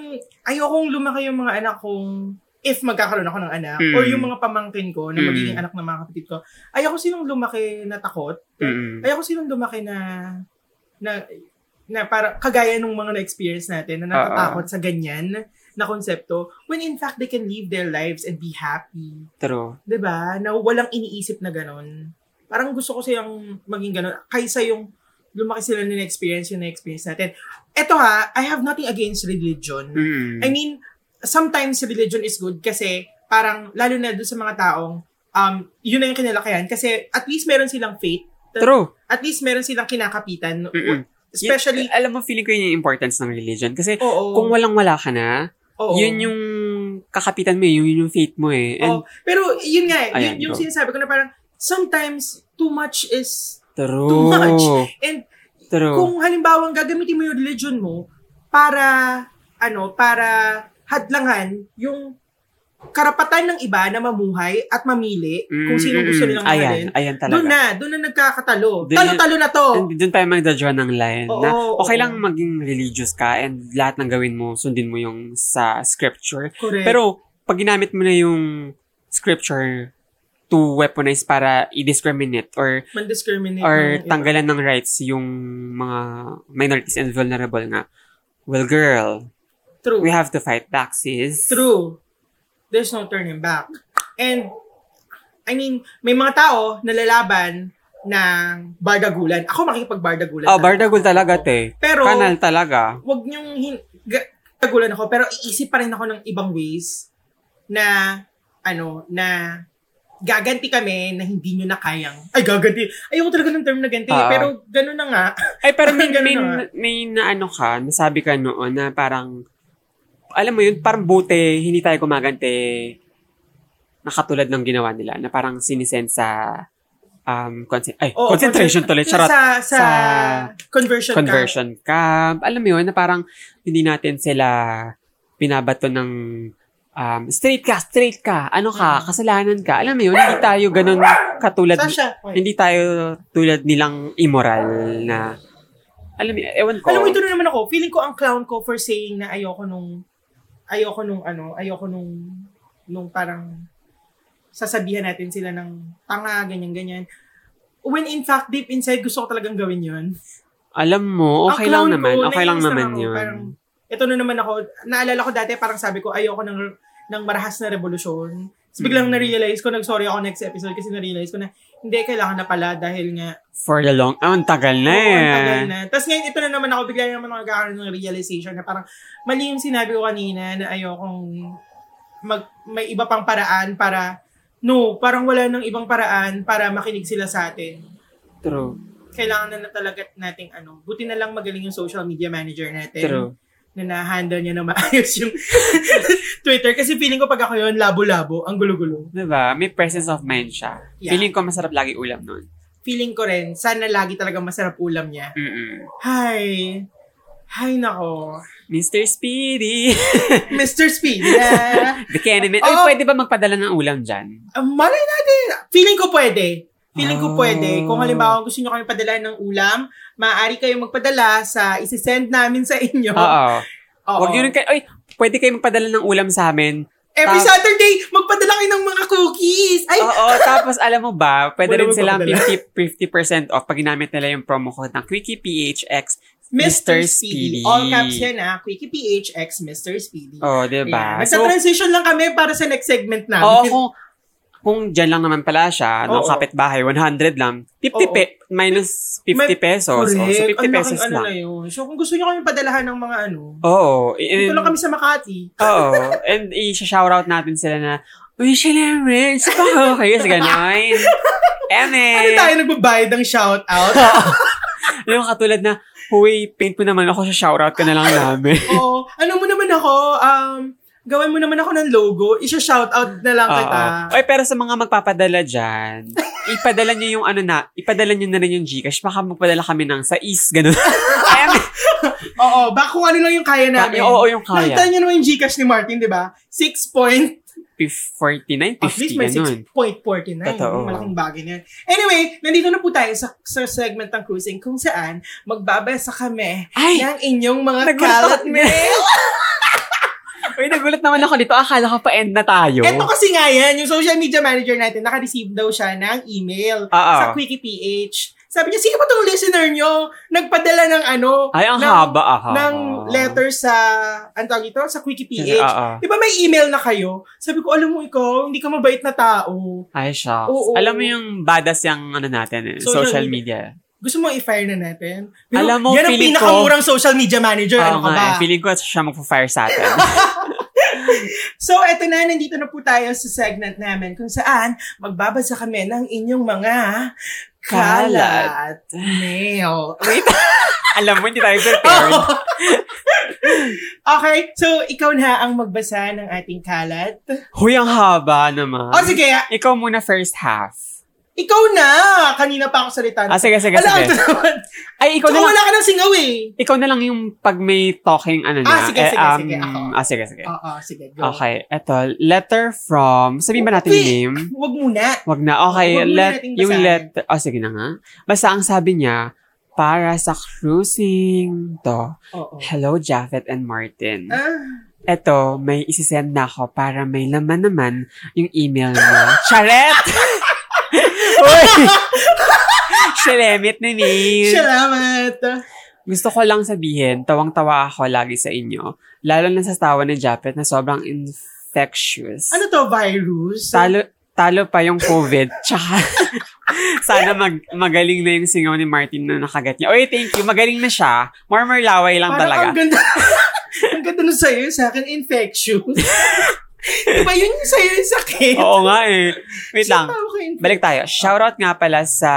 [SPEAKER 2] ayokong lumaki yung mga anak kong if magkakaroon ako ng anak
[SPEAKER 1] Mm.
[SPEAKER 2] or yung mga pamangkin ko na
[SPEAKER 1] Mm.
[SPEAKER 2] magiging anak ng mga kapatid ko, ayoko silang lumaki na takot.
[SPEAKER 1] Mm-mm.
[SPEAKER 2] Ayoko silang lumaki na na na para kagaya nung mga na-experience natin na natatakot sa ganyan na konsepto when in fact they can live their lives and be happy.
[SPEAKER 1] True.
[SPEAKER 2] 'Di ba? Na walang iniisip na ganun. Parang gusto ko siyang maging ganun kaysa yung lumaki sila na experience yung na-experience natin. Eto ha, I have nothing against religion.
[SPEAKER 1] Mm-mm.
[SPEAKER 2] I mean, sometimes religion is good kasi parang lalo na doon sa mga taong um, yun na yung kinalakayan kasi at least meron silang faith.
[SPEAKER 1] True.
[SPEAKER 2] At least meron silang kinakapitan.
[SPEAKER 1] Mm-mm.
[SPEAKER 2] Especially,
[SPEAKER 1] Yun- alam mo, feeling ko yun yung importance ng religion. Kasi,
[SPEAKER 2] oo.
[SPEAKER 1] eh, kung walang-wala ka na,
[SPEAKER 2] oo.
[SPEAKER 1] yun yung kakapitan mo, eh, yun yun yung faith mo eh. And,
[SPEAKER 2] Oo. Pero yun nga, eh,
[SPEAKER 1] Ayan,
[SPEAKER 2] yun, yung
[SPEAKER 1] go.
[SPEAKER 2] sinasabi ko na parang sometimes too much is
[SPEAKER 1] true.
[SPEAKER 2] Too much. and
[SPEAKER 1] True.
[SPEAKER 2] kung halimbawa gagamitin mo yung religion mo para ano, para hadlangan yung karapatan ng iba na mamuhay at mamili kung sino gusto nilang mahalin.
[SPEAKER 1] Mm, Ayan, ayan talaga.
[SPEAKER 2] Doon na, doon na nagkakatalo.
[SPEAKER 1] Doon na-
[SPEAKER 2] Talo-talo na to.
[SPEAKER 1] And doon tayo magdadra ng line
[SPEAKER 2] Oo,
[SPEAKER 1] na
[SPEAKER 2] oo,
[SPEAKER 1] okay
[SPEAKER 2] oo.
[SPEAKER 1] lang maging religious ka and lahat ng gawin mo, sundin mo yung sa scripture.
[SPEAKER 2] Correct.
[SPEAKER 1] Pero pag ginamit mo na yung scripture to weaponize para i-discriminate or
[SPEAKER 2] man-discriminate.
[SPEAKER 1] or
[SPEAKER 2] ng iba.
[SPEAKER 1] tanggalan ng rights yung mga minorities and vulnerable nga. Well, girl,
[SPEAKER 2] True.
[SPEAKER 1] we have to fight back, sis.
[SPEAKER 2] True. There's no turning back. And, I mean, may mga tao nalalaban ng bardagulan. Ako makikipagbardagulan.
[SPEAKER 1] Oh,
[SPEAKER 2] na.
[SPEAKER 1] bardagul talaga, te.
[SPEAKER 2] Pero,
[SPEAKER 1] Kanal talaga.
[SPEAKER 2] wag niyong hin- ga- bardagulan ako, pero iisip pa rin ako ng ibang ways na, ano, na gaganti kami na hindi nyo na kayang. Ay, gaganti. Ayoko talaga ng term na ganti.
[SPEAKER 1] Ah.
[SPEAKER 2] pero gano'n na nga.
[SPEAKER 1] Ay, pero may,
[SPEAKER 2] Ganun
[SPEAKER 1] may,
[SPEAKER 2] na nga.
[SPEAKER 1] may na ano ka, nasabi ka noon na parang, alam mo yun, parang buti, hindi tayo gumagante na katulad ng ginawa nila, na parang sinisend sa um, conce- ay,
[SPEAKER 2] Oo,
[SPEAKER 1] concentration tuloy,
[SPEAKER 2] Yung
[SPEAKER 1] charot,
[SPEAKER 2] Sa, sa,
[SPEAKER 1] Sa-
[SPEAKER 2] conversion, conversion.
[SPEAKER 1] conversion camp. Alam mo yun, na parang hindi natin sila binabato ng um, straight ka, straight ka, ano ka, kasalanan ka. Alam mo yun, hindi tayo ganun katulad,
[SPEAKER 2] Mm. Sasha, wait.
[SPEAKER 1] hindi tayo tulad nilang immoral na, alam mo, yun, ewan ko.
[SPEAKER 2] Alam mo, ito na naman ako. Feeling ko ang clown ko for saying na ayoko nung, ayoko nung ano, ayoko nung, nung parang sasabihan natin sila ng tanga, ganyan-ganyan. When in fact, deep inside, gusto ko talagang gawin yun.
[SPEAKER 1] Alam mo,
[SPEAKER 2] Ang
[SPEAKER 1] okay lang
[SPEAKER 2] clown
[SPEAKER 1] naman.
[SPEAKER 2] ko,
[SPEAKER 1] okay lang
[SPEAKER 2] naiinis
[SPEAKER 1] naman
[SPEAKER 2] ako.
[SPEAKER 1] yun.
[SPEAKER 2] Parang, ito na naman ako, naalala ko dati, parang sabi ko, ayoko ng, ng marahas na revolusyon. So, biglang
[SPEAKER 1] Mm.
[SPEAKER 2] na-realize ko, nag-sorry ako next episode kasi na-realize ko na, hindi, kailangan na pala dahil nga,
[SPEAKER 1] For the long... Oh, ang tagal na
[SPEAKER 2] oo,
[SPEAKER 1] eh.
[SPEAKER 2] ang tagal na. Tapos ngayon, ito na naman ako, bigla na naman ako nagkakaroon ng realization na parang, mali yung sinabi ko kanina na ayokong mag, may iba pang paraan para, no, parang wala nang ibang paraan para makinig sila sa atin.
[SPEAKER 1] True.
[SPEAKER 2] Kailangan na, na talaga nating ano, buti na lang magaling yung social media manager natin.
[SPEAKER 1] True.
[SPEAKER 2] na na-handle niya na maayos yung Twitter. Kasi feeling ko pag ako yun, labo-labo, ang gulo-gulo.
[SPEAKER 1] Diba? May presence of mind siya.
[SPEAKER 2] Yeah. Feeling,
[SPEAKER 1] Feeling ko masarap lagi ulam nun.
[SPEAKER 2] ko rin, sana lagi talaga masarap ulam niya.
[SPEAKER 1] Mm-mm.
[SPEAKER 2] Hi! Hi nako.
[SPEAKER 1] Mr. Speedy!
[SPEAKER 2] Mr. Speed, yeah.
[SPEAKER 1] The Kenneman.
[SPEAKER 2] Oh!
[SPEAKER 1] Ay, pwede ba magpadala ng ulam dyan?
[SPEAKER 2] Ah, malay natin. Feeling ko pwede. Feeling ko
[SPEAKER 1] Ah.
[SPEAKER 2] pwede. Kung halimbawa gusto nyo kami padala ng ulam, maaari kayong magpadala sa isisend namin sa inyo. Diba?
[SPEAKER 1] Oo.
[SPEAKER 2] Oo.
[SPEAKER 1] Ah, Huwag yun kayo. Ay, pwede kayo magpadala ng ulam sa amin.
[SPEAKER 2] Every
[SPEAKER 1] Tap-
[SPEAKER 2] Saturday, magpadala kayo ng mga cookies. Ay,
[SPEAKER 1] Oo. tapos, alam mo ba, pwede
[SPEAKER 2] Wala
[SPEAKER 1] rin silang
[SPEAKER 2] magpadala.
[SPEAKER 1] 50, 50% off pag ginamit nila yung promo code ng Quickie PHX.
[SPEAKER 2] Mr.
[SPEAKER 1] Mr.
[SPEAKER 2] Speedy.
[SPEAKER 1] Speedy.
[SPEAKER 2] All caps yan ah. Quickie PHX, Mr. Speedy.
[SPEAKER 1] Oo,
[SPEAKER 2] Ayan.
[SPEAKER 1] diba?
[SPEAKER 2] Nagsa-transition lang kami para sa next segment namin.
[SPEAKER 1] Oo, kung, kung dyan lang naman pala siya,
[SPEAKER 2] Oo.
[SPEAKER 1] no, kapitbahay, 100 lang. 50
[SPEAKER 2] Oo.
[SPEAKER 1] pe- minus 50
[SPEAKER 2] May-
[SPEAKER 1] pesos.
[SPEAKER 2] Correct.
[SPEAKER 1] Oh, so, 50
[SPEAKER 2] Ang laking
[SPEAKER 1] pesos
[SPEAKER 2] ano na
[SPEAKER 1] lang.
[SPEAKER 2] yun. So, kung gusto nyo kami padalahan ng mga ano,
[SPEAKER 1] Oo.
[SPEAKER 2] dito
[SPEAKER 1] And,
[SPEAKER 2] lang kami sa Makati.
[SPEAKER 1] oo. And i-shoutout natin sila na, Uy, Sheila Rich, pa ako kayo sa ganon. Eme.
[SPEAKER 2] Ano tayo nagbabayad ng shout-out?
[SPEAKER 1] Yung katulad na, Uy, paint mo naman ako, shoutout ka na lang namin.
[SPEAKER 2] Oo. Ano mo naman ako, um, gawin mo naman ako ng logo, isa-shoutout na lang
[SPEAKER 1] Ah,
[SPEAKER 2] kita.
[SPEAKER 1] Oo. Oy, pero sa mga magpapadala dyan, ipadala nyo yung ano na, ipadala nyo na rin yung Gcash. Baka magpadala kami ng sa East, ganun. Eme.
[SPEAKER 2] Oo. Baka kung ano lang yung kaya namin.
[SPEAKER 1] Oo, yung kaya.
[SPEAKER 2] Nakita nyo naman yung Gcash ni Martin, di ba? 6 point
[SPEAKER 1] 49, 50,
[SPEAKER 2] At least may
[SPEAKER 1] ganun.
[SPEAKER 2] 6.49.
[SPEAKER 1] Totoo.
[SPEAKER 2] Malaking bagay na yun. Anyway, nandito na po tayo sa, sa segment ng cruising kung saan magbabasa kami
[SPEAKER 1] Ay!
[SPEAKER 2] ng inyong mga
[SPEAKER 1] Nagulat ako.
[SPEAKER 2] kalat mail.
[SPEAKER 1] Uy, nagulat naman ako dito. Akala ko pa end na tayo.
[SPEAKER 2] Ito kasi nga yan, yung social media manager natin, naka-receive daw siya ng email
[SPEAKER 1] Oo.
[SPEAKER 2] sa Quickie PH. Sabi niya, sino ba tong listener nyo? Nagpadala ng ano,
[SPEAKER 1] Ay, ang
[SPEAKER 2] ng,
[SPEAKER 1] haba, Ah. aha.
[SPEAKER 2] ng letter sa, ano tawag ito? Sa Quickie
[SPEAKER 1] Kasi,
[SPEAKER 2] PH.
[SPEAKER 1] oo.
[SPEAKER 2] Di ba may email na kayo? Sabi ko, alam mo ikaw, hindi ka mabait na tao.
[SPEAKER 1] Ay, shucks.
[SPEAKER 2] Oo.
[SPEAKER 1] Alam mo yung badass yung ano natin, eh,
[SPEAKER 2] Social
[SPEAKER 1] social,
[SPEAKER 2] media.
[SPEAKER 1] media.
[SPEAKER 2] Gusto mo i-fire na natin?
[SPEAKER 1] Alam mo,
[SPEAKER 2] yan ang
[SPEAKER 1] feeling
[SPEAKER 2] pinakamurang social media manager. ano
[SPEAKER 1] Oo
[SPEAKER 2] ka
[SPEAKER 1] nga,
[SPEAKER 2] ba?
[SPEAKER 1] eh, feeling ko siya magpo-fire sa atin.
[SPEAKER 2] So, eto na, nandito na po tayo sa segment namin kung saan magbabasa kami ng inyong mga kalat
[SPEAKER 1] Kalat.
[SPEAKER 2] mail.
[SPEAKER 1] Alam mo, hindi tayo prepared.
[SPEAKER 2] Oh. Okay, so ikaw na ang magbasa ng ating kalat.
[SPEAKER 1] Huy, ang haba naman.
[SPEAKER 2] O Ah, sige,
[SPEAKER 1] Ikaw muna first half.
[SPEAKER 2] ikaw na! Kanina pa ako salita.
[SPEAKER 1] Ah, sige, sige,
[SPEAKER 2] Alam, ito
[SPEAKER 1] sige.
[SPEAKER 2] naman.
[SPEAKER 1] Ay, ikaw
[SPEAKER 2] Tsaka
[SPEAKER 1] na lang.
[SPEAKER 2] wala ka ng singaw eh.
[SPEAKER 1] Ikaw na lang yung pag may talking ano na.
[SPEAKER 2] Ah, sige, sige, sige, ako.
[SPEAKER 1] Ah, sige, sige.
[SPEAKER 2] Oo, sige, go.
[SPEAKER 1] Okay, eto. Letter from, sabihin ba natin yung
[SPEAKER 2] Wait.
[SPEAKER 1] name?
[SPEAKER 2] Huwag muna.
[SPEAKER 1] Wag na. Okay,
[SPEAKER 2] Wag muna
[SPEAKER 1] let,
[SPEAKER 2] nating
[SPEAKER 1] yung
[SPEAKER 2] basahin.
[SPEAKER 1] let, oh, sige na nga. Basta ang sabi niya, para sa cruising to.
[SPEAKER 2] Oo.
[SPEAKER 1] Hello, Japheth and Martin.
[SPEAKER 2] Ah,
[SPEAKER 1] Eto, may isisend na ako para may laman naman yung email niya. Charet! Uy! Shalemit na ni.
[SPEAKER 2] salamat.
[SPEAKER 1] Gusto ko lang sabihin, tawang-tawa ako lagi sa inyo. Lalo na sa tawa ni Japheth na sobrang infectious.
[SPEAKER 2] Ano to, virus?
[SPEAKER 1] Talo, talo pa yung COVID. Tsaka, sana mag, magaling na yung singaw ni Martin na nakagat niya. Oy, thank you. Magaling na siya. Murmur laway lang
[SPEAKER 2] Parang
[SPEAKER 1] talaga.
[SPEAKER 2] ang ganda. ang ganda nun sa'yo, sa akin, infectious. diba yun yung sa'yo yung sakit?
[SPEAKER 1] Oo nga eh. Wait
[SPEAKER 2] Saan pa
[SPEAKER 1] lang.
[SPEAKER 2] ako infectious?
[SPEAKER 1] Balik tayo. Shoutout nga pala sa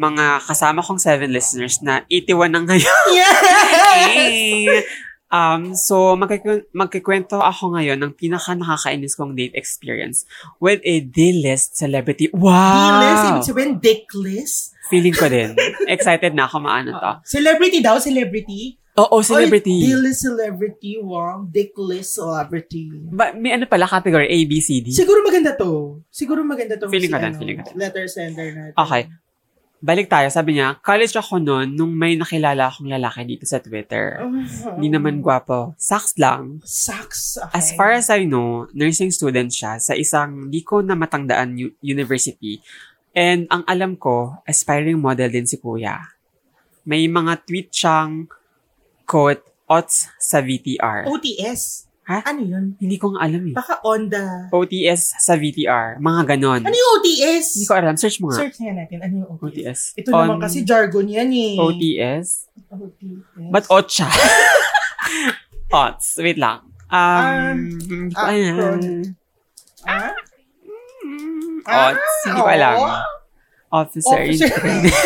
[SPEAKER 1] mga kasama kong seven listeners na 81 na ngayon.
[SPEAKER 2] Yes!
[SPEAKER 1] Um, so, magkiku- magkikwento ako ngayon ng pinaka nakakainis kong date experience with a D-list celebrity. Wow!
[SPEAKER 2] D-list, ibig sabihin, dick list.
[SPEAKER 1] Feeling ko din. Excited na ako maano to.
[SPEAKER 2] Celebrity daw, celebrity.
[SPEAKER 1] Oo, celebrity.
[SPEAKER 2] Oy, D-list celebrity, wow. Dick list celebrity.
[SPEAKER 1] Ba, may ano pala category A, B, C, D.
[SPEAKER 2] Siguro maganda to. Siguro maganda to.
[SPEAKER 1] Feeling
[SPEAKER 2] si,
[SPEAKER 1] ko din,
[SPEAKER 2] ano,
[SPEAKER 1] feeling ko din.
[SPEAKER 2] Letter sender natin.
[SPEAKER 1] Okay. Balik tayo. Sabi niya, college ako noon nung may nakilala akong lalaki dito sa Twitter.
[SPEAKER 2] Uh-huh.
[SPEAKER 1] Hindi naman gwapo. Saks lang.
[SPEAKER 2] Sucks. Okay.
[SPEAKER 1] As far as I know, nursing student siya sa isang di ko na matangdaan u- university. And ang alam ko, aspiring model din si kuya.
[SPEAKER 2] Oh.
[SPEAKER 1] May mga tweet siyang, quote, ots sa VTR.
[SPEAKER 2] OTS.
[SPEAKER 1] Ha?
[SPEAKER 2] Ano yun?
[SPEAKER 1] Hindi ko nga alam eh.
[SPEAKER 2] Baka on the...
[SPEAKER 1] OTS sa VTR. Mga ganon.
[SPEAKER 2] Ano yung OTS?
[SPEAKER 1] Hindi ko alam. Search mo nga.
[SPEAKER 2] Search nga natin. Ano yung OTS?
[SPEAKER 1] OTS.
[SPEAKER 2] Ito
[SPEAKER 1] On-
[SPEAKER 2] naman kasi jargon yan eh.
[SPEAKER 1] OTS?
[SPEAKER 2] OTS.
[SPEAKER 1] Ba't OTSA? OTS. Wait lang.
[SPEAKER 2] Ah,
[SPEAKER 1] Um, hindi ko
[SPEAKER 2] ah,
[SPEAKER 1] alam.
[SPEAKER 2] project. Ah? Ah,
[SPEAKER 1] OTS. Hindi ko alam.
[SPEAKER 2] oo.
[SPEAKER 1] Officer. in
[SPEAKER 2] Officer.
[SPEAKER 1] training.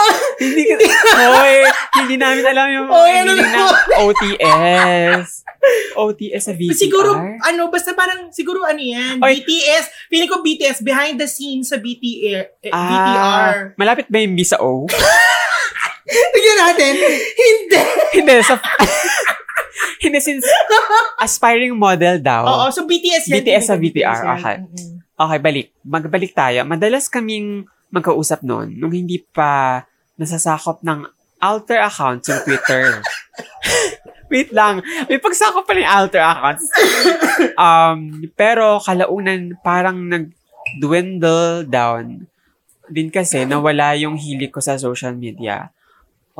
[SPEAKER 2] oh.
[SPEAKER 1] Hindi ko. Hoy, hindi namin alam yung
[SPEAKER 2] Hoy, ano
[SPEAKER 1] meaning
[SPEAKER 2] na-
[SPEAKER 1] ng OTS. OTS sa VTR.
[SPEAKER 2] Siguro, ano, basta parang, siguro ano yan,
[SPEAKER 1] Oy.
[SPEAKER 2] BTS, feeling ko BTS, behind the scenes sa BTR. Eh,
[SPEAKER 1] Ah,
[SPEAKER 2] BTR.
[SPEAKER 1] Malapit ba yung B sa O?
[SPEAKER 2] Tignan natin. Hindi.
[SPEAKER 1] hindi, sa... hindi, since aspiring model daw.
[SPEAKER 2] Oo, so BTS yan.
[SPEAKER 1] BTS sa
[SPEAKER 2] feeling ko
[SPEAKER 1] VTR,
[SPEAKER 2] yan.
[SPEAKER 1] okay.
[SPEAKER 2] Mm-mm.
[SPEAKER 1] Okay, balik. Magbalik tayo. Madalas kaming magkausap noon nung hindi pa nasasakop ng alter accounts yung Twitter. Wait lang. May pagsakop pa rin yung alter accounts. um, pero kalaunan parang nag-dwindle down din kasi nawala yung hilig ko sa social media.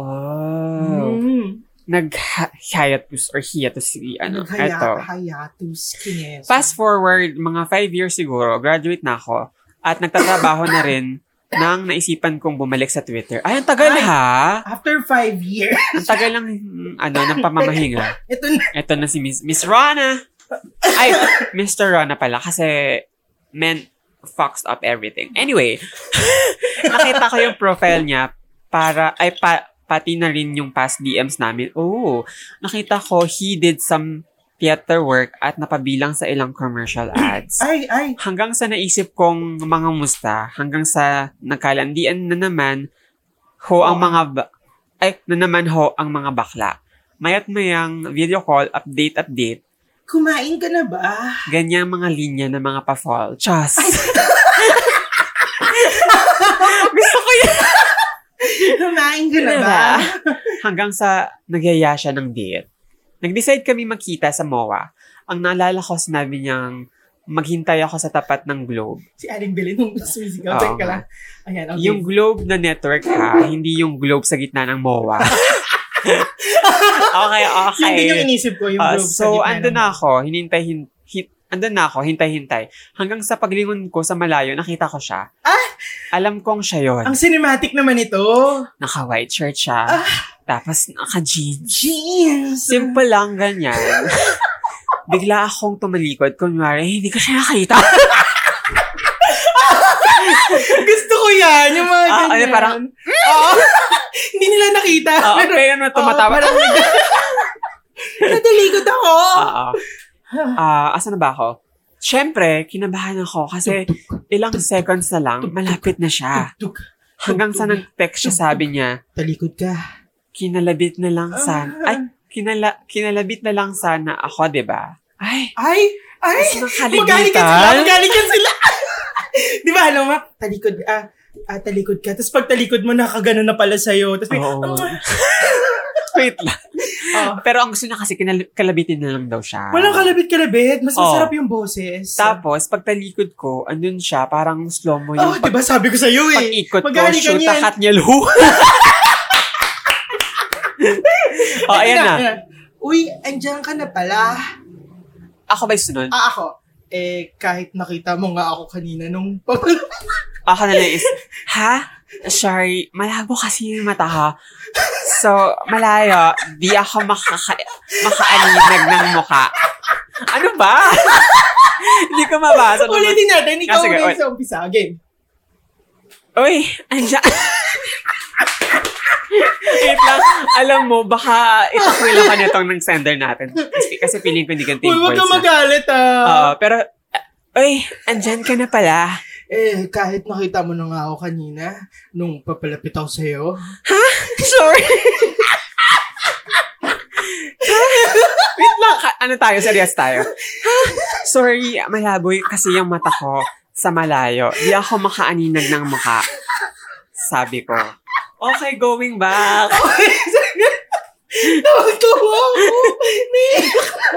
[SPEAKER 1] Oh.
[SPEAKER 2] Mm.
[SPEAKER 1] Nag-hiatus or hiatus si ano.
[SPEAKER 2] Naghaya-
[SPEAKER 1] Eto.
[SPEAKER 2] Hayatus, kines.
[SPEAKER 1] Fast forward, mga five years siguro, graduate na ako at nagtatrabaho na rin nang naisipan kong bumalik sa Twitter. Ay, ang tagal
[SPEAKER 2] Ay.
[SPEAKER 1] ha!
[SPEAKER 2] After five years,
[SPEAKER 1] Ang tagal ng, mm, ano, ng pamamahinga.
[SPEAKER 2] ito na.
[SPEAKER 1] Ito na si Miss, Miss Rana! Ay, Mr. Rana pala kasi men fucks up everything. Anyway, nakita ko yung profile niya para, ay, pa, pati na rin yung past DMs namin. Oh, nakita ko he did some theater work at napabilang sa ilang commercial ads
[SPEAKER 2] Ay, ay.
[SPEAKER 1] hanggang sa naisip kong mga musta, hanggang sa nagkalandian na naman ho ang mga ba- ay na naman ho ang mga bakla. Mayat mayang video call, update, update,
[SPEAKER 2] Kumain ka na ba?
[SPEAKER 1] ganyan mga linya ng mga pa-fall. Chas! Gusto ko yun!
[SPEAKER 2] Kumain ka
[SPEAKER 1] Ano
[SPEAKER 2] na ba?
[SPEAKER 1] Hanggang sa nagyaya siya ng date. Nag-decide kami magkita sa MOA. Ang naalala ko, sinabi niyang, maghintay ako sa tapat ng globe.
[SPEAKER 2] Si Aling Belen nung sumisigaw.
[SPEAKER 1] Oo.
[SPEAKER 2] Teka ka lang. Ayan, okay.
[SPEAKER 1] Yung globe na network ha, hindi yung globe sa gitna ng MOA. okay,
[SPEAKER 2] Yun
[SPEAKER 1] okay.
[SPEAKER 2] din yung inisip ko, yung
[SPEAKER 1] Ah,
[SPEAKER 2] globe sa
[SPEAKER 1] so,
[SPEAKER 2] gitna
[SPEAKER 1] andun
[SPEAKER 2] ng-
[SPEAKER 1] na ako, hinintay, hin, hin, andun na ako, hintay-hintay. Hanggang sa paglingon ko sa malayo, nakita ko siya.
[SPEAKER 2] Ah!
[SPEAKER 1] Alam kong siya yun.
[SPEAKER 2] Ang cinematic naman ito.
[SPEAKER 1] Naka-white shirt siya.
[SPEAKER 2] Ah!
[SPEAKER 1] Tapos naka-jeans.
[SPEAKER 2] Jeans!
[SPEAKER 1] Simple lang ganyan. Bigla akong tumalikod. Kunwari, hindi ko siya nakita.
[SPEAKER 2] Gusto ko yan, yung mga
[SPEAKER 1] Ah,
[SPEAKER 2] ganyan.
[SPEAKER 1] ano, parang, Ah,
[SPEAKER 2] Oo. Hindi nila nakita.
[SPEAKER 1] Oo, pero na tumatawa.
[SPEAKER 2] Oo, parang Natalikod ako.
[SPEAKER 1] Oo. Ah, asan na ba ako? Siyempre, kinabahan ako kasi ilang seconds na lang, malapit na siya.
[SPEAKER 2] Tuk,
[SPEAKER 1] Ah. Hanggang sa nag-text siya, sabi niya,
[SPEAKER 2] talikod ka.
[SPEAKER 1] kinalabit na lang sana.
[SPEAKER 2] Ah.
[SPEAKER 1] Ay, kinala, kinalabit na lang sana ako, di ba? Ay,
[SPEAKER 2] Ay, ay.
[SPEAKER 1] mas
[SPEAKER 2] Magaling ka sila,
[SPEAKER 1] nakalimutan.
[SPEAKER 2] magaling ka sila. Di ba, alam mo, talikod, ah, ah, talikod ka. Tapos pag talikod mo, nakaganon na pala sa'yo. Tapos may,
[SPEAKER 1] Oo.
[SPEAKER 2] ah,
[SPEAKER 1] Wait lang.
[SPEAKER 2] ah.
[SPEAKER 1] Pero ang gusto niya kasi, kinal- kalabitin na lang daw siya.
[SPEAKER 2] walang kalabit-kalabit. Mas
[SPEAKER 1] Oo.
[SPEAKER 2] masarap yung boses.
[SPEAKER 1] Tapos, pagtalikod ko, andun siya, parang slow-mo
[SPEAKER 2] Oh,
[SPEAKER 1] yung
[SPEAKER 2] di ba sabi ko sa'yo eh.
[SPEAKER 1] pag-ikot ko,
[SPEAKER 2] Magaling
[SPEAKER 1] shoot,
[SPEAKER 2] ganyan.
[SPEAKER 1] takat niya luho. oh,
[SPEAKER 2] Teka
[SPEAKER 1] ayan na.
[SPEAKER 2] ayan. Uy, andyan ka na pala.
[SPEAKER 1] Ako ba yung sunod?
[SPEAKER 2] Ah, ako. Eh, kahit nakita mo nga ako kanina nung pag...
[SPEAKER 1] Ako na lang is, Ah, ha? Sorry, malabo kasi yung mata ko. So, malayo, di ako makaka makaalinag ng mukha. Ano ba? Hindi ko
[SPEAKER 2] Ah,
[SPEAKER 1] mabasa. naman.
[SPEAKER 2] Ulitin natin, ikaw
[SPEAKER 1] Ah, sige,
[SPEAKER 2] ulit
[SPEAKER 1] ulit.
[SPEAKER 2] sa umpisa. Game.
[SPEAKER 1] Uy, andyan. Wait lang. Alam mo, baka itakwila ka nitong ng sender natin. Kasi, kasi feeling ko hindi ganito
[SPEAKER 2] Uy,
[SPEAKER 1] yung
[SPEAKER 2] huwag
[SPEAKER 1] voice
[SPEAKER 2] ka
[SPEAKER 1] na.
[SPEAKER 2] magalit ah.
[SPEAKER 1] Oo, pero, ah, uy, andyan ka na pala.
[SPEAKER 2] eh, kahit nakita mo na nga ako kanina nung papalapit ako sa'yo.
[SPEAKER 1] Sorry. Wait lang. ka- Ano tayo? Serious tayo. Sorry, malaboy kasi yung mata ko sa malayo. Di ako makaaninag ng mukha. Sabi ko. Okay, going back.
[SPEAKER 2] Nakatawa ako. Naiiyak na.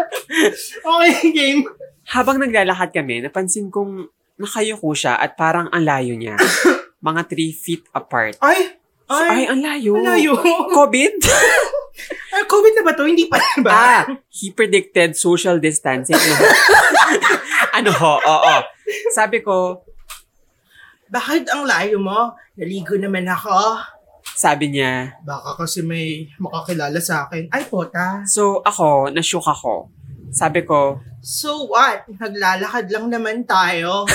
[SPEAKER 2] okay, game.
[SPEAKER 1] Habang naglalakad kami, napansin kong nakayuko siya at parang ang layo niya. Mga 3 feet apart.
[SPEAKER 2] Ay, Ay, oh.
[SPEAKER 1] Ay, ang layo.
[SPEAKER 2] ang layo.
[SPEAKER 1] COVID?
[SPEAKER 2] Ay, COVID na ba to? Hindi pa ba?
[SPEAKER 1] ah, he predicted social distancing. ano ho? Oo. Sabi ko,
[SPEAKER 2] Bakit ang layo mo? Naligo naman ako.
[SPEAKER 1] sabi niya,
[SPEAKER 2] Baka kasi may makakilala sa akin. Ay, pota.
[SPEAKER 1] So, ako, nashook ako. Sabi ko,
[SPEAKER 2] So what? Naglalakad lang naman tayo.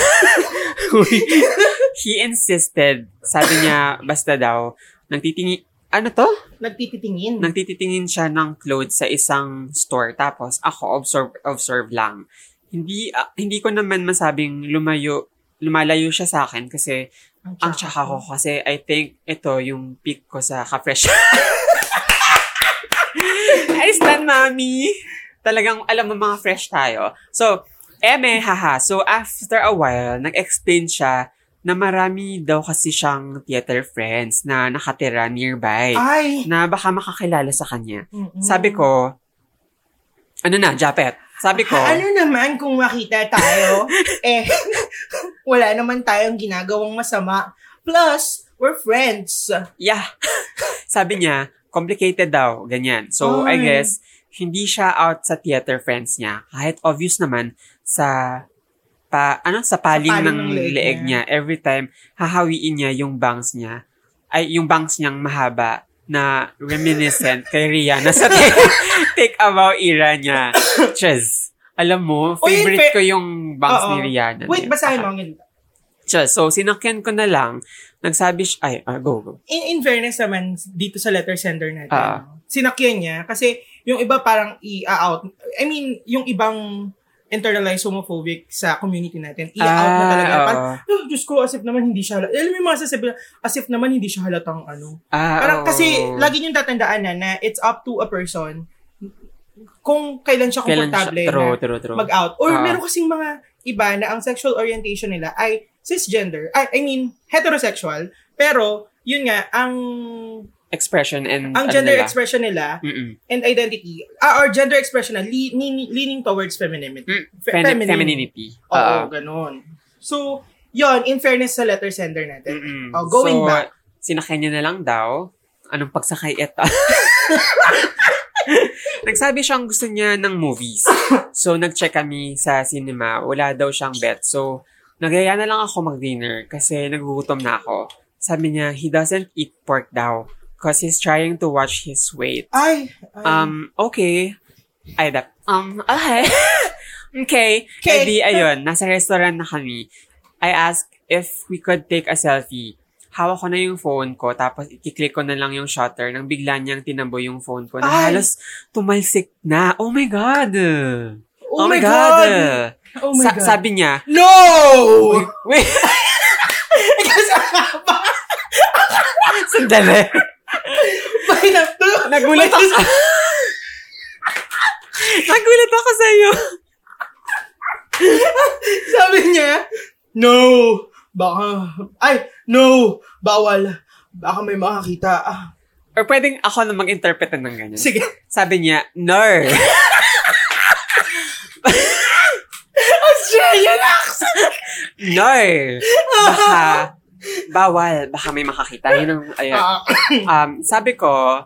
[SPEAKER 1] he insisted. Sabi niya, basta daw, nagtitingi, ano to?
[SPEAKER 2] Nagtititingin.
[SPEAKER 1] Nagtititingin siya ng clothes sa isang store. Tapos, ako, observe, observe lang. Hindi, ah, hindi ko naman masabing lumayo, lumalayo siya sa akin kasi ang Ah, tsaka ko kasi I think ito yung peak ko sa ka-fresh. I stand, mami. Talagang alam mo mga fresh tayo. So, eme, haha. So, after a while, nag-explain siya na marami daw kasi siyang theater friends na nakatira nearby
[SPEAKER 2] Ay!
[SPEAKER 1] eh, na baka makakilala sa kanya.
[SPEAKER 2] Mm-mm.
[SPEAKER 1] Sabi ko, ano na, Japet? Sabi ko,
[SPEAKER 2] Ano naman kung makita tayo? eh, wala naman tayong ginagawang masama. Plus, we're friends.
[SPEAKER 1] yeah. Sabi niya, complicated daw, ganyan. So, I
[SPEAKER 2] Ay.
[SPEAKER 1] guess, hindi siya out sa theater friends niya. Kahit obvious naman sa pa, ano, sa paling,
[SPEAKER 2] paling
[SPEAKER 1] ng,
[SPEAKER 2] ng leeg
[SPEAKER 1] leeg
[SPEAKER 2] niya.
[SPEAKER 1] niya. Every time, hahawiin niya yung bangs niya. Ay, yung bangs niyang mahaba na reminiscent kay Rihanna sa take, take about era niya. Cheers. Alam mo,
[SPEAKER 2] Uy, in
[SPEAKER 1] favorite
[SPEAKER 2] fa-
[SPEAKER 1] ko yung bangs
[SPEAKER 2] Oo.
[SPEAKER 1] ni Rihanna.
[SPEAKER 2] Wait,
[SPEAKER 1] niya.
[SPEAKER 2] basahin
[SPEAKER 1] Baka-
[SPEAKER 2] mo. ang ganito.
[SPEAKER 1] Siya, so sinakyan ko na lang, nagsabi siya, ay, ah, go, go.
[SPEAKER 2] In, in fairness naman, dito sa letter sender natin,
[SPEAKER 1] Ah.
[SPEAKER 2] sinakyan niya kasi yung iba parang i-out. I mean, yung ibang internalized homophobic sa community natin, i-out na talaga.
[SPEAKER 1] Ah, oo.
[SPEAKER 2] Parang, oh, Diyos ko, as if naman hindi siya halata. Alam mo yung mga sasabihin, as if naman hindi siya halatang ano.
[SPEAKER 1] Ah,
[SPEAKER 2] Parang
[SPEAKER 1] oo.
[SPEAKER 2] kasi, lagi niyong tatandaan na, na it's up to a person kung kailan siya
[SPEAKER 1] Kailan siya-
[SPEAKER 2] komportable na
[SPEAKER 1] True, true, true.
[SPEAKER 2] mag-out. Or
[SPEAKER 1] Ah.
[SPEAKER 2] meron kasing mga iba na ang sexual orientation nila ay cisgender. I, I mean, heterosexual. Pero, yun nga, ang
[SPEAKER 1] Expression and,
[SPEAKER 2] ang
[SPEAKER 1] ano
[SPEAKER 2] gender
[SPEAKER 1] nila.
[SPEAKER 2] expression nila
[SPEAKER 1] Mm-mm.
[SPEAKER 2] and identity, ah, or gender expression na le- leaning, leaning towards femininity.
[SPEAKER 1] Mm,
[SPEAKER 2] Fe-
[SPEAKER 1] Femi-
[SPEAKER 2] feminine.
[SPEAKER 1] femininity.
[SPEAKER 2] Oo,
[SPEAKER 1] Ah,
[SPEAKER 2] ganun. So, yon in fairness sa letter sender natin.
[SPEAKER 1] mm-mm.
[SPEAKER 2] Oh, going
[SPEAKER 1] so,
[SPEAKER 2] back.
[SPEAKER 1] Sinakyan niya na lang daw, anong pagsakay eto. Nagsabi siyang gusto niya ng movies. So, nag-check kami sa cinema. Wala daw siyang bet. So, nagaya na lang ako mag-dinner kasi nagugutom na ako. Sabi niya, he doesn't eat pork daw because he's trying to watch his weight.
[SPEAKER 2] Ay, ay.
[SPEAKER 1] Um, okay. Ay, dap. Um, okay. okay.
[SPEAKER 2] Okay.
[SPEAKER 1] Eh di, ayun, nasa restaurant na kami. I asked if we could take a selfie. Hawak ko na yung phone ko, tapos ikiklik ko na lang yung shutter nang bigla niyang tinambo yung phone ko na
[SPEAKER 2] Ay!
[SPEAKER 1] halos tumalsik na. Oh my God!
[SPEAKER 2] oh, my God! Oh my
[SPEAKER 1] Sa-
[SPEAKER 2] God. Oh.
[SPEAKER 1] Sabi niya,
[SPEAKER 2] no!
[SPEAKER 1] wait, wait, sandali.
[SPEAKER 2] Bakit na-
[SPEAKER 1] Nagulat ako. Nagulat ako sa'yo.
[SPEAKER 2] Sabi niya, no, baka, ay, no, bawal. Baka may makakita. Ah,
[SPEAKER 1] Or pwedeng ako na mag-interpret ng ganyan.
[SPEAKER 2] sige.
[SPEAKER 1] Sabi niya, ner.
[SPEAKER 2] Australian accent!
[SPEAKER 1] Ner. Baka, bawal. Baka may makakita. Yun ang, ayun.
[SPEAKER 2] Ah,
[SPEAKER 1] Um, sabi ko,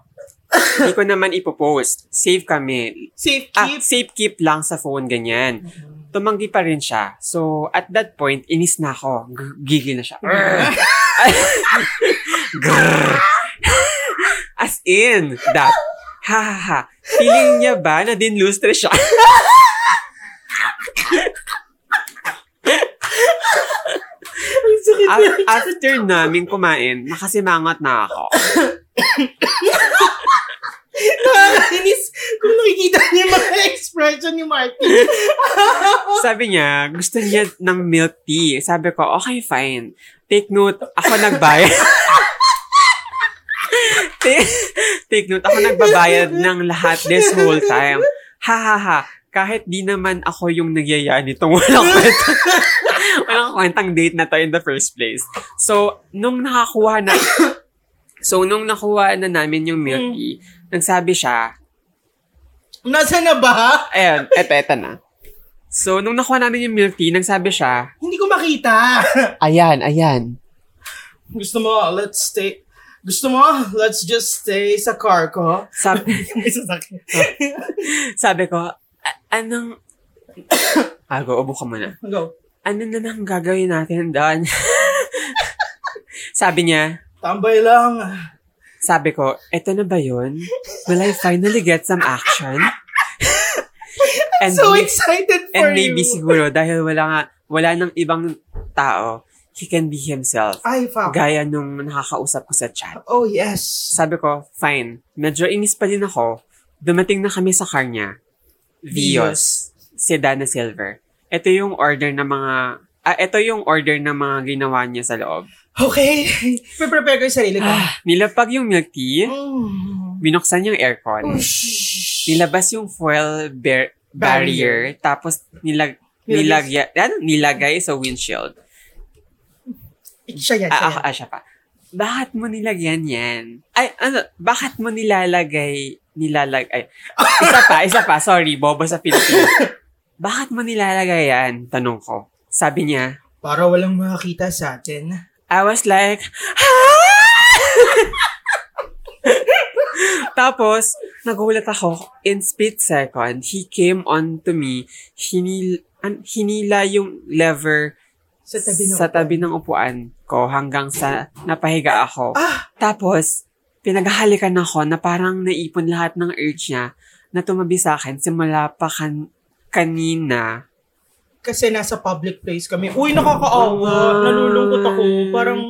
[SPEAKER 1] hindi ko naman ipopost. Save kami.
[SPEAKER 2] safe
[SPEAKER 1] Ah,
[SPEAKER 2] keep. Mm-hmm.
[SPEAKER 1] save keep lang sa phone, ganyan. Tumanggi pa rin siya. So, at that point, inis na ako. G- gigil na siya.
[SPEAKER 2] Mm-hmm.
[SPEAKER 1] Grrr. As in, that. Ha ha ha. Feeling niya ba na dinlustre siya?
[SPEAKER 2] Ang sakit na.
[SPEAKER 1] A- after namin kumain, nakasimangot na ako.
[SPEAKER 2] Nakakainis kung nakikita niya yung mga expression ni Martin.
[SPEAKER 1] Sabi niya, gusto niya ng milk tea. Sabi ko, okay, fine. Take note, ako nagbayad. take, take note, ako nagbabayad ng lahat this whole time. Ha ha ha. Kahit di naman ako yung nagyaya nitong walang kwenta. walang kwentang date na to in the first place. So, nung nakakuha na, so nung nakuha na namin yung milk tea, nagsabi siya,
[SPEAKER 2] Nasaan na ba?
[SPEAKER 1] Ayan, eto, eto na. So, nung nakuha namin yung milk tea, nagsabi siya,
[SPEAKER 2] Hindi ko makita.
[SPEAKER 1] ayan, ayan.
[SPEAKER 2] Gusto mo, let's take, Gusto mo? Let's just stay sa car ko. Ah.
[SPEAKER 1] Sabi,
[SPEAKER 2] May sasakyan.
[SPEAKER 1] sabi ko, "A- anong... Ago, ubo ka muna.
[SPEAKER 2] Go.
[SPEAKER 1] Ano na lang gagawin natin doon? sabi niya,
[SPEAKER 2] Tambay lang.
[SPEAKER 1] sabi ko, eto na ba yun? Will I finally get some action? and
[SPEAKER 2] so excited for
[SPEAKER 1] and maybe
[SPEAKER 2] you.
[SPEAKER 1] siguro dahil wala nga, wala nang ibang tao, he can be himself.
[SPEAKER 2] Ay, fuck.
[SPEAKER 1] Gaya nung nakakausap ko sa chat.
[SPEAKER 2] Oh, yes.
[SPEAKER 1] Sabi ko, fine. Medyo inis pa din ako. Dumating na kami sa car niya. Vios. Sedan na silver. Ito yung order ng mga... Ah, ito yung order ng mga ginawa niya sa loob.
[SPEAKER 2] Okay. Pre-prepare ko yung sarili ko.
[SPEAKER 1] Ah, nilapag yung milk tea.
[SPEAKER 2] Mm.
[SPEAKER 1] Binuksan yung aircon.
[SPEAKER 2] Ush.
[SPEAKER 1] Nilabas yung foil bar- barrier. Tapos nilag... Nilagay,
[SPEAKER 2] Nilagay.
[SPEAKER 1] ano, nilagay sa windshield.
[SPEAKER 2] Siya yan, siya
[SPEAKER 1] Ah, ah,
[SPEAKER 2] yan.
[SPEAKER 1] ah, siya pa. Bakit mo nilagyan yan? Ay, ano, bakit mo nilalagay, nilalag, ay, isa pa, isa pa, sorry, bobo sa Pilipino. bakit mo nilalagay yan? Tanong ko. Sabi niya,
[SPEAKER 2] Para walang makakita sa atin.
[SPEAKER 1] I was like, "Ah!" Tapos, nagulat ako. In split second, he came on to me. Hinil, an, hinila yung lever
[SPEAKER 2] Sa tabi ng...
[SPEAKER 1] sa tabi ng upuan ko hanggang sa napahiga ako.
[SPEAKER 2] Ah!
[SPEAKER 1] Tapos, pinaghahalikan ako na parang naipon lahat ng urge niya na tumabi sa akin simula pa kan- kanina.
[SPEAKER 2] Kasi nasa public place kami. Uy,
[SPEAKER 1] Hmm.
[SPEAKER 2] nakakaawa.
[SPEAKER 1] Ay.
[SPEAKER 2] Nalulungkot ako. Parang...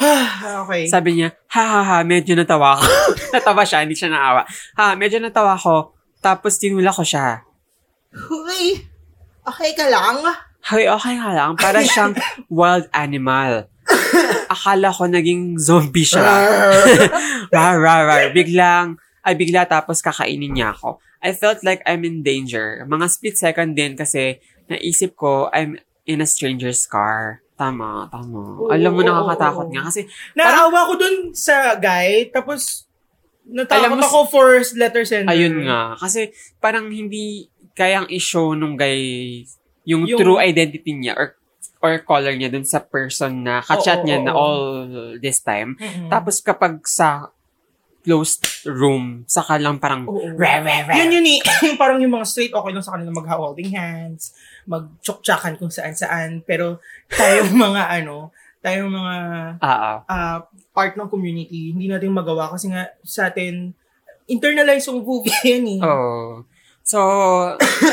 [SPEAKER 2] Ah, okay.
[SPEAKER 1] Sabi niya, ha ha ha, medyo natawa ako. natawa siya, hindi siya naawa. Ha, medyo natawa ako. Tapos tinula ko siya.
[SPEAKER 2] Uy! Okay ka lang?
[SPEAKER 1] Hoy, okay ka lang. Para siyang wild animal. Akala ko naging zombie siya. rar, rar, rar. Biglang, ay bigla tapos kakainin niya ako. I felt like I'm in danger. Mga split second din kasi naisip ko I'm in a stranger's car. Tama, tama.
[SPEAKER 2] Oo,
[SPEAKER 1] alam
[SPEAKER 2] oo,
[SPEAKER 1] mo, nakakatakot
[SPEAKER 2] oo.
[SPEAKER 1] nga. Kasi,
[SPEAKER 2] Naawa ko dun sa guy, tapos natakot
[SPEAKER 1] Alam mo,
[SPEAKER 2] ako for letter sender.
[SPEAKER 1] ayun nga. Kasi, parang hindi kayang i-show nung guy yung,
[SPEAKER 2] Yung-
[SPEAKER 1] true identity niya or or color niya dun sa person na
[SPEAKER 2] Oo,
[SPEAKER 1] kachat niya
[SPEAKER 2] oo,
[SPEAKER 1] na
[SPEAKER 2] oo. Mm.
[SPEAKER 1] all this time.
[SPEAKER 2] Mm-mm.
[SPEAKER 1] Tapos kapag sa closed room, saka lang parang
[SPEAKER 2] Oo.
[SPEAKER 1] rah, rah, rah.
[SPEAKER 2] Yun yun eh, parang yung mga straight, okay lang sa kanila mag-holding hands, mag-chokchakan kung saan-saan, pero tayong mga ano, tayong mga
[SPEAKER 1] Oo.
[SPEAKER 2] ah, part ng community, hindi natin magawa kasi nga sa atin, internalize yung movie yan eh.
[SPEAKER 1] Oh. So,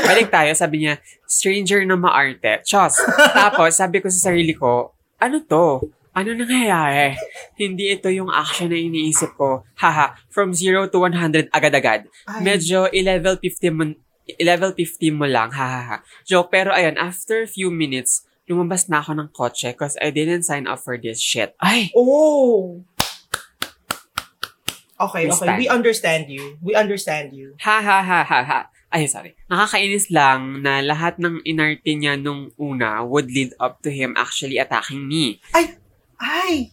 [SPEAKER 1] balik tayo. Sabi niya, stranger na maarte. Chos. Tapos, sabi ko sa sarili ko, ano to? Ano nangyayari? Hindi ito yung action na iniisip ko. Haha, from 0 to 100 agad-agad.
[SPEAKER 2] Ay.
[SPEAKER 1] Medyo i-level 50 mo, level 50 mo lang. Hahaha. Joke, pero ayun, after few minutes, lumabas na ako ng kotse because I didn't sign up for this shit. Ay!
[SPEAKER 2] Oh! Okay,
[SPEAKER 1] We
[SPEAKER 2] okay.
[SPEAKER 1] stand.
[SPEAKER 2] We understand you. We understand you.
[SPEAKER 1] Ha ha ha ha ha. Ay, sorry. Nakakainis lang na lahat ng inarte niya nung una would lead up to him actually attacking me.
[SPEAKER 2] Ay!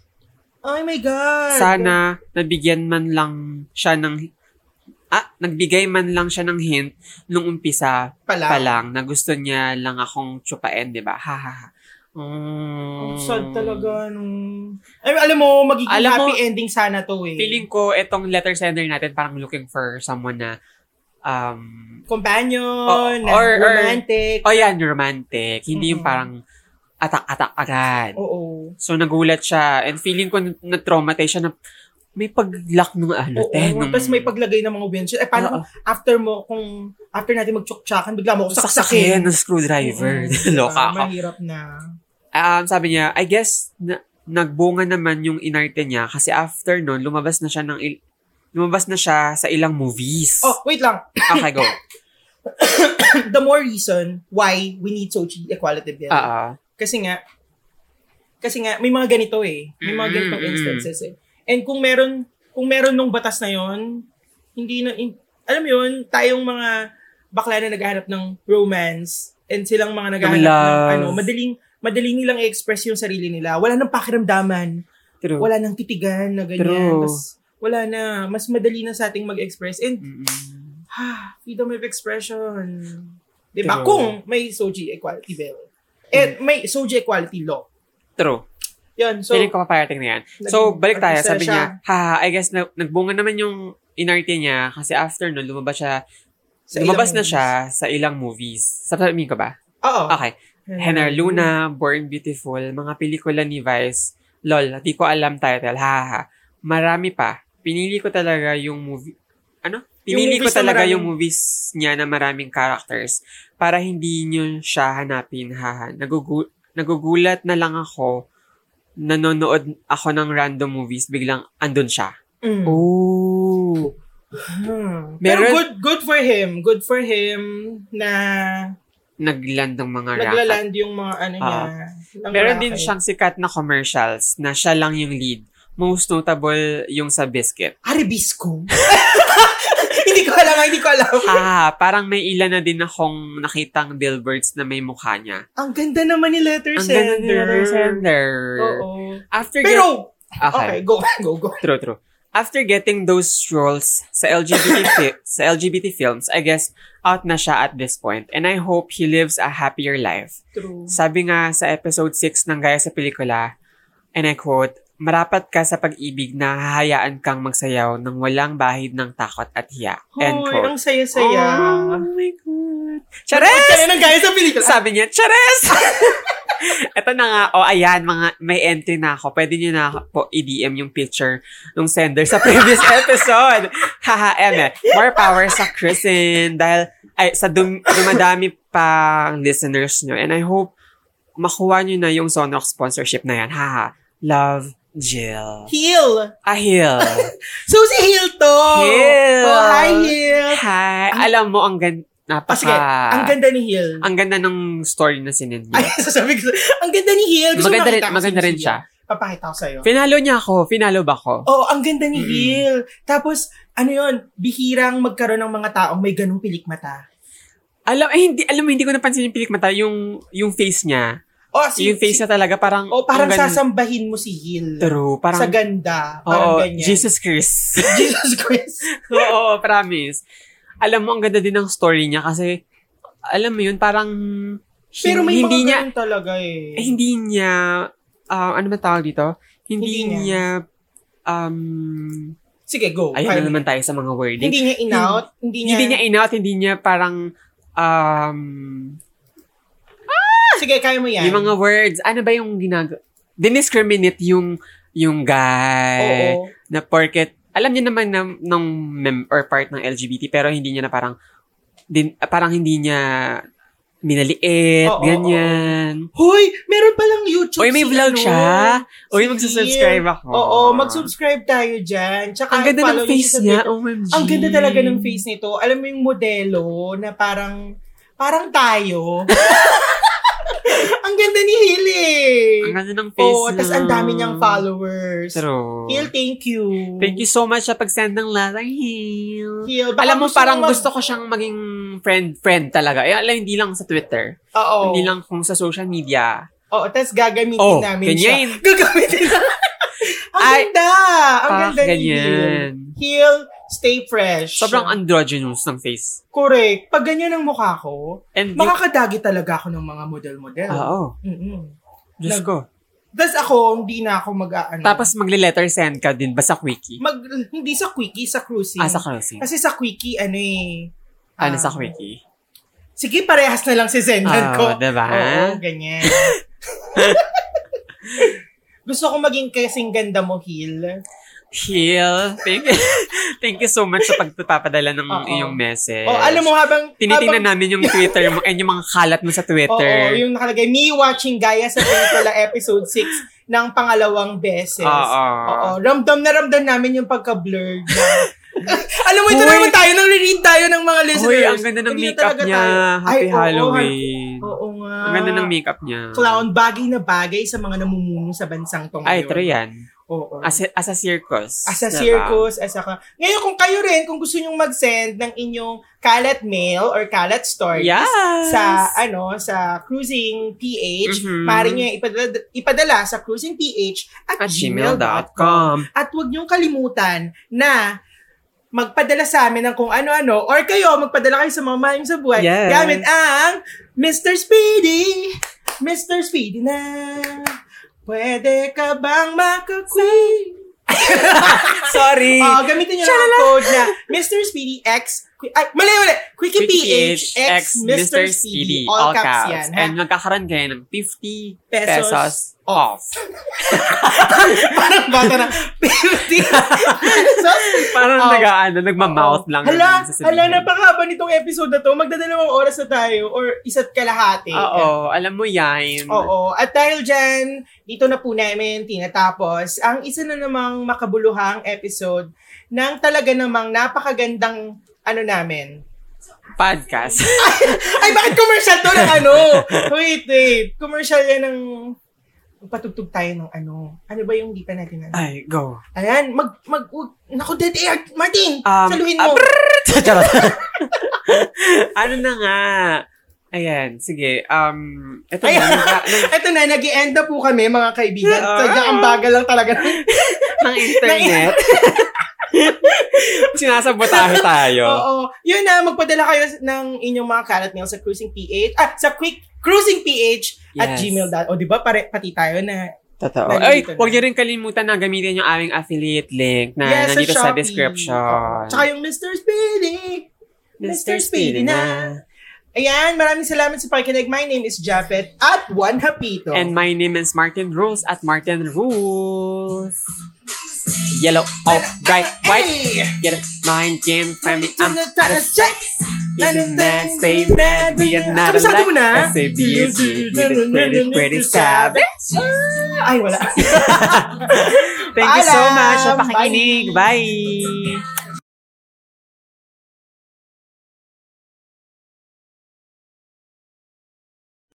[SPEAKER 2] Oh my God!
[SPEAKER 1] Sana nabigyan man lang siya ng... Ah, nagbigay man lang siya ng hint nung umpisa
[SPEAKER 2] Pala.
[SPEAKER 1] pa lang na gusto niya lang akong tsupain, di ba? Ha ha ha.
[SPEAKER 2] Ang
[SPEAKER 1] Mm.
[SPEAKER 2] sad talaga nung... Ay, alam mo, magiging
[SPEAKER 1] Alam mo,
[SPEAKER 2] happy ending sana to eh.
[SPEAKER 1] Feeling ko itong letter sender natin parang looking for someone na um,
[SPEAKER 2] Companion,
[SPEAKER 1] O- Oh, or- or-
[SPEAKER 2] romantic.
[SPEAKER 1] oh yan, romantic. Hindi yung
[SPEAKER 2] Mm-mm.
[SPEAKER 1] parang atak-atak agad.
[SPEAKER 2] Oo.
[SPEAKER 1] So, nagulat siya. And feeling ko na- na-traumatize siya na may paglak ng ano,
[SPEAKER 2] Oo.
[SPEAKER 1] te. nung-
[SPEAKER 2] Tapos may paglagay ng mga windshield. Eh, paano
[SPEAKER 1] Oo.
[SPEAKER 2] kung after mo, kung after natin magtsuktsakan, bigla mo ako
[SPEAKER 1] saksakin
[SPEAKER 2] saksakin.
[SPEAKER 1] ng screwdriver. Loka
[SPEAKER 2] Ah,
[SPEAKER 1] ako.
[SPEAKER 2] Mahirap na.
[SPEAKER 1] Um, sabi niya, I guess, na, nagbunga naman yung inarte niya kasi after nun, lumabas na siya ng il- lumabas na siya sa ilang movies.
[SPEAKER 2] Oh, wait lang.
[SPEAKER 1] Okay, go.
[SPEAKER 2] The more reason why we need social equality bill.
[SPEAKER 1] Oo.
[SPEAKER 2] Kasi nga, kasi nga, may mga ganito eh. May mga
[SPEAKER 1] Mm,
[SPEAKER 2] ganitong
[SPEAKER 1] mm, mm.
[SPEAKER 2] instances eh. And kung meron, kung meron nung batas na yon hindi na, in- alam mo yun, tayong mga bakla na naghahanap ng romance and silang mga naghahanap ng
[SPEAKER 1] love.
[SPEAKER 2] ano, madaling, madaling nilang i-express yung sarili nila. Wala nang pakiramdaman.
[SPEAKER 1] True.
[SPEAKER 2] Wala nang titigan na ganyan.
[SPEAKER 1] True.
[SPEAKER 2] Tas wala na. Mas madali na sa ating mag-express. And,
[SPEAKER 1] Mm-mm.
[SPEAKER 2] ha, freedom of expression. Diba? Eh,
[SPEAKER 1] True. Mm.
[SPEAKER 2] Kung may SOGI equality bill. And may SOGI equality law.
[SPEAKER 1] True.
[SPEAKER 2] Yun, so,
[SPEAKER 1] Feeling ko paparating na yan. So,
[SPEAKER 2] Naging
[SPEAKER 1] balik tayo.
[SPEAKER 2] artista
[SPEAKER 1] Sabi
[SPEAKER 2] siya.
[SPEAKER 1] niya, ha, I guess na, nagbunga naman yung inarte niya kasi after nun, lumabas siya,
[SPEAKER 2] sa
[SPEAKER 1] lumabas
[SPEAKER 2] ilang
[SPEAKER 1] na siya sa ilang movies. Sabihin ko ba?
[SPEAKER 2] movies. Oo.
[SPEAKER 1] Okay. Hannah
[SPEAKER 2] Mm-hmm.
[SPEAKER 1] Luna, Born Beautiful, mga pelikula ni Vice. Lol, di ko alam title. Ha, ha, ha. Marami pa. Pinili ko talaga yung movie. Ano?
[SPEAKER 2] Yung
[SPEAKER 1] Pinili ko
[SPEAKER 2] movies na
[SPEAKER 1] talaga
[SPEAKER 2] maraming-
[SPEAKER 1] yung movies niya na maraming characters para hindi niyo siya hanapin. Ha, ha. Nagugu- nagugulat na lang ako nanonood ako ng random movies, biglang andun siya.
[SPEAKER 2] Mm.
[SPEAKER 1] Oh.
[SPEAKER 2] Hmm. Pero
[SPEAKER 1] Meron-
[SPEAKER 2] good good for him. Good for him na
[SPEAKER 1] Nagland ng mga racket.
[SPEAKER 2] naglaland yung mga ano niya. ng
[SPEAKER 1] Ah. Meron din
[SPEAKER 2] racket.
[SPEAKER 1] siyang sikat na commercials na siya lang yung lead. Most notable yung sa Biscuit.
[SPEAKER 2] Arabisco. hindi ko alam, hindi ko alam.
[SPEAKER 1] Ah, parang may ilan na din akong nakitang billboards na may mukha niya.
[SPEAKER 2] Ang ganda naman ni Letter
[SPEAKER 1] Ang ganda ni Letter Sender.
[SPEAKER 2] Oo.
[SPEAKER 1] After get-
[SPEAKER 2] Pero,
[SPEAKER 1] okay.
[SPEAKER 2] okay, go, go, go.
[SPEAKER 1] True, true. After getting those roles sa LGBT fi- sa LGBT films, I guess out na siya at this point and I hope he lives a happier life.
[SPEAKER 2] True.
[SPEAKER 1] Sabi nga sa episode 6 ng Gaya sa Pelikula, and I quote, marapat ka sa pag-ibig na hahayaan kang magsayaw ng walang bahid ng takot at hiya. End
[SPEAKER 2] Hoy,
[SPEAKER 1] quote.
[SPEAKER 2] ang saya-saya.
[SPEAKER 1] Oh my God.
[SPEAKER 2] Ang
[SPEAKER 1] Chares!
[SPEAKER 2] saya ng guys sa pelikula.
[SPEAKER 1] Sabi niya, Chares! Ito na nga, oh, ayan, mga, may entry na ako. Pwede niyo na po i-DM yung picture nung sender sa previous episode. Haha, eme. More power sa Chrisin. Dahil, ay, sa dum- dumadami pang listeners niyo. And I hope, makuha niyo na yung Sonox sponsorship na yan. Haha. Love, Jill.
[SPEAKER 2] Heel.
[SPEAKER 1] Ahil.
[SPEAKER 2] So, si Heel to.
[SPEAKER 1] Heel.
[SPEAKER 2] Oh, hi, Heel.
[SPEAKER 1] Hi. Alam mo, ang ganda.
[SPEAKER 2] Ah,
[SPEAKER 1] Napaka.
[SPEAKER 2] sige. Ang ganda ni Heel.
[SPEAKER 1] ang ganda ng story na sinend niya.
[SPEAKER 2] Ay, sasabi ko. Ang ganda ni Heel. Gusto
[SPEAKER 1] maganda rin,
[SPEAKER 2] makita ko
[SPEAKER 1] maganda
[SPEAKER 2] si
[SPEAKER 1] rin
[SPEAKER 2] Heel.
[SPEAKER 1] siya.
[SPEAKER 2] Papakita ko sa'yo.
[SPEAKER 1] Finalo niya ako. Finalo ba ako?
[SPEAKER 2] Oo, oh, ang ganda ni
[SPEAKER 1] Mm.
[SPEAKER 2] Hill. Tapos, ano yun, bihirang magkaroon ng mga taong may ganung pilik mata.
[SPEAKER 1] Alam, eh, hindi, alam mo, hindi ko napansin yung pilik mata. Yung, yung face niya.
[SPEAKER 2] O, Oh, si,
[SPEAKER 1] yung face
[SPEAKER 2] si-
[SPEAKER 1] niya talaga parang...
[SPEAKER 2] o, parang
[SPEAKER 1] ang gan-
[SPEAKER 2] sasambahin mo si Hill.
[SPEAKER 1] True. Parang...
[SPEAKER 2] sa ganda. Parang
[SPEAKER 1] Oo,
[SPEAKER 2] ganyan.
[SPEAKER 1] Jesus Christ.
[SPEAKER 2] Jesus Christ.
[SPEAKER 1] Oo, oo, promise. Alam mo, ang ganda din ng story niya kasi, alam mo yun, parang...
[SPEAKER 2] Pero may
[SPEAKER 1] hindi
[SPEAKER 2] mga
[SPEAKER 1] niya,
[SPEAKER 2] ganun talaga eh.
[SPEAKER 1] eh, hindi niya... ah, ano ba tawag dito? Hindi,
[SPEAKER 2] Hindi
[SPEAKER 1] niya... Um,
[SPEAKER 2] Sige, go.
[SPEAKER 1] ayun
[SPEAKER 2] Kaya-
[SPEAKER 1] na naman tayo sa mga wording.
[SPEAKER 2] Hindi niya in-out. Hindi niya.
[SPEAKER 1] Hindi niya in-out, hindi niya parang, um,
[SPEAKER 2] Sige, kaya mo yan.
[SPEAKER 1] yung mga words, ano ba yung ginag... Diniscriminate yung, yung guy
[SPEAKER 2] Oo.
[SPEAKER 1] na porket, alam niya naman na, ng mem or part ng LGBT, pero hindi niya na parang, din, ah, parang hindi niya minaliit,
[SPEAKER 2] Oo,
[SPEAKER 1] ganyan.
[SPEAKER 2] Hoy, meron palang YouTube.
[SPEAKER 1] Uy, may
[SPEAKER 2] si
[SPEAKER 1] vlog
[SPEAKER 2] ano,
[SPEAKER 1] siya. Uy,
[SPEAKER 2] si
[SPEAKER 1] magsusubscribe
[SPEAKER 2] Hill.
[SPEAKER 1] ako.
[SPEAKER 2] Oo, mag-subscribe tayo dyan. Tsaka
[SPEAKER 1] Ah. Ang ganda ng
[SPEAKER 2] follow niyo siya
[SPEAKER 1] face
[SPEAKER 2] sa
[SPEAKER 1] niya, Oh, OMG.
[SPEAKER 2] Ang ganda talaga ng face nito. Alam mo yung modelo na parang parang tayo. ang ganda ni Hili.
[SPEAKER 1] Ang ganda ng face
[SPEAKER 2] Oo, oh, tas ang dami niyang followers.
[SPEAKER 1] Pero,
[SPEAKER 2] Hil, thank you.
[SPEAKER 1] Thank you so much sa pag-send ng love. Ay, Hil.
[SPEAKER 2] Hil, baka
[SPEAKER 1] Alam mo,
[SPEAKER 2] gusto
[SPEAKER 1] parang
[SPEAKER 2] mag-
[SPEAKER 1] gusto ko siyang maging friend, friend talaga. Eh, alam, hindi lang sa Twitter.
[SPEAKER 2] Oo.
[SPEAKER 1] Hindi lang kung sa social media.
[SPEAKER 2] Oo, tas Oh. gagamitin
[SPEAKER 1] Oh,
[SPEAKER 2] namin
[SPEAKER 1] ganyan.
[SPEAKER 2] siya. Gagamitin namin. ang
[SPEAKER 1] Ay,
[SPEAKER 2] ganda. Ang
[SPEAKER 1] Pak,
[SPEAKER 2] ganda ni Hil.
[SPEAKER 1] ganyan.
[SPEAKER 2] Hil, stay fresh.
[SPEAKER 1] Sobrang androgynous ng face.
[SPEAKER 2] Correct. Pag ganyan ang mukha ko,
[SPEAKER 1] And yung-
[SPEAKER 2] makakadagi talaga ako ng mga model-model.
[SPEAKER 1] Oo.
[SPEAKER 2] Mm-mm.
[SPEAKER 1] Diyos
[SPEAKER 2] Nag-
[SPEAKER 1] ko.
[SPEAKER 2] Tapos ako, hindi na ako mag-ano.
[SPEAKER 1] Tapos magle-letter send ka din ba sa Quickie?
[SPEAKER 2] mag, hindi sa quickie, sa cruising.
[SPEAKER 1] Ah, sa closing.
[SPEAKER 2] Kasi sa quickie, ano eh.
[SPEAKER 1] Ano
[SPEAKER 2] ah,
[SPEAKER 1] sa Quickie?
[SPEAKER 2] Sige, parehas na lang si Zendan
[SPEAKER 1] Ah,
[SPEAKER 2] ko.
[SPEAKER 1] diba?
[SPEAKER 2] Oo, ganyan. Gusto ko maging kasing ganda mo, Hill.
[SPEAKER 1] Heal. Thank you. Thank you so much sa pagpapadala ng
[SPEAKER 2] Oo.
[SPEAKER 1] iyong message.
[SPEAKER 2] O, alam mo, habang...
[SPEAKER 1] Tinitingnan
[SPEAKER 2] habang,
[SPEAKER 1] namin yung Twitter mo and yung mga kalat mo sa
[SPEAKER 2] Oo,
[SPEAKER 1] Twitter.
[SPEAKER 2] yung nakalagay, me watching Gaya sa pelikula episode 6 ng pangalawang beses.
[SPEAKER 1] Oo.
[SPEAKER 2] Oo, ramdam na ramdam namin yung pagka-blurred. Alam mo, ito
[SPEAKER 1] Hoy!
[SPEAKER 2] naman tayo, nag-read tayo ng mga listeners.
[SPEAKER 1] Hoy, ang ganda ng
[SPEAKER 2] Hindi na
[SPEAKER 1] makeup
[SPEAKER 2] talaga
[SPEAKER 1] niya.
[SPEAKER 2] tayo-
[SPEAKER 1] Happy
[SPEAKER 2] Ay, oo,
[SPEAKER 1] Halloween.
[SPEAKER 2] Oo nga.
[SPEAKER 1] Ang ganda ng makeup niya.
[SPEAKER 2] Clown, bagay na bagay sa mga namumuno sa bansang tong
[SPEAKER 1] Ay,
[SPEAKER 2] ngayon.
[SPEAKER 1] true yan.
[SPEAKER 2] Oo.
[SPEAKER 1] As, as a circus.
[SPEAKER 2] As a
[SPEAKER 1] diba?
[SPEAKER 2] circus, as a... ka- Ngayon, kung kayo rin, kung gusto nyong mag-send ng inyong kalat mail or kalat stories
[SPEAKER 1] Yes.
[SPEAKER 2] sa, ano, sa cruising PH,
[SPEAKER 1] Mhm.
[SPEAKER 2] maaari nyo yung ipadala, ipadala sa cruisingph at,
[SPEAKER 1] At
[SPEAKER 2] gmail.com.
[SPEAKER 1] gmail.com.
[SPEAKER 2] At huwag nyong kalimutan na magpadala sa amin ng kung ano-ano or kayo, magpadala kayo sa mga mahal nyo sa buhay
[SPEAKER 1] Yes.
[SPEAKER 2] gamit ang Mr. Speedy! Mr. Speedy na! Pwede ka bang makakwit?
[SPEAKER 1] Sorry.
[SPEAKER 2] Oh, gamitin nyo lang ang code na Mr. Speedy X... Qui- Ay, mali, mali. Quickie PH X Mr. Speedy. All, caps, yan. ha?
[SPEAKER 1] And magkakaroon kayo ng 50
[SPEAKER 2] Pesos
[SPEAKER 1] pesos, off.
[SPEAKER 2] Parang bata na 50 pesos.
[SPEAKER 1] Parang
[SPEAKER 2] Off.
[SPEAKER 1] nag-ano, nagma-mouth lang.
[SPEAKER 2] Hala,
[SPEAKER 1] yung sasabihin.
[SPEAKER 2] hala, napakaba nitong episode na to. Magdadalawang oras na tayo or isa't kalahati.
[SPEAKER 1] Oo, alam mo yan.
[SPEAKER 2] Oo. At dahil dyan, dito na po namin tinatapos ang isa na namang makabuluhang episode ng talaga namang napakagandang ano namin.
[SPEAKER 1] Podcast.
[SPEAKER 2] Ay, bakit commercial to ng ano? Wait, wait. Commercial yan ng patugtog tayo ng ano. Ano ba yung di pa natin ano?
[SPEAKER 1] Ay, go.
[SPEAKER 2] Ayan, mag, mag, wag- naku, dead air, Martin!
[SPEAKER 1] Um,
[SPEAKER 2] saluhin
[SPEAKER 1] ah,
[SPEAKER 2] mo!
[SPEAKER 1] Charot. ano na nga? Ayan, sige. Um, ito
[SPEAKER 2] Ayan.
[SPEAKER 1] na. Nang,
[SPEAKER 2] Ito na, nag end na po kami, mga kaibigan.
[SPEAKER 1] Ah.
[SPEAKER 2] Sadya, ang bagal lang talaga.
[SPEAKER 1] ng internet. Sinasabotahe tayo.
[SPEAKER 2] Oo. Yun na, magpadala kayo ng inyong mga kalat mail sa cruisingph, ah, sa quick cruisingph at
[SPEAKER 1] Yes.
[SPEAKER 2] gmail.com. O, di ba, pare, pati tayo na.
[SPEAKER 1] Totoo.
[SPEAKER 2] Nandito
[SPEAKER 1] Ay,
[SPEAKER 2] na.
[SPEAKER 1] huwag niyo rin kalimutan na gamitin yung aming affiliate link na
[SPEAKER 2] Yes,
[SPEAKER 1] nandito sa,
[SPEAKER 2] Shopee.
[SPEAKER 1] description.
[SPEAKER 2] Oo. Tsaka yung Mr. Speedy. Mr. Speedy na. Ayan, maraming salamat sa pakikinig. My name is Japet at Juan Hapito.
[SPEAKER 1] And my name is Martin Rules at Martin Rules. Yellow, off, right, white. Get it, mind, game, family, I'm Even that stay mad, we are not
[SPEAKER 2] Kabisado mo na?
[SPEAKER 1] alike. SABSG, with a pretty, pretty savage.
[SPEAKER 2] Ay, wala.
[SPEAKER 1] Thank you so
[SPEAKER 2] Paalam.
[SPEAKER 1] much sa pakikinig. Bye!